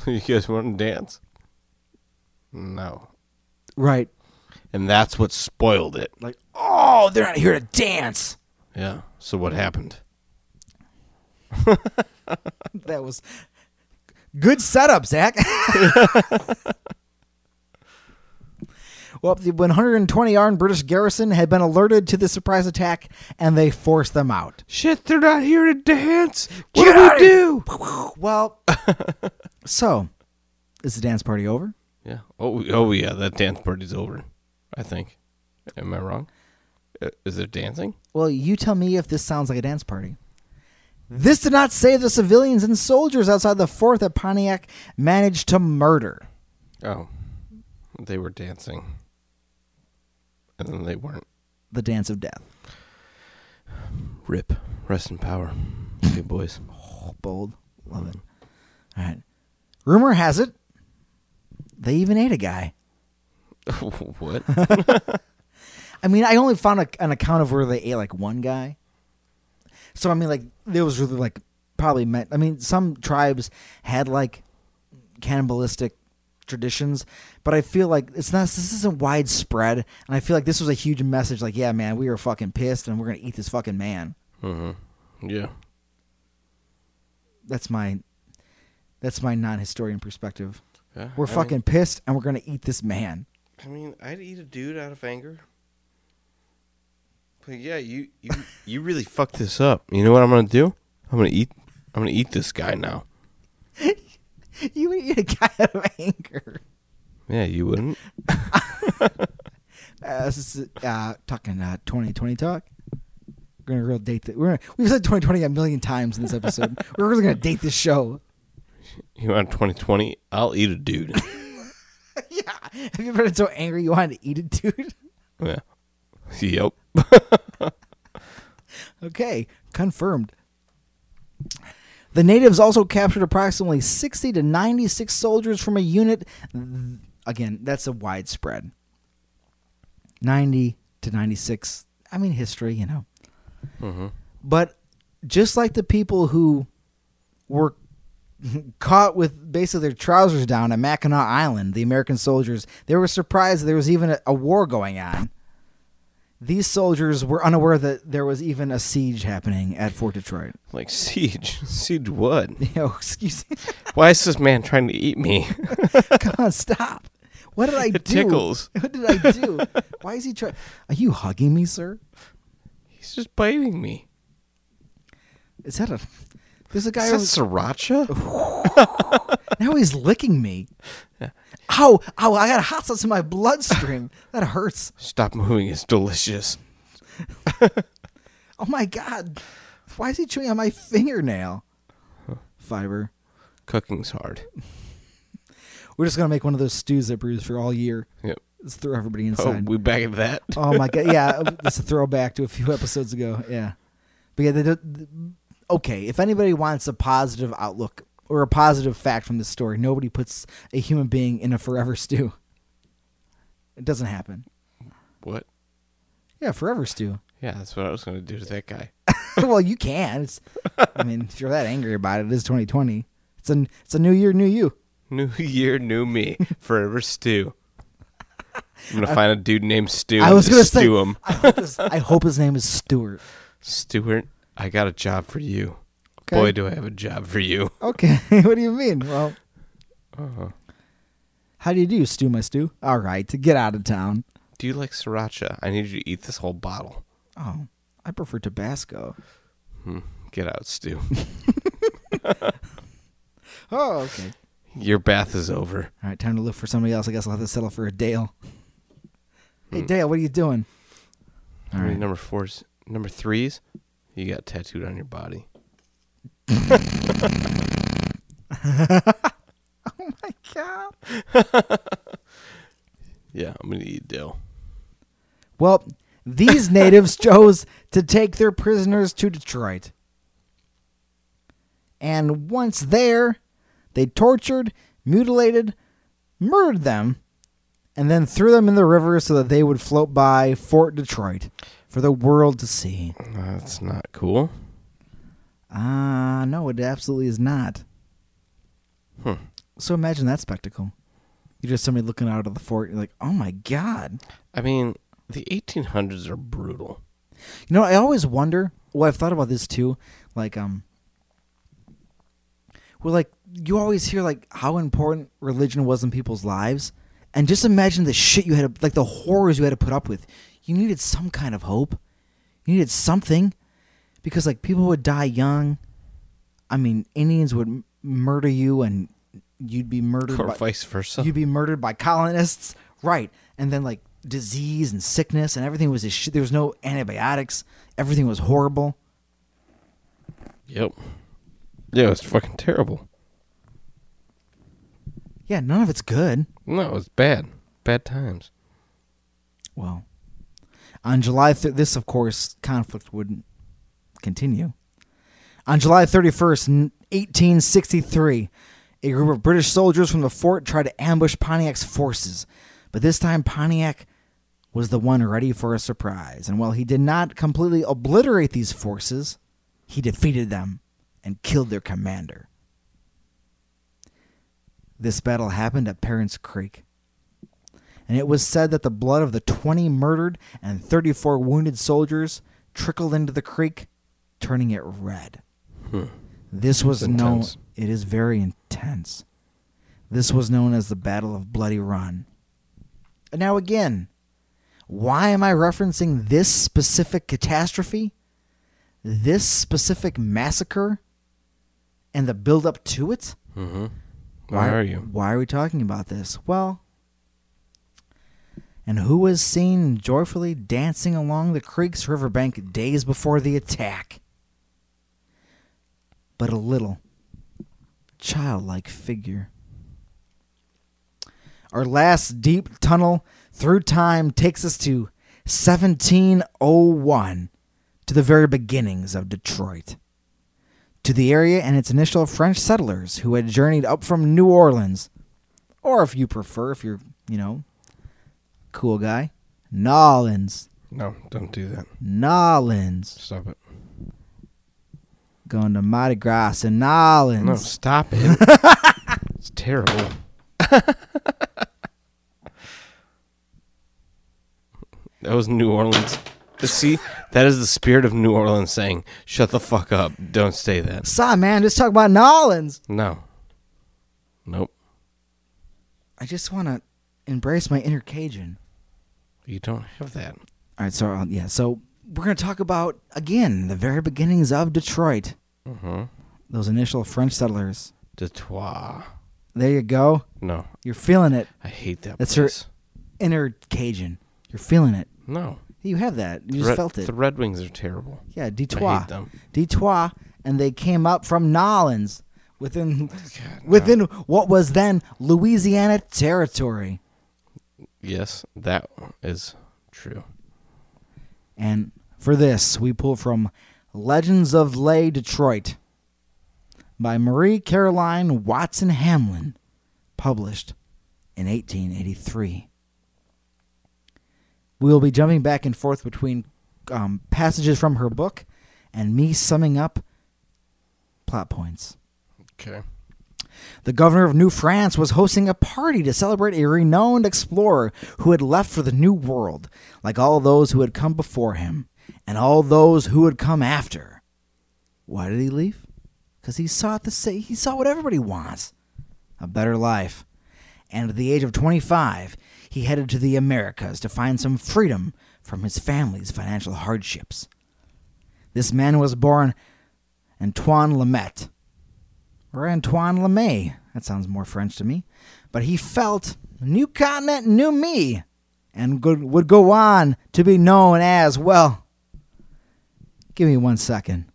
A: you guys want to dance? No.
B: Right.
A: And that's what spoiled it.
B: Like, oh, they're not here to dance.
A: Yeah. So what happened?
B: That was good setup, Zach. <laughs> well, the 120 armed British garrison had been alerted to the surprise attack, and they forced them out.
A: Shit, they're not here to dance. What
B: Get out of
A: do we
B: here.
A: do?
B: Well, <laughs> so is the dance party over?
A: Yeah. Oh, oh yeah, that dance party's over. I think. Am I wrong? Uh, Is there dancing?
B: Well, you tell me if this sounds like a dance party. This did not save the civilians and soldiers outside the fort that Pontiac managed to murder.
A: Oh, they were dancing, and then they weren't.
B: The dance of death.
A: Rip. Rest in power, good boys.
B: Oh, bold. Love it. All right. Rumor has it they even ate a guy.
A: <laughs> <laughs> what?
B: I mean, I only found a, an account of where they ate like one guy. So I mean, like there was really like probably meant. I mean, some tribes had like cannibalistic traditions, but I feel like it's not. This isn't widespread, and I feel like this was a huge message. Like, yeah, man, we were fucking pissed, and we're gonna eat this fucking man.
A: hmm Yeah.
B: That's my, that's my non-historian perspective.
A: Yeah,
B: We're
A: I mean-
B: fucking pissed, and we're gonna eat this man. <laughs>
A: I mean, I'd eat a dude out of anger. But yeah, you you <laughs> you really fucked this up. You know what I'm gonna do? I'm gonna eat. I'm gonna eat this guy now.
B: You would eat a guy out of anger.
A: Yeah, you wouldn't.
B: Uh, this is uh, talking uh, 2020 talk. We're gonna real date that. We're gonna, we've said 2020 a million times in this
A: <laughs>
B: episode. We're really gonna date this show. <laughs>
A: You want 2020? I'll eat a dude.
B: yeah, have you ever been so angry you wanted to eat it, dude? <laughs>
A: yeah. Yep.
B: okay, confirmed. The natives also captured approximately 60 to 96 soldiers from a unit. Again, that's a widespread. 90 to 96. I mean, history, you know. Mm-hmm. But just like the people who were <laughs> caught with basically their trousers down at Mackinac Island, the American soldiers, they were surprised that there was even a, a war going on. These soldiers were unaware that there was even a siege happening at Fort Detroit. <laughs>
A: Like siege. Siege what?
B: Yo, excuse me. <laughs>
A: Why is this man trying to eat me? <laughs>
B: Come on, stop. What did I
A: It
B: do?
A: tickles.
B: <laughs> What did I do? Why is he trying? Are you hugging me, sir?
A: He's just biting me.
B: Is that a? There's a guy.
A: Is that
B: over-
A: sriracha?
B: Now he's licking me. Ow, ow, I got hot sauce in my
A: <laughs>
B: bloodstream. that hurts.
A: Stop moving. It's delicious.
B: Oh my god. Why is he chewing on my fingernail? Fiber.
A: Cooking's hard.
B: We're just gonna make one of those stews that brews for all year.
A: Yep.
B: Let's throw everybody
A: Oh,
B: inside.
A: we back at that.
B: Oh my god, yeah, <laughs> that's a throwback to a few episodes ago. Yeah, but yeah, they don't, okay. If anybody wants a positive outlook or a positive fact from this story, nobody puts a human being in a forever stew. It doesn't happen.
A: What?
B: Yeah, forever stew.
A: Yeah, that's what I was gonna do to that guy. <laughs>
B: <laughs> well, you can. It's, I mean, if you're that angry about it, it is 2020. It's a it's a new year, new you.
A: New year, new me. Forever stew. I'm gonna find a dude named Stu.
B: I
A: and
B: was
A: just
B: gonna say.
A: stew him.
B: I, hope his, I hope his name is Stuart.
A: Stuart, I got a job for you.
B: Okay.
A: Boy, do I have a job for you.
B: Okay. <laughs> what do you mean? Well, how do you do, Stew my Stew? All right, to get out of town.
A: Do you like sriracha? I need you to eat this whole bottle.
B: Oh, I prefer Tabasco.
A: Hmm. Get out, Stu. <laughs>
B: Oh, okay.
A: Your bath is over.
B: All right, time to look for somebody else. I guess I'll have to settle for a Dale. Hey, Dale, what are you doing? All
A: I mean,
B: right.
A: number fours, number threes, you got tattooed on your body.
B: My God.
A: Yeah, I'm gonna eat dill.
B: Well, these natives chose to take their prisoners to Detroit. And once there, they tortured, mutilated, murdered them, and then threw them in the river so that they would float by Fort Detroit for the world to see.
A: That's not cool.
B: Ah, no, it absolutely is not.
A: Hmm.
B: So imagine that spectacle. You're just somebody looking out of the fort. You're like, oh my God.
A: I mean, the 1800s are brutal.
B: You know, I always wonder. Well, I've thought about this too. Like, um, well, like you always hear like how important religion was in people's lives, and just imagine the shit you had, to, like the horrors you had to put up with. You needed some kind of hope. You needed something, because like people would die young. I mean, Indians would m- murder you, and you'd be murdered.
A: Or
B: by-
A: vice versa.
B: you'd be murdered by colonists, right? And then like disease and sickness and everything was a shit. There was no antibiotics. Everything was horrible.
A: yep. Yeah, it's fucking terrible.
B: Yeah, none of it's good.
A: No, it's bad. Bad times.
B: Well, on July th- this, of course, conflict would continue. On July thirty first, eighteen sixty three, a group of British soldiers from the fort tried to ambush Pontiac's forces, but this time Pontiac was the one ready for a surprise. And while he did not completely obliterate these forces, he defeated them and killed their commander. This battle happened at Parents Creek and it was said that the blood of the 20 murdered and 34 wounded soldiers trickled into the creek, turning it red. This was
A: Hmm. That's
B: known.
A: intense.
B: It is very intense. This was known as the Battle of Bloody Run. And now, again, why am I referencing this specific catastrophe, this specific massacre, and the build up to it?
A: Mm-hmm. Where are you?
B: Why are we talking about this? Well, and who was seen joyfully dancing along the creek's riverbank days before the attack? But a little childlike figure. Our last deep tunnel through time takes us to 1701, to the very beginnings of Detroit to the area and its initial French settlers who had journeyed up from New Orleans, or if you prefer, if you're, you know, cool guy, Nolans,
A: No, don't do that.
B: Nolans,
A: Stop it.
B: going to Mardi Gras in Nolans.
A: No, stop it. <laughs> it's terrible. that was New Orleans. See, that is the spirit of New Orleans saying, shut the fuck up. Don't say that.
B: Sorry, man, just talk about Nolans.
A: No. Nope.
B: I just want to embrace my inner Cajun.
A: You don't have that.
B: All right, so uh, yeah, so we're going to talk about again the very beginnings of Detroit,
A: Mm-hmm.
B: those initial French settlers.
A: Detroit.
B: There you go.
A: No,
B: You're feeling it,
A: I hate that
B: That's
A: place.
B: inner Cajun. You're feeling it.
A: No.
B: You have that. You
A: The
B: just
A: Red-
B: felt it.
A: The Red Wings are terrible.
B: Yeah,
A: I
B: Detroit.
A: hate them.
B: Detroit, and they came up from Nolens within
A: <laughs> God, no.
B: within what was then Louisiana territory.
A: Yes, that is true.
B: And for this, we pull from Legends of Lay Detroit by Marie Caroline Watson Hamlin, published in 1883. We will be jumping back and forth between um, passages from her book and me summing up plot points.
A: Okay.
B: The governor of New France was hosting a party to celebrate a renowned explorer who had left for the New World, like all those who had come before him and all those who had come after. Why did he leave? Because he sought the sa- he saw what everybody wants, a better life. And at the age of 25, he headed to the Americas to find some freedom from his family's financial hardships. This man was born Antoine Lamette, or Antoine LeMay. That sounds more French to me. But he felt new continent, new me, and go- would go on to be known as, well, give me one second.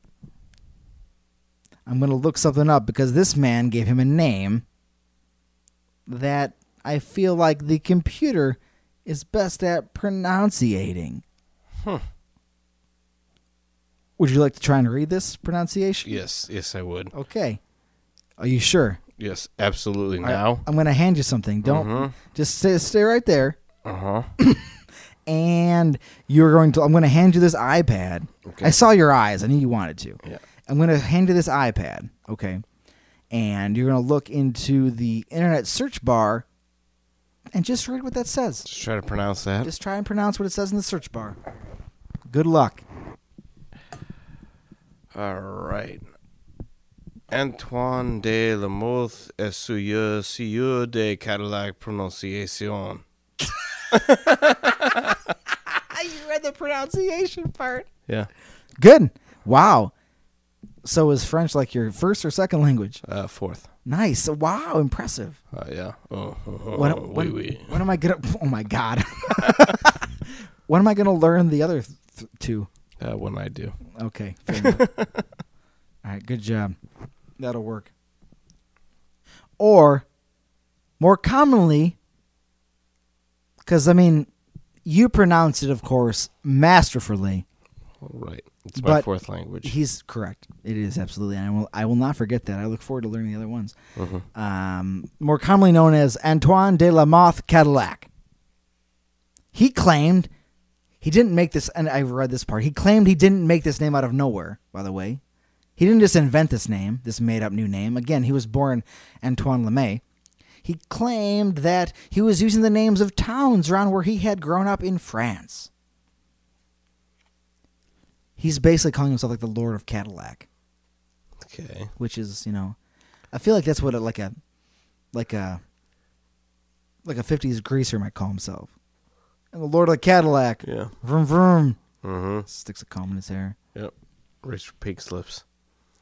B: I'm going to look something up because this man gave him a name that I feel like the computer is best at pronunciating.
A: Huh.
B: Would you like to try and read this pronunciation?
A: Yes. Yes, I would.
B: Okay. Are you sure?
A: Yes, absolutely.
B: I-
A: Now.
B: I'm going to hand you something. Don't
A: Mm-hmm.
B: just stay, stay right there.
A: Uh huh.
B: Uh-huh. And you're going to I'm going to hand you this iPad.
A: Okay.
B: I saw your eyes. I knew you wanted to.
A: <coughs> Yeah.
B: I'm going to hand you this iPad, okay? And you're going to look into the internet search bar and just read what that says.
A: Just try to pronounce that.
B: Just try and pronounce what it says in the search bar. Good luck.
A: All right. Antoine de la Mothe Essuyeux, Sieur de Cadillac Prononciation.
B: You read the pronunciation part.
A: Yeah.
B: Good. Wow. So is French like your first or second language?
A: Uh, fourth.
B: Nice. Wow, impressive.
A: Uh, yeah. Oh, oh, oh,
B: When,
A: oh,
B: when,
A: oui, oui.
B: when am I gonna? <laughs> Oh my god! when am I gonna learn the other th- two?
A: Uh, when I do.
B: Okay. fair
A: <laughs>
B: enough. All right. Good job. That'll work. Or, more commonly, because I mean, you pronounce it, of course, masterfully.
A: All right. It's my
B: But
A: fourth language.
B: He's correct. It is absolutely, and I will. I will not forget that. I look forward to learning the other ones.
A: Mhm.
B: um, more commonly known as Antoine de la Mothe Cadillac. He claimed he didn't make this, and I read this part. He claimed he didn't make this name out of nowhere, by the way. He didn't just invent this name, this made up new name. Again, he was born Antoine LeMay. He claimed that he was using the names of towns around where he had grown up in France. He's basically calling himself like the Lord of Cadillac
A: Okay.
B: which is you know, I feel like that's what a, like a like a like a fifties greaser might call himself. And the Lord of the Cadillac,
A: Yeah.
B: vroom vroom,
A: Mm
B: sticks a comb in his hair.
A: hmm. Yep. Rich pig slips.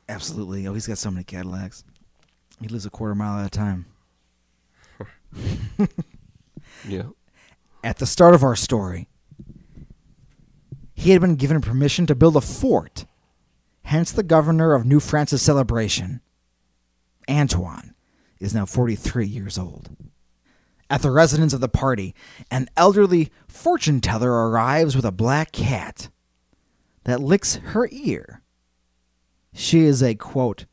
B: Absolutely. Oh, he's got so many Cadillacs. He lives a quarter mile at a time.
A: Yeah.
B: At the start of our story, he had been given permission to build a fort, hence the governor of New France's celebration. Antoine is now 43 years old. At the residence of the party, an elderly fortune teller arrives with a black cat that licks her ear. She is a quote,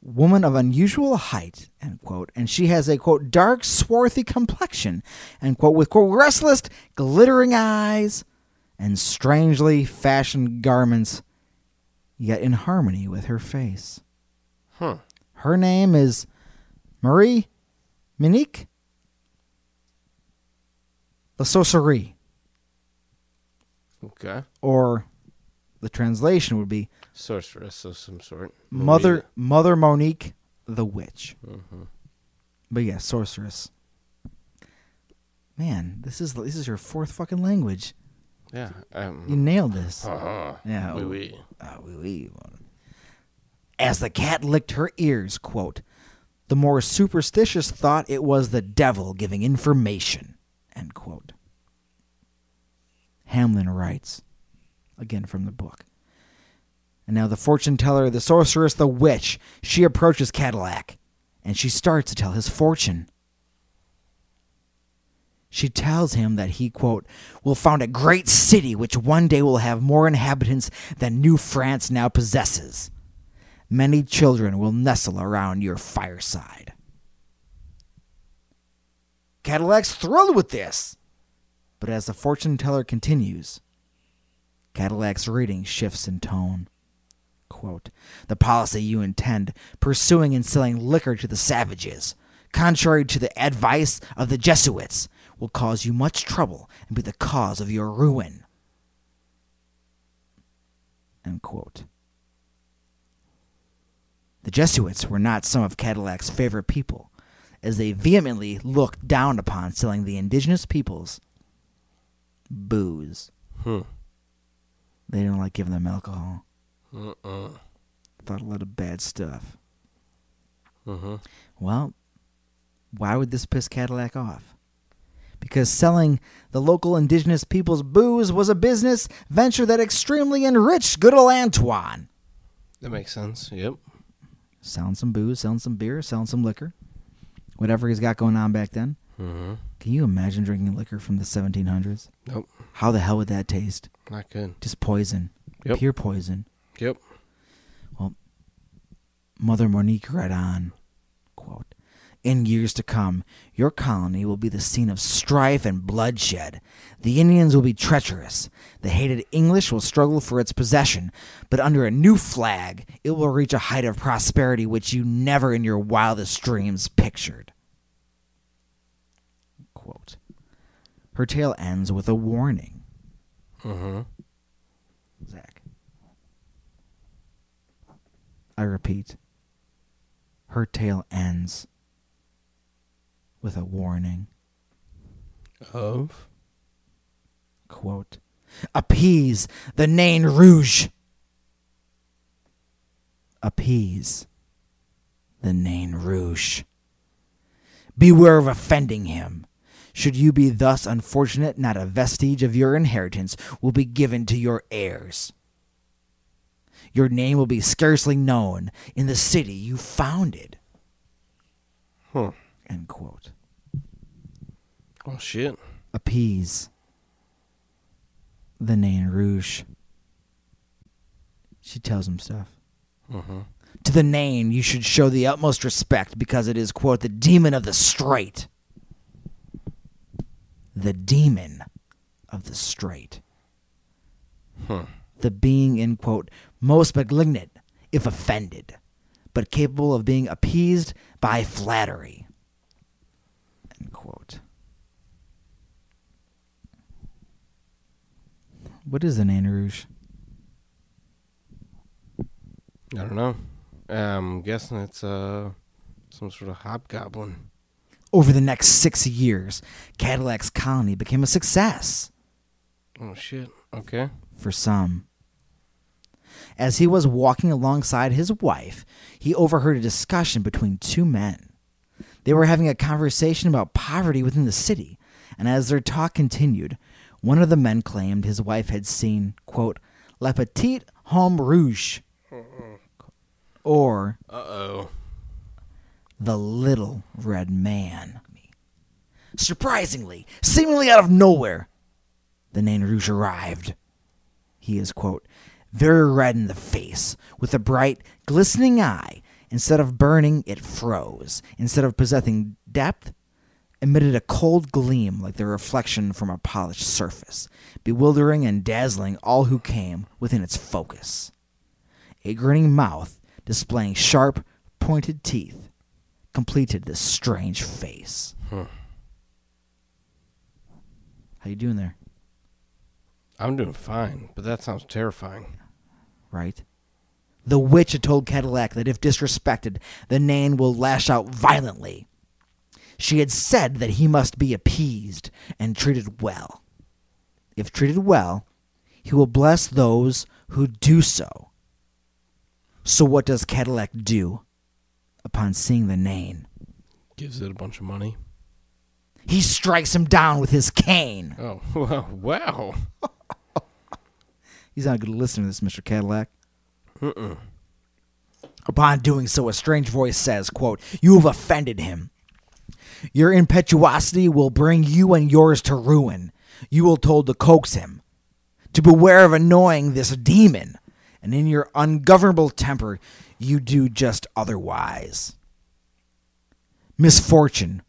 B: woman of unusual height, end quote, and she has a quote, dark, swarthy complexion, end quote, with quote, restless, glittering eyes and strangely fashioned garments, yet in harmony with her face.
A: Huh.
B: Her name is Marie Minique La Sorcerie,
A: Okay.
B: or the translation would be
A: Sorceress of some sort.
B: Mother Mother Monique the Witch.
A: Mm-hmm.
B: But yeah, sorceress. Man, this is this is your fourth fucking language.
A: Yeah.
B: You
A: Um,
B: nailed this.
A: uh-huh.
B: Yeah.
A: Oui, oui.
B: Ah, oui, oui. As the cat licked her ears, quote, the more superstitious thought it was the devil giving information, end quote. Hamlin writes, again from the book. And now the fortune teller, the sorceress, the witch, she approaches Cadillac, and she starts to tell his fortune. She tells him that he, quote, will found a great city which one day will have more inhabitants than New France now possesses. Many children will nestle around your fireside. Cadillac's thrilled with this. But as the fortune teller continues, Cadillac's reading shifts in tone. Quote, the policy you intend, pursuing and selling liquor to the savages, contrary to the advice of the Jesuits, will cause you much trouble and be the cause of your ruin. End quote. The Jesuits were not some of Cadillac's favorite people, as they vehemently looked down upon selling the indigenous peoples booze.
A: Hmm.
B: They didn't like giving them alcohol.
A: Uh-uh.
B: Thought a lot of bad stuff.
A: Mm-hmm.
B: Well, why would this piss Cadillac off? Because selling the local indigenous people's booze was a business venture that extremely enriched good old Antoine.
A: That makes sense. Yep.
B: Selling some booze, selling some beer, selling some liquor. Whatever he's got going on back then.
A: Mm-hmm.
B: Can you imagine drinking liquor from the 1700s?
A: Nope.
B: How the hell would that taste?
A: Not good.
B: Just poison.
A: Yep.
B: Pure poison.
A: Yep.
B: Mother Monique read on, quote, In years to come, your colony will be the scene of strife and bloodshed. The Indians will be treacherous. The hated English will struggle for its possession, but under a new flag, it will reach a height of prosperity which you never in your wildest dreams pictured. Quote. Her tale ends with a warning.
A: Mm-hmm.
B: Zach. I repeat, her tale ends with a warning.
A: Of.
B: Quote, Appease the Nain Rouge! Appease the Nain Rouge. Beware of offending him. Should you be thus unfortunate, not a vestige of your inheritance will be given to your heirs. Your name will be scarcely known in the city you founded.
A: Huh.
B: End quote.
A: Oh shit.
B: Appease the Nain Rouge. She tells him stuff.
A: Mm-hmm.
B: To the Nain, you should show the utmost respect because it is, quote, the demon of the straight. The demon of the straight.
A: Huh.
B: The being, in quote, most malignant if offended, but capable of being appeased by flattery. End quote. What is the Nain Rouge?
A: I don't know. I'm guessing it's uh some sort of hobgoblin.
B: Over the next six years, Cadillac's colony became a success.
A: Oh shit. Okay.
B: for some. As he was walking alongside his wife, he overheard a discussion between two men. They were having a conversation about poverty within the city, and as their talk continued, one of the men claimed his wife had seen, quote, La Petite Homme Rouge, or
A: Uh oh.
B: the Little Red Man. Surprisingly, seemingly out of nowhere, the Nain Rouge arrived. He is, quote, very red in the face, with a bright, glistening eye. Instead of burning, it froze. Instead of possessing depth, emitted a cold gleam like the reflection from a polished surface, bewildering and dazzling all who came within its focus. A grinning mouth, displaying sharp, pointed teeth, completed this strange face.
A: Huh.
B: How you doing there?
A: I'm doing fine, but that sounds terrifying.
B: right? The witch had told Cadillac that if disrespected, the Nain will lash out violently. She had said that he must be appeased and treated well. If treated well, he will bless those who do so. So, what does Cadillac do upon seeing the Nain?
A: Gives it a bunch of money.
B: He strikes him down with his cane.
A: Oh <laughs> wow wow.
B: He's not a good listener to this, Mr. Cadillac. Upon doing so, a strange voice says, quote, You have offended him. Your impetuosity will bring you and yours to ruin. You will told to coax him, to beware of annoying this demon, and in your ungovernable temper, you do just otherwise. Misfortune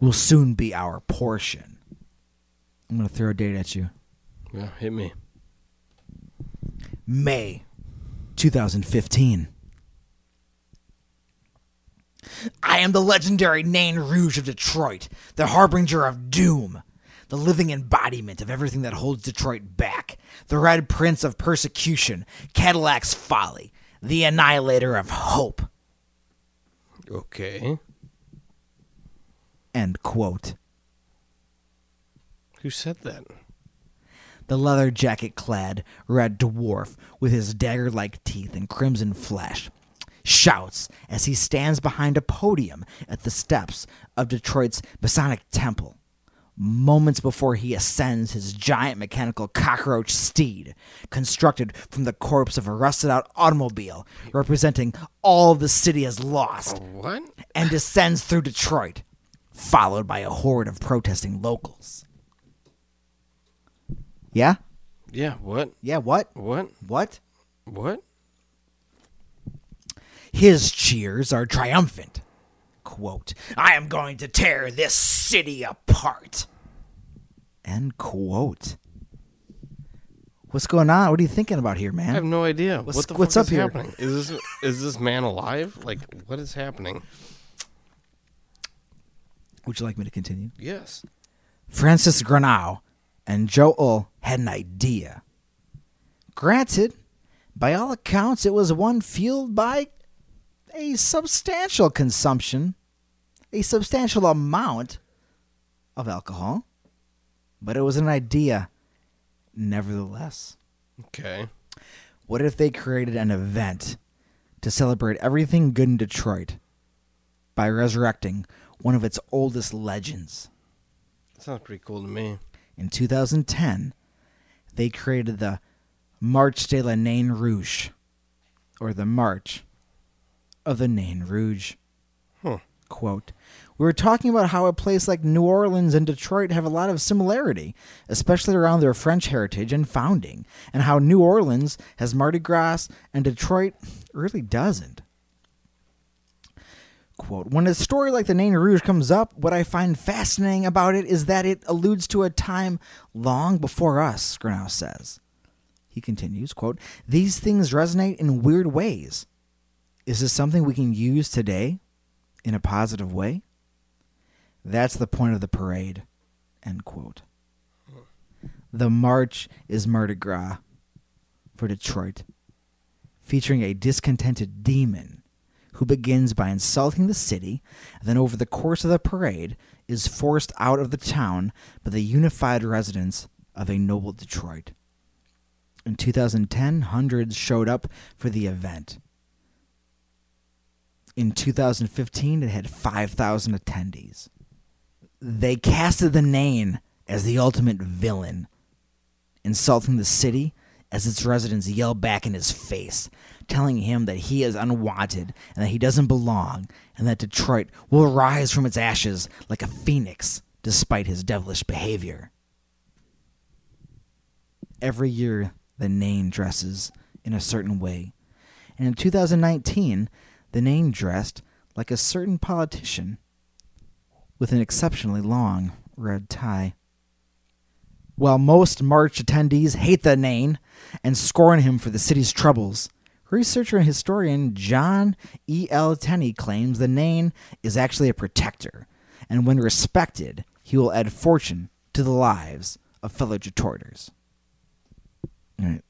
B: will soon be our portion. I'm gonna throw a date at you.
A: Yeah, hit me.
B: May 2015. I am the legendary Nain Rouge of Detroit, the harbinger of doom, the living embodiment of everything that holds Detroit back, the red prince of persecution, Cadillac's folly, the annihilator of hope.
A: Okay.
B: End quote.
A: Who said that?
B: the leather jacket clad red dwarf with his dagger like teeth and crimson flesh, shouts as he stands behind a podium at the steps of Detroit's Masonic Temple. Moments before he ascends his giant mechanical cockroach steed, constructed from the corpse of a rusted out automobile, representing all the city has lost,
A: What?
B: and descends through Detroit, followed by a horde of protesting locals. Yeah?
A: Yeah, what?
B: Yeah, what?
A: What?
B: What?
A: What?
B: His cheers are triumphant. Quote, I am going to tear this city apart. End quote. What's going on? What are you thinking about here,
A: I have
B: man?
A: no idea. What's, what the
B: what's
A: fuck
B: up
A: is
B: here?
A: happening? Is this is this man alive? Like what is happening?
B: Would you like me to continue?
A: Yes.
B: Francis Granau and Joel had an idea. Granted, by all accounts, it was one fueled by a substantial consumption, a substantial amount of alcohol, but it was an idea nevertheless.
A: Okay.
B: What if they created an event to celebrate everything good in Detroit by resurrecting one of its oldest legends?
A: That sounds pretty cool to me.
B: in 2010, they created the March de la Nain Rouge, or the March of the Nain Rouge.
A: Huh.
B: Quote We were talking about how a place like New Orleans and Detroit have a lot of similarity, especially around their French heritage and founding, and how New Orleans has Mardi Gras and Detroit really doesn't. Quote, when a story like the Nain Rouge comes up, what I find fascinating about it is that it alludes to a time long before us, Grenau says. He continues, quote, These things resonate in weird ways. Is this something we can use today in a positive way? That's the point of the parade, end quote. The march is Mardi Gras for Detroit, featuring a discontented demon who begins by insulting the city, and then over the course of the parade is forced out of the town by the unified residents of a noble Detroit. In 2010, hundreds showed up for the event. In 2015, it had 5,000 attendees. They casted the Nain as the ultimate villain, insulting the city as its residents yell back in his face, telling him that he is unwanted and that he doesn't belong, and that Detroit will rise from its ashes like a phoenix despite his devilish behavior. Every year, the Nain dresses in a certain way. And in 2019, the Nain dressed like a certain politician with an exceptionally long red tie. While most March attendees hate the Nain and scorn him for the city's troubles, researcher and historian John E. L. Tenney claims the Nain is actually a protector, and when respected, he will add fortune to the lives of fellow Detroiters. All right.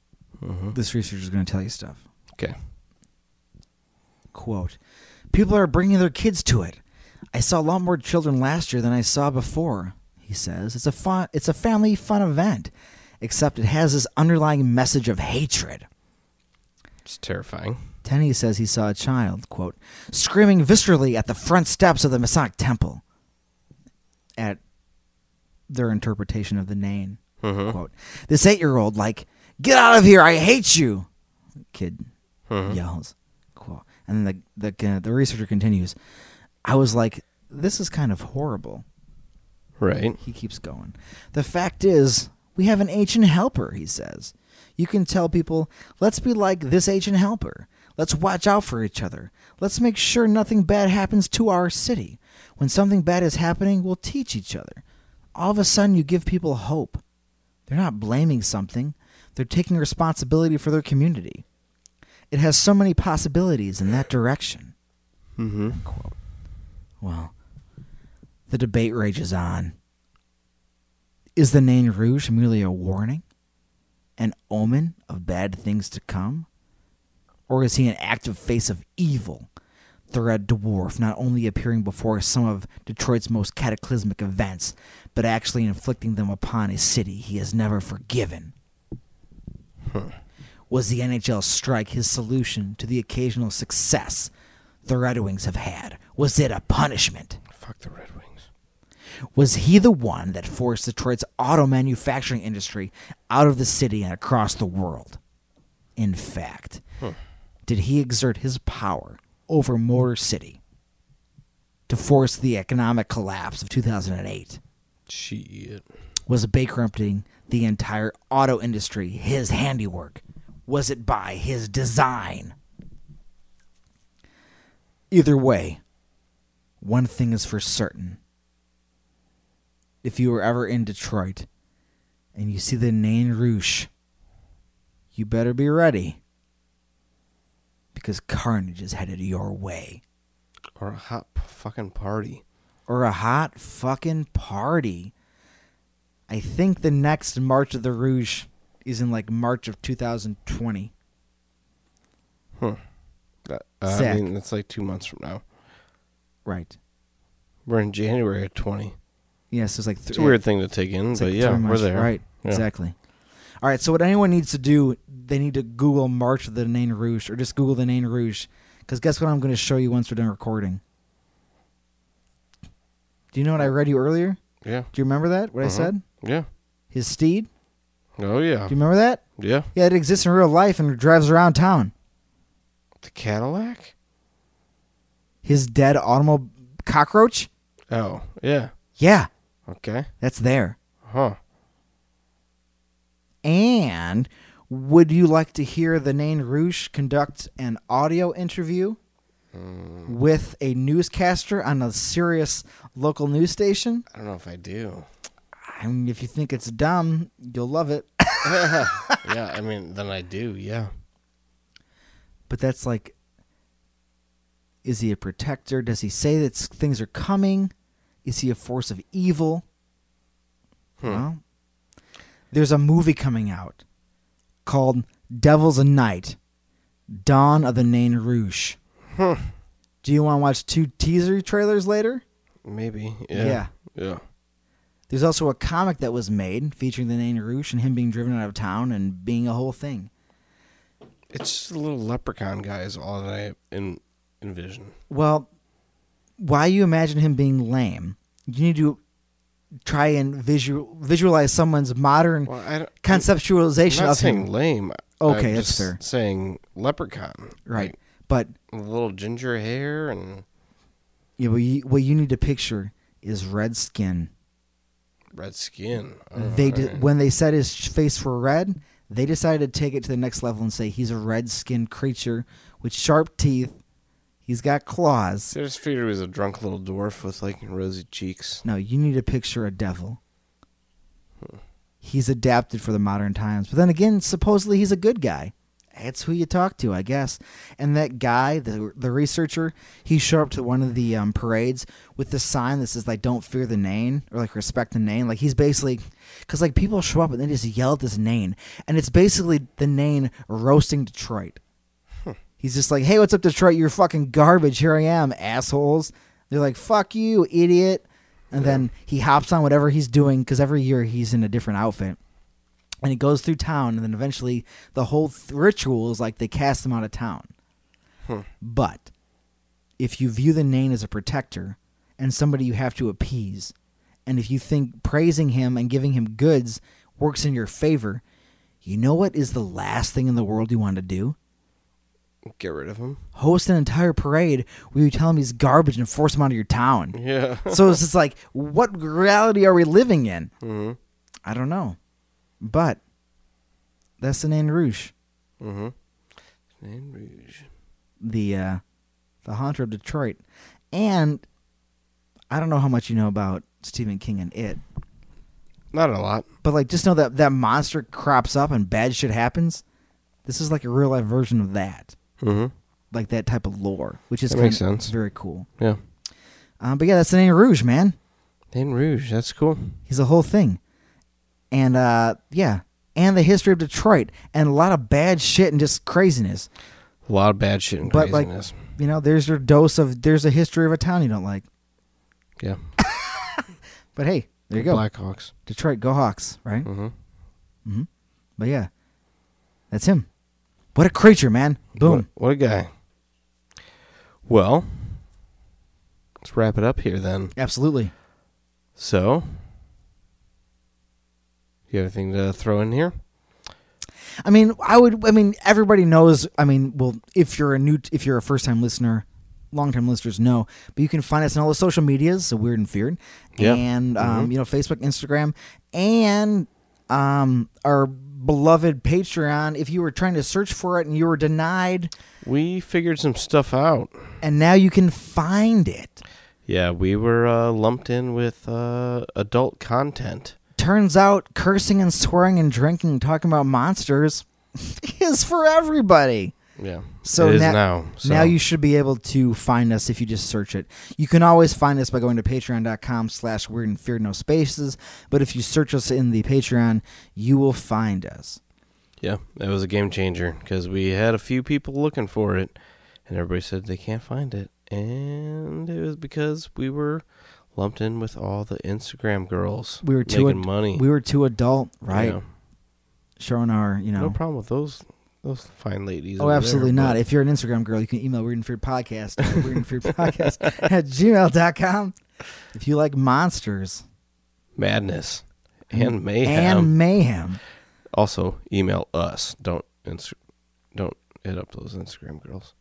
B: This researcher is going to tell you stuff
A: Mm-hmm. Okay.
B: quote people are bringing their kids to it i saw a lot more children last year than i saw before he says it's a fun it's a family fun event except it has this underlying message of hatred
A: It's terrifying.
B: Tenney says he saw a child, quote, screaming viscerally at the front steps of the Masonic temple at their interpretation of the name. Quote, this eight year old, like, get out of here, I hate you, kid yells. Quote. And then the, the, uh, the researcher continues, I was like, this is kind of horrible.
A: Right.
B: He keeps going. The fact is, we have an ancient helper, he says. You can tell people, let's be like this ancient helper. Let's watch out for each other. Let's make sure nothing bad happens to our city. When something bad is happening, we'll teach each other. all of a sudden you give people hope. They're not blaming something, they're taking responsibility for their community. It has so many possibilities in that direction.
A: Mm-hmm.
B: Quote. Well, the debate rages on. Is the Nain Rouge merely a warning? An omen of bad things to come? Or is he an active face of evil? The Red Dwarf not only appearing before some of Detroit's most cataclysmic events, but actually inflicting them upon a city he has never forgiven. Was the NHL strike his solution to the occasional success the Red Wings have had? Was it a punishment?
A: Fuck the Red Wings.
B: Was he the one that forced Detroit's auto manufacturing industry out of the city and across the world? In fact, did he exert his power over Motor City to force the economic collapse of 2008?
A: Shit.
B: Was bankrupting the entire auto industry his handiwork? Was it by his design? Either way, one thing is for certain. If you were ever in Detroit and you see the Nain Rouge, you better be ready because carnage is headed your way.
A: Or a hot p- fucking party.
B: or a hot fucking party. I think the next March of the Rouge is in like March of 2020.
A: That- uh, I
B: Sick.
A: mean, that's like two months from now.
B: Right.
A: We're in January of 20.
B: Yes, it's like
A: It's
B: three.
A: a weird thing to take in,
B: it's
A: but
B: like
A: yeah,
B: three
A: we're
B: months-
A: there.
B: Right.
A: Yeah.
B: Exactly. All right. So what anyone needs to do, they need to Google March of the Nain Rouge, or just Google the Nain Rouge, because guess what? I'm going to show you once we're done recording. Do you know what I read you earlier?
A: Yeah.
B: Do you remember that? What I
A: Mhm.
B: said?
A: Yeah.
B: His steed.
A: Oh, yeah.
B: Do you remember that?
A: Yeah.
B: Yeah, it exists in real life and drives around town.
A: The Cadillac?
B: his dead automobile cockroach?
A: Oh, yeah.
B: Yeah,
A: Okay. Hmm.
B: that's there.
A: Huh.
B: And would you like to hear the Nain Rouge conduct an audio interview with a newscaster on a serious local news station?
A: I don't know if I do.
B: I mean, if you think it's dumb, you'll love it.
A: yeah, I mean, then I do. Yeah.
B: But that's like, is he a protector? Does he say that s- things are coming? Is he a force of evil? Well, there's a movie coming out called Devil's a Night Dawn of the Nain Rouge. Do you want to watch two teaser trailers later?
A: Maybe. Yeah. Yeah. Yeah.
B: There's also a comic that was made featuring the Nain Rouge and him being driven out of town and being a whole thing.
A: It's just a little leprechaun guy is all that I en- envision.
B: Well, why you imagine him being lame, you need to try and visual, visualize someone's modern
A: Well, I don't, I'm
B: conceptualization
A: not
B: of him.
A: saying lame.
B: Okay,
A: I'm
B: that's
A: just
B: fair.
A: Saying leprechaun,
B: Right. But
A: Like, with little ginger hair and
B: yeah, what, you, what you need to picture is red skin.
A: red skin. Oh,
B: they
A: all
B: did
A: right.
B: when they said his face for red, they decided to take it to the next level and say he's a red-skinned creature with sharp teeth. He's got claws.
A: So I just figured he was a drunk little dwarf with like rosy cheeks.
B: No, you need to picture a devil. He's adapted for the modern times. But then again, supposedly he's a good guy. That's who you talk to, I guess. And that guy, the the researcher, he showed up to one of the um, parades with the sign that says like "Don't fear the name" or like "Respect the name." Like he's basically, because like people show up and they just yell at this name, and it's basically the name roasting Detroit. He's just like, hey, what's up, Detroit? You're fucking garbage. Here I am, assholes. They're like, fuck you, idiot. And then he hops on whatever he's doing because every year he's in a different outfit. And he goes through town, and then eventually the whole th- ritual is like they cast him out of town. But if you view the Nain as a protector and somebody you have to appease, and if you think praising him and giving him goods works in your favor, you know what is the last thing in the world you want to do?
A: Get rid of him. <laughs>
B: host an entire parade where you tell him he's garbage and force him out of your town.
A: Yeah.
B: so it's just like, what reality are we living in?
A: mhm.
B: I don't know. But that's the Nain Rouge,
A: Mhm. Nain Rouge.
B: the uh, the haunter of Detroit, and I don't know how much you know about Stephen King and it,
A: Not a lot.
B: But like, just know that that monster crops up and bad shit happens. This is like a real life version of that,
A: Mm-hmm.
B: like that type of lore, which is
A: That makes
B: kinda-
A: sense.
B: Very cool.
A: Yeah.
B: Um, but yeah, that's the name Rouge, man.
A: Nain Rouge. That's cool.
B: He's a whole thing, and uh, yeah, and the history of Detroit, and a lot of bad shit and just craziness.
A: A lot of bad shit and
B: But, like-
A: craziness.
B: You know, there's your dose of there's a history of a town you don't like.
A: yeah.
B: But hey, there you go,
A: Blackhawks.
B: Detroit, go Hawks, right?
A: Mm-hmm.
B: But yeah, that's him. What a creature, man! Boom.
A: What, what a guy. Well, let's wrap it up here then.
B: Absolutely.
A: So, you have anything to throw in here?
B: I mean, I would. I mean, everybody knows. I mean, well, if you're a new, if you're a first time listener, long time listeners know. But you can find us on all the social medias. So weird and feared,
A: Yeah.
B: and um, you know, Facebook, Instagram, and um, our beloved Patreon. If you were trying to search for it and you were denied,
A: We figured some stuff out.
B: and now you can find it.
A: Yeah, we were uh, lumped in with uh, adult content.
B: Turns out, cursing and swearing and drinking, and talking about monsters, <laughs> is for everybody.
A: Yeah.
B: So
A: it is
B: na-
A: now. So.
B: Now you should be able to find us if you just search it. You can always find us by going to patreon.com slash weird and feared no spaces. But if you search us in the Patreon, you will find us.
A: Yeah, that was a game changer because we had a few people looking for it, and everybody said they can't find it, and it was because we were lumped in with all the Instagram girls.
B: We were too
A: making
B: ad-
A: money,
B: We were too adult, right?
A: Yeah.
B: Showing our, you
A: No.
B: know.
A: problem with those those fine ladies.
B: Oh,
A: over there,
B: absolutely not.
A: but-
B: If you're an Instagram girl, you can email weird and feared podcast at weird and feared podcast <laughs> at gmail.com. If you like monsters
A: madness and mayhem.
B: Mm-hmm. and mayhem,
A: also, email us. Don't inst- don't hit up those Instagram girls.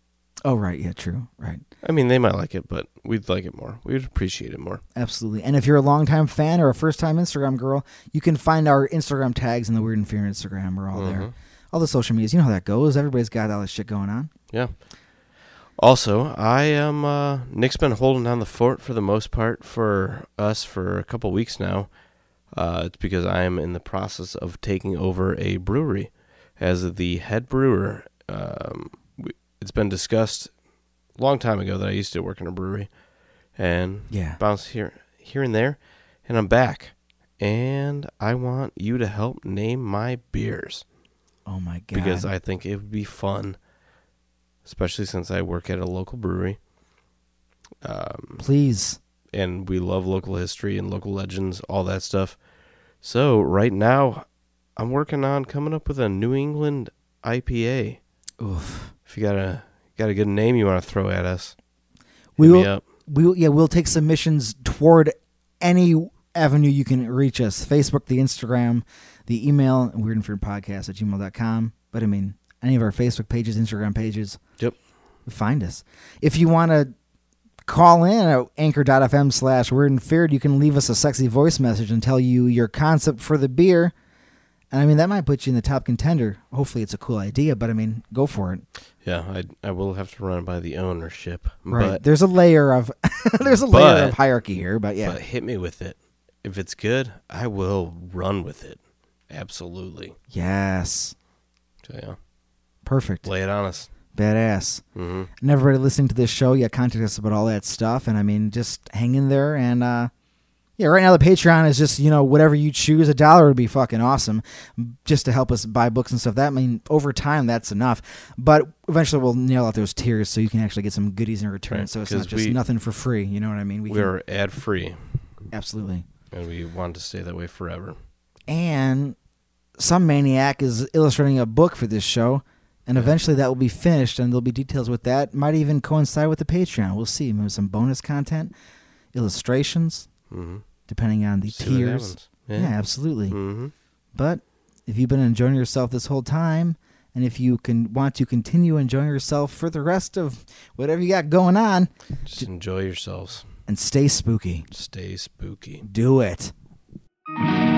B: oh, right. Yeah, true. Right.
A: I mean, they might like it, but we'd like it more. We'd appreciate it more.
B: Absolutely. And if you're a longtime fan or a first time Instagram girl, you can find our Instagram tags in the Weird and Fear Instagram. We're all there.
A: Mhm.
B: All the social medias. You know how that goes. Everybody's got all this shit going on.
A: Yeah. Also, I am uh, Nick's been holding down the fort for the most part for us for a couple weeks now. Uh, it's because I am in the process of taking over a brewery as the head brewer. Um, we, it's been discussed a long time ago that I used to work in a brewery, and
B: Yeah.
A: bounce here here and there, and I'm back. And I want you to help name my beers
B: Oh my God.
A: because I think it would be fun, especially since I work at a local brewery. Um,
B: Please.
A: and we love local history and local legends, all that stuff. So, right now, I'm working on coming up with a New England IPA.
B: Oof.
A: If you got a got a good name you want to throw at us,
B: We
A: hit me
B: will,
A: up.
B: we will, yeah, we'll take submissions toward any avenue you can reach us Facebook, the Instagram, the email, and Weird and Fear Podcast at gmail.com. But I mean, any of our Facebook pages, Instagram pages,
A: Yep.
B: find us. If you want to call in at anchor.fm slash weird and feared, you can leave us a sexy voice message and tell you your concept for the beer. And I mean, that might put you in the top contender. Hopefully, it's a cool idea, but I mean, go for it.
A: Yeah, I I will have to run by the ownership,
B: Right.
A: but
B: there's a layer of <laughs> there's a layer
A: but-
B: of hierarchy here, but yeah.
A: but hit me with it. If it's good, I will run with it. Absolutely.
B: Yes.
A: So yeah,
B: Perfect.
A: lay it on us.
B: Badass.
A: hmm
B: And everybody listening to this show, yeah, contact us about all that stuff. And I mean, just hang in there. And uh, yeah, right now the Patreon is just, you know, whatever you choose, a dollar would be fucking awesome just to help us buy books and stuff. That, I mean, over time, that's enough. But eventually we'll nail out those tiers so you can actually get some goodies in return.
A: Right,
B: so it's not
A: 'cause
B: just
A: we-
B: nothing for free. You know what I mean? We
A: We are ad free,
B: can, absolutely.
A: and we want to stay that way forever.
B: And some maniac is illustrating a book for this show. And eventually that will be finished, and there'll be details with that. Might even coincide with the Patreon. We'll see. Maybe some bonus content, illustrations,
A: Mm-hmm.
B: depending on the tiers. Yeah. absolutely.
A: Mm-hmm.
B: But if you've been enjoying yourself this whole time, and if you can want to continue enjoying yourself for the rest of whatever you got going on,
A: Just enjoy yourselves.
B: and stay spooky,
A: Stay spooky.
B: do it.
C: Thank